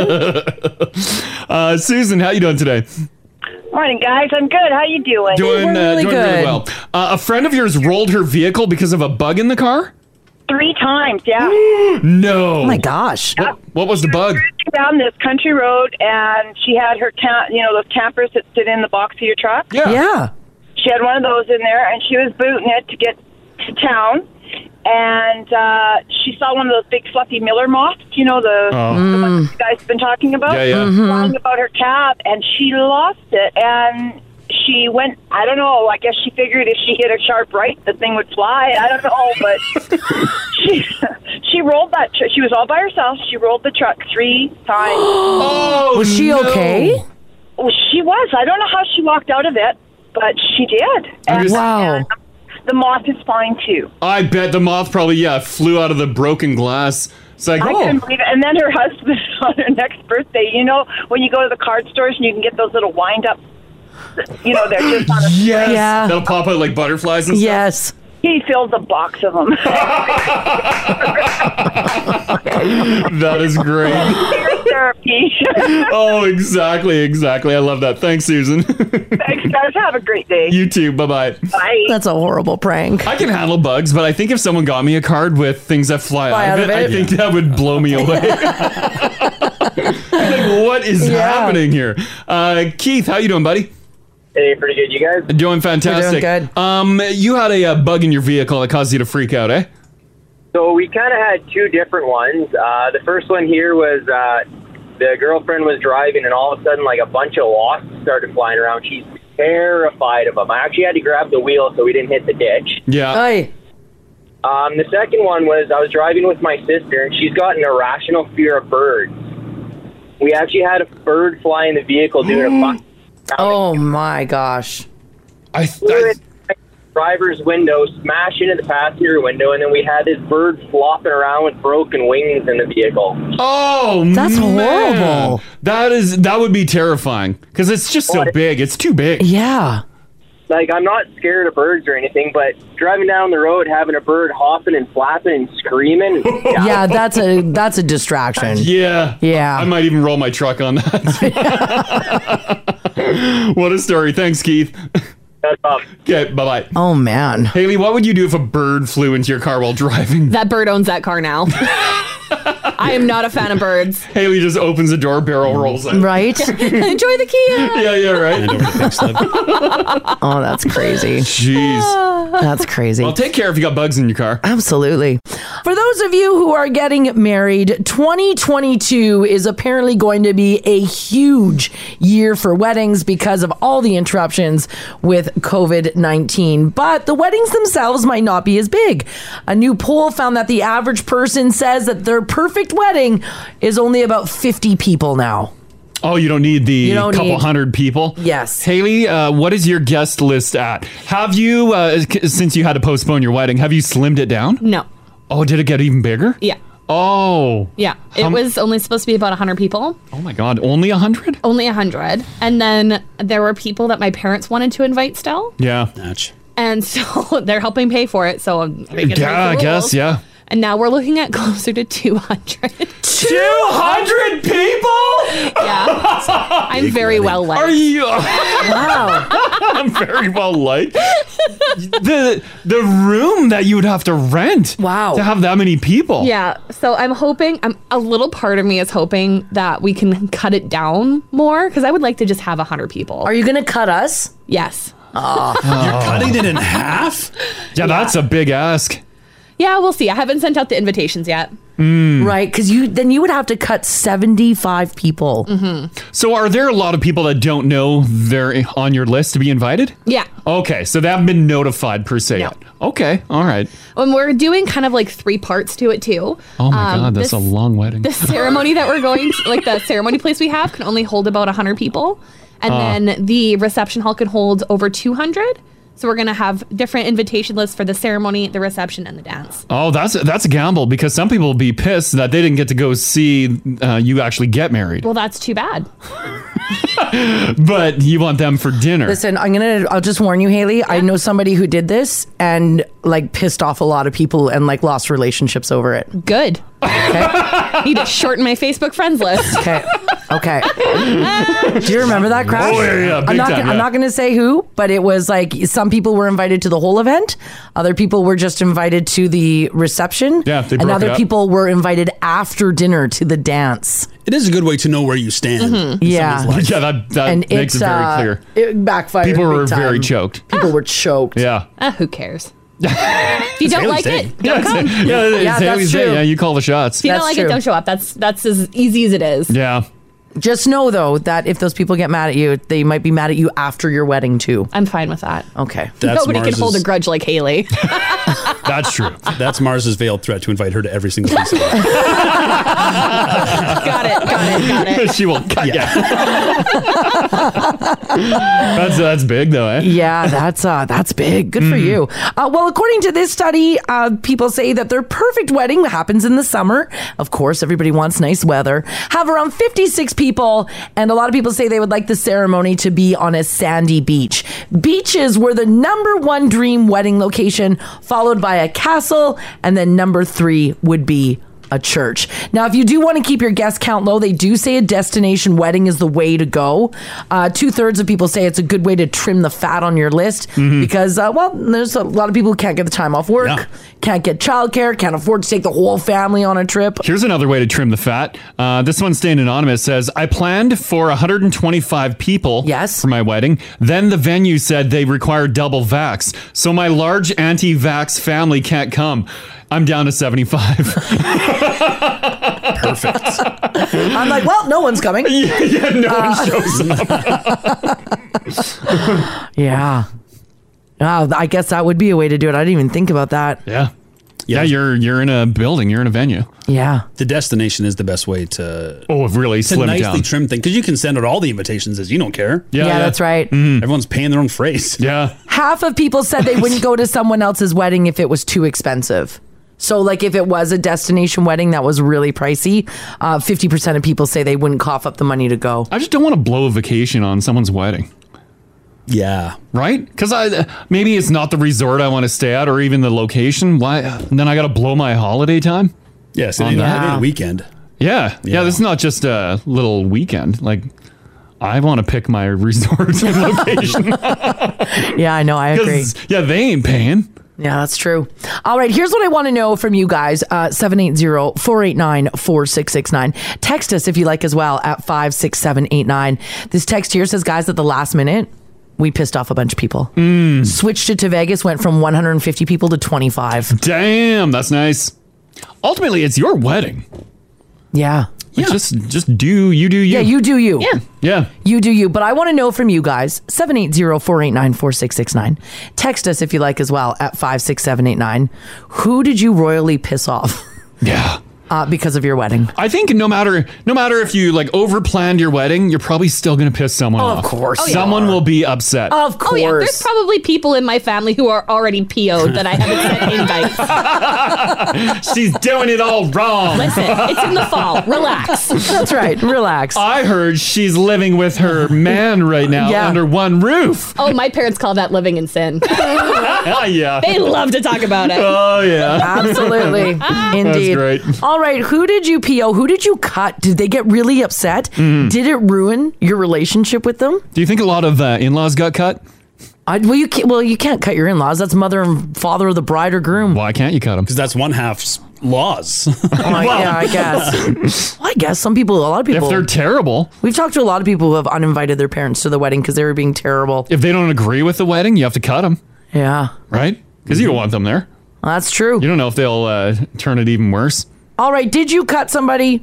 S3: Uh, Susan, how you doing today?
S16: Morning, guys. I'm good. How you doing?
S3: Doing uh, doing really well. Uh, a friend of yours rolled her vehicle because of a bug in the car.
S16: Three times, yeah.
S3: No. Oh
S2: my gosh.
S3: What, what was the bug?
S16: Down this country road, and she had her cam- you know those campers that sit in the box of your truck.
S3: Yeah.
S2: Yeah.
S16: She had one of those in there, and she was booting it to get to town. And uh, she saw one of those big fluffy Miller moths, you know the,
S3: Oh.
S16: the ones you guys have been talking about,
S3: Yeah, yeah.
S2: Mm-hmm.
S3: Mhm.
S16: flying about her cab, and she lost it. And she went, I don't know. I guess she figured if she hit a sharp right, the thing would fly. I don't know, but She rolled that. Tr- she was all by herself. She rolled the truck three times.
S2: Oh, Was she no. okay?
S16: Well, she was. I don't know how she walked out of it, but she did.
S3: I'm just-
S16: The moth is fine too.
S3: I bet the moth probably yeah flew out of the broken glass. It's like oh.
S16: I couldn't believe it. And then her husband on her next birthday. You know, when you go to the card stores and you can get those little wind up. You know, they're just on a.
S3: yes, that'll pop out like butterflies and stuff.
S2: Yes.
S16: He filled the box of them.
S3: that is great.
S16: therapy.
S3: oh, exactly, exactly. I love that. Thanks, Susan.
S16: Thanks, guys. Have a great day.
S3: you too. Bye bye.
S16: Bye.
S2: That's a horrible prank.
S3: I can handle bugs, but I think if someone got me a card with things that fly,
S2: Fly
S3: out, of it, I think that would blow me away. like, what is happening here? Uh, Keith, how you doing, buddy?
S17: Hey, pretty good. You guys?
S3: Doing fantastic. good. Um, you had a, uh bug in your vehicle that caused you to freak out, eh?
S17: So we kind of had two different ones. Uh, the first one here was uh, the girlfriend was driving, and all of a sudden, like a bunch of wasps started flying around. She's terrified of them. I actually had to grab the wheel so we didn't hit the ditch.
S3: Yeah.
S17: Um, the second one was I was driving with my sister, and she's got an irrational fear of birds. We actually had a bird fly in the vehicle doing a buck
S2: Mm. Oh my gosh.
S3: I
S17: flew in the driver's window, smash into the passenger window, and then we had this bird flopping around with broken wings in the vehicle.
S3: Oh, that's horrible. That is that would be terrifying because it's just so big. It's too big.
S2: Yeah.
S17: Like I'm not scared of birds or anything, but driving down the road having a bird hopping and flapping and screaming.
S2: Yeah, that's a that's a distraction.
S3: Yeah.
S2: Yeah.
S3: I might even roll my truck on that. what a story. Thanks, Keith. Okay, bye bye.
S2: Oh man.
S3: Haley, what would you do if a bird flew into your car while driving?
S5: That bird owns that car now. I am not a fan of birds.
S3: Haley just opens the door, barrel rolls out.
S2: Right?
S5: Enjoy the Kia.
S3: Yeah, yeah, right.
S2: Oh, that's crazy.
S3: Jeez.
S2: That's crazy.
S3: Well, take care if you got bugs in your car.
S2: Absolutely. For those of you who are getting married, 2022 is apparently going to be a huge year for weddings because of all the interruptions with COVID 19. But the weddings themselves might not be as big. A new poll found that the average person says that their perfect wedding is only about 50 people now.
S3: Oh, you don't need the
S2: You don't
S3: couple
S2: need-
S3: hundred people.
S2: Yes.
S3: Haley, uh, what is your guest list at? Have you, uh, c- since you had to postpone your wedding, have you slimmed it down?
S5: No.
S3: Oh, did it get even bigger?
S5: Yeah.
S3: Oh.
S5: Yeah, it
S3: How m-
S5: was only supposed to be about 100 people.
S3: Oh my God. Only a hundred?
S5: Only 100. And then there were people that my parents wanted to invite still.
S3: Yeah.
S5: And so they're helping pay for it. So I'm making the
S3: Yeah, I
S5: rules.
S3: guess. Yeah.
S5: And now we're looking at closer to 200.
S3: 200 people?
S5: Yeah. I'm
S3: Big
S5: very
S3: wedding.
S5: well liked.
S3: Are you?
S5: Wow.
S3: I'm very well liked. the the room that you would have to rent. Wow. To have that many people.
S5: Yeah. So I'm hoping, I'm, a little part of me is hoping that we can cut it down more because I would like to just have 100 people. Are
S2: you going to cut us?
S5: Yes.
S3: Ah. You're cutting it in half? Oh. Yeah, that's a big ask.
S5: Yeah, we'll see. I haven't sent out the invitations yet.
S3: Mm. Hmm.
S2: right? Because you then you would have to cut seventy five people. Mm-hmm.
S3: So, are there a lot of people that don't know they're on your list to be invited?
S5: Yeah.
S3: Okay, so they haven't been notified per se yet. Okay, all right.
S5: And we're doing kind of like three parts to it too.
S3: Oh my
S5: Um,
S3: god, that's
S5: this-
S3: a long wedding.
S5: the ceremony that we're going to, like the ceremony place we have, can only hold about 100 people. And
S3: Ah.
S5: then the reception hall can hold over 200. So we're going to have different invitation lists for the ceremony, the reception, and the dance.
S3: Oh, that's that's a gamble because some people will be pissed that they didn't get to go see uh, you actually get married,
S5: Well, that's too bad.
S3: but you want them for dinner.
S2: Listen, I'm gonna. I'll just warn you, Haley. I know somebody who did this and like pissed off a lot of people and like lost relationships over it.
S5: Good. Need to shorten my Facebook friends list.
S2: Okay. Okay. Do you remember that crash?
S5: Oh, yeah, yeah, big
S2: I'm not.
S5: time,
S2: gonna,
S5: yeah.
S2: I'm not going to say who, but it was like some people were invited to the whole event, other people were just invited to the reception,
S15: Yeah, they
S2: and
S15: broke
S2: other
S15: it up.
S2: people were invited after dinner to the dance.
S15: It is a good way to know where you stand.
S2: Mhm.
S15: in
S2: Yeah.
S15: somebody's life.
S3: Yeah, that, that
S2: and
S3: makes
S2: it's,
S3: it very
S2: uh,
S3: clear.
S2: It backfired.
S3: People
S2: big
S3: were
S2: time.
S3: very choked.
S2: People were choked.
S3: Yeah.
S5: Ah, who cares? if you don't
S3: Haley's
S5: like
S3: day.
S5: it, don't
S3: yeah,
S5: come.
S3: it's- Yeah, it's Haley's day. Yeah, you call the shots.
S5: If you don't like it, don't show up. That's that's as easy as it is.
S3: Yeah.
S2: Just know though that if those people get mad at you, they might be mad at you after your wedding too.
S5: I'm fine with that.
S2: Okay.
S5: Nobody can hold a grudge like Haley.
S3: That's true.
S15: That's Mars's veiled threat to invite her to every single piece.
S3: she will cut that's that's big though, eh?
S2: Yeah, that's uh, that's big. Good for
S3: Mm.
S2: you. Uh, well, according to this study, uh, people say that their perfect wedding happens in the summer. Of course, everybody wants nice weather. Have around fifty-six people, and a lot of people say they would like the ceremony to be on a sandy beach. Beaches were the number one dream wedding location, followed by a castle, and then number three would be a church. Now, if you do want to keep your guest count low, they do say a destination wedding is the way to go. Uh, Two thirds of people say it's a good way to trim the fat on your list
S3: Mm-hmm.
S2: because, uh, well, there's a lot of people who can't get the time off work, can't get childcare, can't afford to take the whole family on a trip.
S3: Here's another way to trim the fat. Uh, this one, staying anonymous, says I planned for 125 people. Yes. For my wedding, then the venue said they require double vax, so my large anti-vax family can't come. I'm down to 75. Perfect.
S2: I'm like, well, no one's coming. Uh,
S3: yeah, no one shows
S2: up. yeah. Oh, I guess that would be a way to do it. I didn't even think about that.
S3: Yeah. Yeah, you're you're in a building, you're in a venue.
S2: Yeah.
S15: The destination is the best way to
S3: oh really
S15: to
S3: slim
S15: nicely
S3: down.
S15: trim thing because you can send out all the invitations as you don't care.
S2: Yeah, Yeah, yeah. that's right.
S15: Everyone's paying their own phrase.
S3: Mm-hmm. Yeah,
S2: half of people said they wouldn't go to someone else's wedding if it was too expensive. So, like, if it was a destination wedding that was really pricey, uh, fifty percent of people say they wouldn't cough up the money to go.
S3: I just don't want to blow a vacation on someone's wedding.
S15: Yeah.
S3: Right? Because I maybe it's not the resort I want to stay at or even the location. Why? And then I got to blow my holiday time.
S15: Yes, it ain't- it ain't a weekend.
S3: Yeah, yeah. This is not just a little weekend. Like I want to pick my resort and location.
S2: yeah, I know. I agree.
S3: 'Cause, Yeah, they ain't paying.
S2: Yeah, that's true. All right, here's what I want to know from you guys uh, 780 489 4669. Text us if you like as well at 56789. This text here says, guys, at the last minute, we pissed off a bunch of people. Switched it to Vegas, went from 150 people to 25.
S3: Damn, that's nice. Ultimately, it's your wedding.
S2: Yeah.
S3: Like, Just just do you do you. Yeah,
S2: you do you.
S3: Yeah. Yeah.
S2: You do you. But I want to know from you guys 780 489 4669. Text us if you like as well at 56789. Who did you royally piss off?
S3: Yeah.
S2: Uh, because of your wedding.
S3: I think no matter no matter if you like over planned your wedding, you're probably still gonna piss someone
S2: Of
S3: off.
S2: course. Oh, yeah.
S3: someone will be upset.
S2: Of
S5: Oh yeah, there's probably people in my family who are already PO'd that I haven't sent invites.
S3: She's doing it all wrong.
S5: Listen, it's in the fall. Relax.
S2: That's right. Relax.
S3: I heard she's living with her man right now
S5: Yeah.
S3: under one roof.
S5: Oh, my parents call that living in sin.
S3: Ah, yeah.
S5: They love to talk about it.
S3: Oh yeah.
S2: Absolutely. Indeed.
S3: That's great.
S2: All right. Who did you PO? Who did you cut? Did they get really upset?
S3: Mm.
S2: Did it ruin your relationship with them?
S3: Do you think a lot of uh, in-laws got cut?
S2: I, well, you can't, well, you can't cut your in-laws. That's mother and father of the bride or groom.
S3: Why can't you cut them?
S15: Because that's one half's laws.
S2: Oh, yeah, I guess. Well, I guess some people, a lot of people,
S3: If they're terrible,
S2: we've talked to a lot of people who have uninvited their parents to the wedding because they were being terrible.
S3: If they don't agree with the wedding, you have to cut them.
S2: Yeah.
S3: Right? Because you don't want them there.
S2: That's true.
S3: You don't know if they'll uh, turn it even worse.
S2: All right. Did you cut somebody?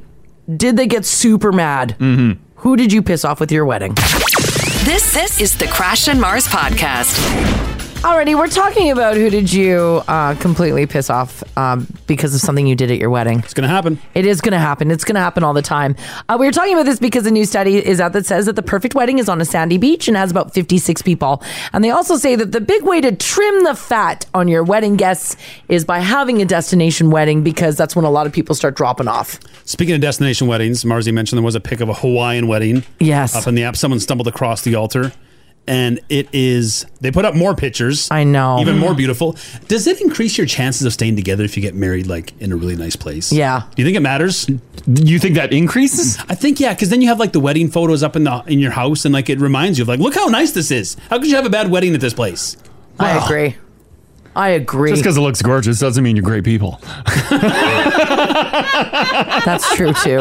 S2: Did they get super mad? Mm-hmm. Who did you piss off with your wedding?
S1: This this is the Crash and Mars podcast.
S2: Alrighty, we're talking about who did you uh, completely piss off um, because of something you did at your wedding. It's
S4: going to happen.
S2: It is going to happen. It's going to happen all the time. Uh, we were talking about this because a new study is out that says that the perfect wedding is on a sandy beach and has about 56 people. And they also say that the big way to trim the fat on your wedding guests is by having a destination wedding because that's when a lot of people start dropping off.
S4: Speaking of destination weddings, Marzi mentioned there was a pic of a Hawaiian wedding.
S2: Yes.
S4: Up in the app, someone stumbled across the altar. And it is, they put up more pictures.
S2: I know.
S4: Even more beautiful. Does it increase your chances of staying together if you get married, like, in a really nice place?
S2: Yeah.
S4: Do you think it matters? You think that increases? I think, yeah, because then you have, like, the wedding photos up in the in your house, and, like, it reminds you of, like, look how nice this is. How could you have a bad wedding at this place?
S2: I agree. I agree.
S3: Just because it looks gorgeous doesn't mean you're great people.
S2: That's true, too.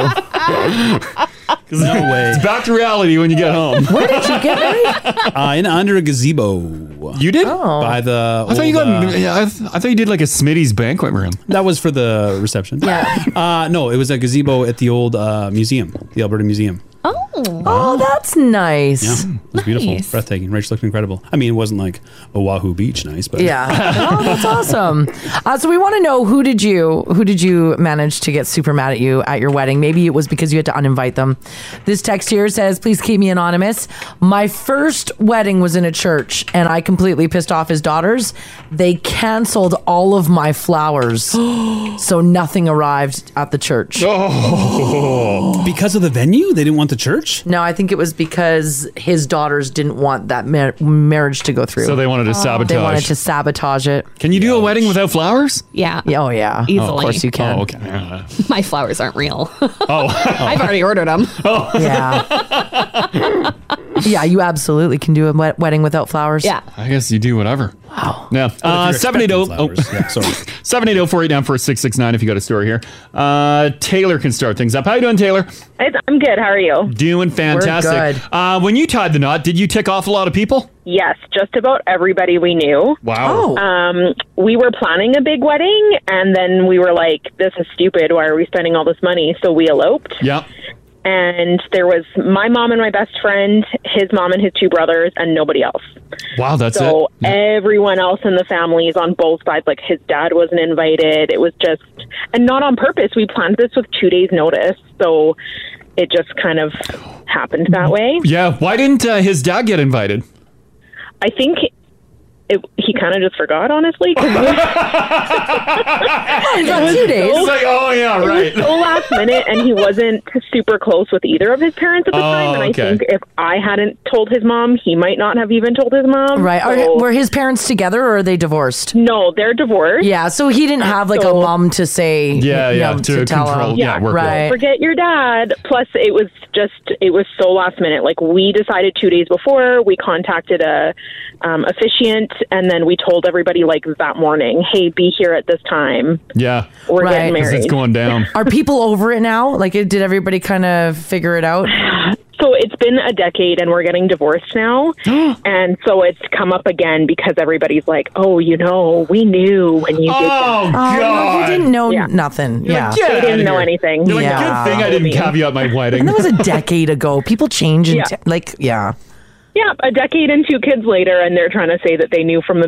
S4: No way.
S3: It's back to reality when you get home.
S2: Where did you get married?
S4: Uh, in under a gazebo. You did?
S2: Oh.
S4: By the.
S3: I thought you
S4: old,
S3: got.
S4: uh,
S3: yeah, I, th- I thought you did like a Smitty's banquet room.
S4: That was for the reception.
S2: Yeah.
S4: Uh, no, it was a gazebo at the old uh, museum, the Alberta Museum.
S2: Oh. Oh, that's nice.
S4: Yeah, it was beautiful, breathtaking. Rachel looked incredible. I mean, it wasn't like Oahu Beach nice, but
S2: Yeah. oh, that's awesome. Uh, so we want to know who did you who did you manage to get super mad at you at your wedding? Maybe it was because you had to uninvite them. This text here says, "Please keep me anonymous. My first wedding was in a church, and I completely pissed off his daughters. They canceled all of my flowers, so nothing arrived at the church.
S3: Oh.
S4: because of the venue, they didn't want the church.
S2: No, I think it was because his daughters didn't want that mar- marriage to go through.
S3: So they wanted to
S2: They
S3: sabotage.
S2: wanted to sabotage it.
S3: Can you do a wedding without flowers?
S5: Yeah.
S2: Oh yeah.
S5: Easily. of course you can.
S3: Oh, okay. Yeah.
S5: My flowers aren't real.
S3: oh.
S5: I've already ordered them.
S3: Oh.
S2: Yeah. yeah, you absolutely can do a wed- wedding without flowers.
S5: Yeah.
S3: I guess you do whatever. Wow. Yeah.
S4: you're
S3: Uh,
S4: expecting
S3: 780 oh,
S4: flowers. Yeah, sorry.
S3: 780 489 if you got a story here. Uh, Taylor can start things up. How you doing, Taylor?
S19: It's, I'm good. How are you?
S3: Doing fantastic.
S19: good.
S3: Uh, when you tied the knot, did you tick off a lot of people?
S19: Yes, just about everybody we knew.
S3: Wow. Oh.
S19: Um, we were planning a big wedding, and then we were like, this is stupid. Why are we spending all this money? So we eloped.
S3: Yep.
S19: And there was my mom and my best friend, his mom and his two brothers, and nobody else.
S3: Wow, that's
S19: so
S3: it. Yeah.
S19: everyone else in the family is on both sides. Like his dad wasn't invited. It was just, and not on purpose. We planned this with two days' notice. So it just kind of happened that way.
S3: Yeah. Why didn't uh, his dad get invited?
S19: I think it, he kind of just forgot, honestly. 'cause it was-
S2: He's got two days. He's like,
S3: oh, yeah,
S19: It was so last minute, and he wasn't super close with either of his parents at the
S2: Oh,
S19: time. And I
S2: okay.
S19: think if I hadn't told his mom, he might not have even told his mom.
S2: Right.
S19: so-
S2: Are, were his parents together or are they divorced?
S19: No, they're divorced.
S2: Yeah, so he didn't have like a mom to say.
S19: Yeah,
S2: you
S19: yeah,
S2: know,
S19: to
S2: tell
S19: control-
S2: him.
S19: yeah, work with.
S2: right.
S19: Forget your dad. Plus, it was just it was so last minute. Like we decided two days before. We contacted a um, officiant, and then we told everybody like that morning, "Hey, be here at this time."
S3: Yeah.
S19: We're getting Right.
S3: 'Cause It's
S19: married.
S3: going down.
S2: Are people over it now? Like, did everybody kind of figure it out?
S19: So it's been a decade, and we're getting divorced now, and so it's come up again because everybody's like, "Oh, you know, we knew when you did that."
S2: Oh, no, you didn't know nothing. yeah,
S19: like, "Get They out didn't of know here." anything.
S3: You're like,
S2: Yeah.
S3: good thing I didn't caveat my wedding.
S2: And that was a decade ago. People change, and
S19: Yeah.
S2: t- like, yeah.
S19: Yeah, a decade and two kids later, and they're trying to say that they knew from the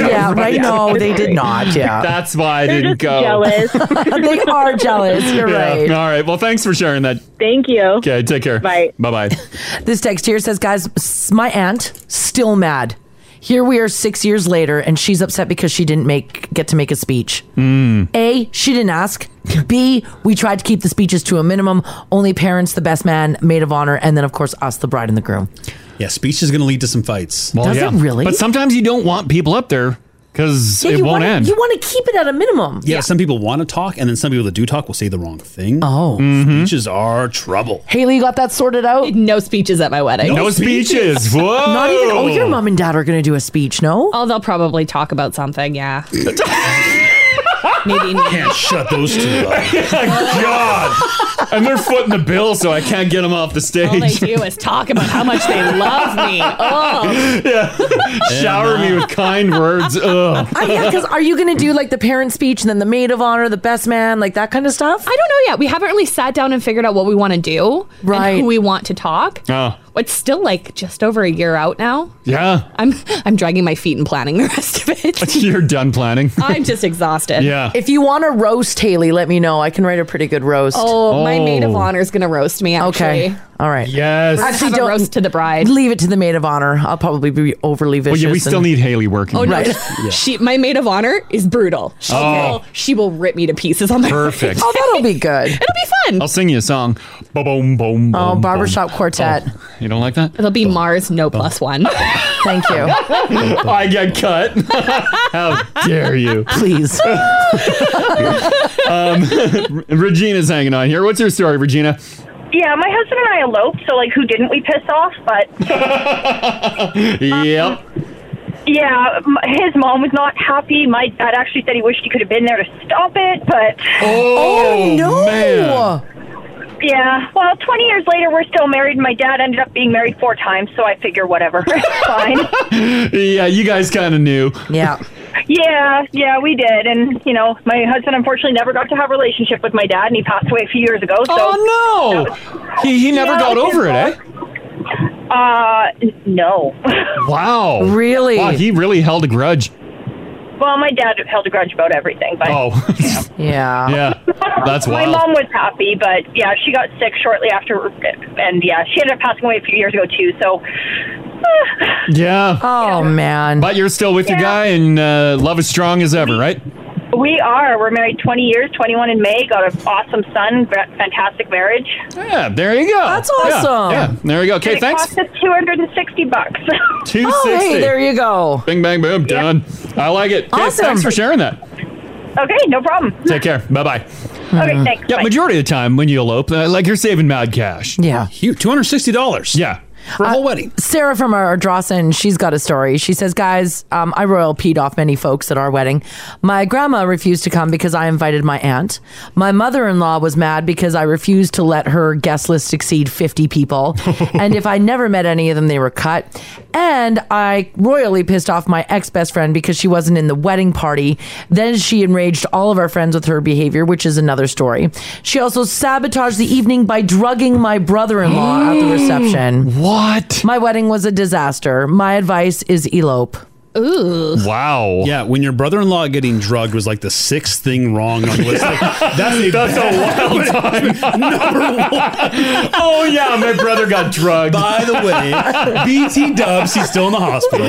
S2: Yeah, right. No, they did not. Yeah.
S3: That's why I
S19: They're
S3: didn't go.
S19: just jealous.
S2: they are jealous. You're
S3: Yeah.
S2: right.
S3: All right. Well, thanks for sharing that.
S19: Thank you.
S3: Okay. Take care.
S2: Bye.
S3: Bye bye.
S2: This text here says, guys, s- my aunt still mad. Here we are six years later, and she's upset because she didn't make get to make a speech.
S4: Hmm.
S2: A, she didn't ask. B, we tried to keep the speeches to a minimum. Only parents, the best man, maid of honor, and then of course us, the bride and the groom.
S4: Yeah, speech is going to lead to some fights.
S3: Well, Does it yeah. really? But sometimes you don't want people up there because
S2: you wanna, You want to keep it at a minimum.
S4: yeah, some people want to talk, and then some people that do talk will say the wrong thing.
S2: Oh,
S3: Mm-hmm.
S4: speeches are trouble.
S2: Haley, you got that sorted out?
S5: No speeches at my wedding.
S4: No speeches. speeches. Whoa.
S2: Not even. Oh, your mom and dad are going to do a speech. No.
S5: Oh, they'll probably talk about something. Yeah. Nadine.
S4: Can't shut those two up.
S3: God, and they're footing the bill, so I can't get them off the stage.
S5: All Oh, they do is talk about how much they love me. Oh.
S3: Yeah. Shower me with kind words. Ugh.
S2: Uh, yeah, because are you going to do like the parent speech and then the maid of honor, the best man, like that kind of stuff?
S5: I don't know yet. We haven't really sat down and figured out what we want to do, right? who we want to talk.
S3: Oh.
S5: It's still like just over a year out now.
S3: Yeah.
S5: I'm I'm dragging my feet and planning the rest of it.
S3: You're done planning.
S5: I'm just exhausted.
S3: Yeah.
S2: If you want to roast Haley, let me know. I can write a pretty good roast.
S5: Oh, my maid of honor is going to roast me. Actually.
S2: Okay. All right.
S3: Yes.
S5: Actually, don't roast to the bride.
S2: Leave it to the maid of honor. I'll probably be overly
S3: Well,
S2: vicious.
S3: yeah, we still
S2: and-
S3: need Haley working.
S5: Oh no,
S2: Right.
S5: she my maid of honor is brutal. She,
S3: Oh.
S5: will, she will rip me to pieces on my
S3: Perfect.
S2: Oh, that'll be good. It'll
S5: be fun.
S3: I'll sing you a song. Boom, boom, boom. Oh,
S5: Oh, barbershop
S2: quartet.
S3: You don't like that?
S5: It'll be Mars no plus one.
S2: Thank you.
S3: I get cut. How dare you?
S2: Please.
S3: um, Regina's hanging on here. What's your story, Regina?
S20: Yeah, my husband and I eloped, so like, who didn't we piss off? But
S3: Yep.
S20: yeah, m- his mom was not happy. My dad actually said he wished he could have been there to stop it, but
S3: oh,
S20: no.
S3: man.
S20: Yeah, well, 20 years later, we're still married, and my dad ended up being married four times, so I figure whatever. It's fine.
S3: yeah, you guys kind of knew.
S2: Yeah.
S20: Yeah, yeah, we did. And, you know, my husband unfortunately never got to have a relationship with my dad, and he passed away a few years ago. So
S3: Oh, no. He, he never
S20: Yeah,
S3: got
S20: it's his
S3: over it, eh?
S20: Uh, no.
S3: Wow.
S2: Really?
S3: Wow, he really held a grudge.
S20: well, my dad held a grudge about everything, but
S3: Oh.
S2: Yeah.
S3: yeah. That's
S20: my
S3: wild.
S20: mom was happy, but yeah, she got sick shortly after, and yeah, she ended up passing away a few years ago too. So
S3: yeah.
S2: Oh, man.
S3: But you're still with your guy, and uh, love is strong as ever, right?
S20: we are we're married 20 years, 21 in May. Got an awesome son, gra- fantastic marriage.
S3: Yeah, there you go. That's
S20: awesome.
S3: Yeah, yeah. there you go. Okay,
S20: And it
S3: thanks.
S20: Cost us 260 bucks.
S3: Two sixty.
S2: Oh, you go.
S3: Bing, bang, boom, done. I like it. Okay,
S20: Awesome.
S3: Thanks for sharing that.
S20: Okay, no problem.
S3: Take care. Bye bye.
S20: Okay, thanks.
S3: Yeah, majority of the time when you elope, uh, like you're saving mad cash.
S2: Yeah.
S3: Huge. $260. Yeah.
S2: For a whole wedding. Uh, Sarah from our Drawson, she's got a story. She says, Guys, um, I royal peed off many folks at our wedding. My grandma refused to come because I invited my aunt. My mother in law was mad because I refused to let her guest list exceed 50 people. and if I never met any of them, they were cut. And I royally pissed off my ex best friend because she wasn't in the wedding party. Then she enraged all of our friends with her behavior, which is another story. She also sabotaged the evening by drugging my brother in law at the reception.
S3: What?
S2: My wedding was a disaster. My advice is elope.
S5: Ooh.
S3: Wow.
S4: Yeah, when your brother-in-law getting drugged was like the sixth thing wrong on the list. Like, that's a
S3: That's a wild
S4: time. Number one.
S3: Oh yeah, my brother got drugged.
S4: By the way, BT Dubs, he's still in the hospital.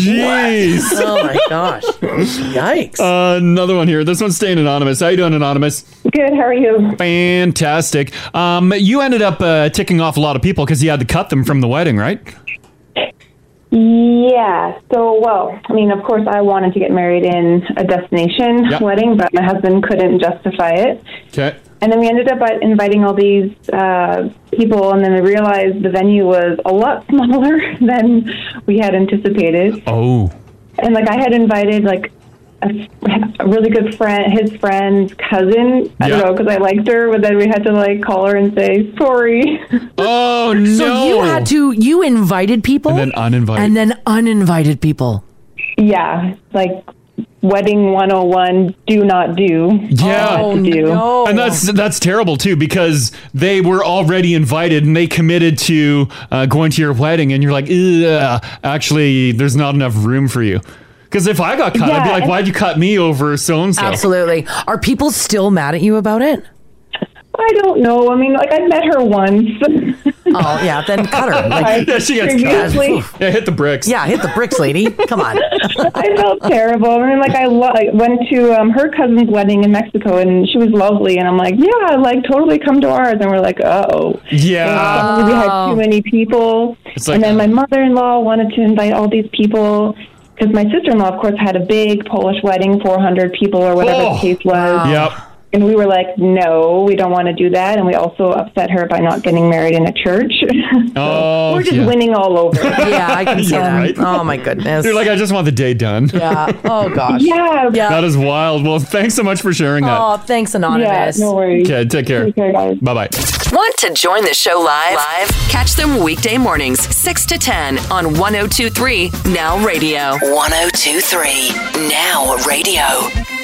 S3: Jeez.
S4: Oh, my
S2: gosh. Yikes.
S3: Uh, another one here. This one's staying anonymous. How you doing, anonymous?
S12: Good. How are you?
S3: Fantastic. Um, you ended up uh, ticking off a lot of people because you had to cut them from the wedding, right?
S12: Yeah. So, well, I mean, of course, I wanted to get married in a destination
S3: Yep.
S12: wedding, but my husband couldn't justify it.
S3: Okay.
S12: And then we ended up at- inviting all these uh, people, and then we realized the venue was a lot smaller than we had anticipated.
S3: Oh.
S12: And like, I had invited like a, a really good friend, his friend's cousin. I don't
S3: Yeah.
S12: know because I liked her, but then we had to like call her and say sorry.
S3: Oh no!
S2: So you had to you invited people and then
S3: uninvited
S2: and then uninvited people.
S12: Yeah, like wedding 101 do not do.
S3: Yeah.
S2: Oh,
S12: Not to do.
S3: And that's that's terrible too because they were already invited and they committed to uh, going to your wedding and you're like, "Ugh, actually, there's not enough room for you. Because if I got cut, I'd be
S12: Yeah,
S3: like,
S12: and-
S3: why'd you cut me over so and so?
S2: Absolutely. Are people still mad at you about it?
S12: I don't know. I mean, like I met her once.
S2: oh yeah, then cut her. Like-
S3: yeah, she gets
S12: Previously-
S3: cut. Yeah, hit the bricks.
S2: Yeah, hit the bricks, lady. Come on.
S12: I felt terrible. I mean, like I, lo- I went to um, her cousin's wedding in Mexico, and she was lovely. And I'm like, yeah, like totally come to ours. And we're like, uh oh.
S3: Yeah.
S12: we had too many people.
S3: It's like-
S12: and then my mother-in-law wanted to invite all these people because my sister-in-law, of course, had a big Polish wedding, 400 people or whatever
S3: Oh.
S12: the case was.
S3: Yep.
S12: and we were like, no, we don't want to do that. And we also upset her by not getting married in a church.
S3: Oh,
S12: we're just
S3: yeah.
S12: winning all over.
S2: Yeah, I can see
S3: Yeah,
S2: that.
S3: right.
S2: Oh my goodness.
S3: You're like, I just want the day done.
S2: Yeah. Oh gosh.
S12: Yeah.
S2: Yeah.
S3: That is wild. Well, thanks so much for sharing that.
S2: Oh, thanks, anonymous.
S3: Okay, take care.
S2: Take care, guys.
S3: Bye bye.
S1: Want to join the show live? Live? Catch them weekday mornings, 6 to 10 on 1023 Now Radio. 1023 Now Radio.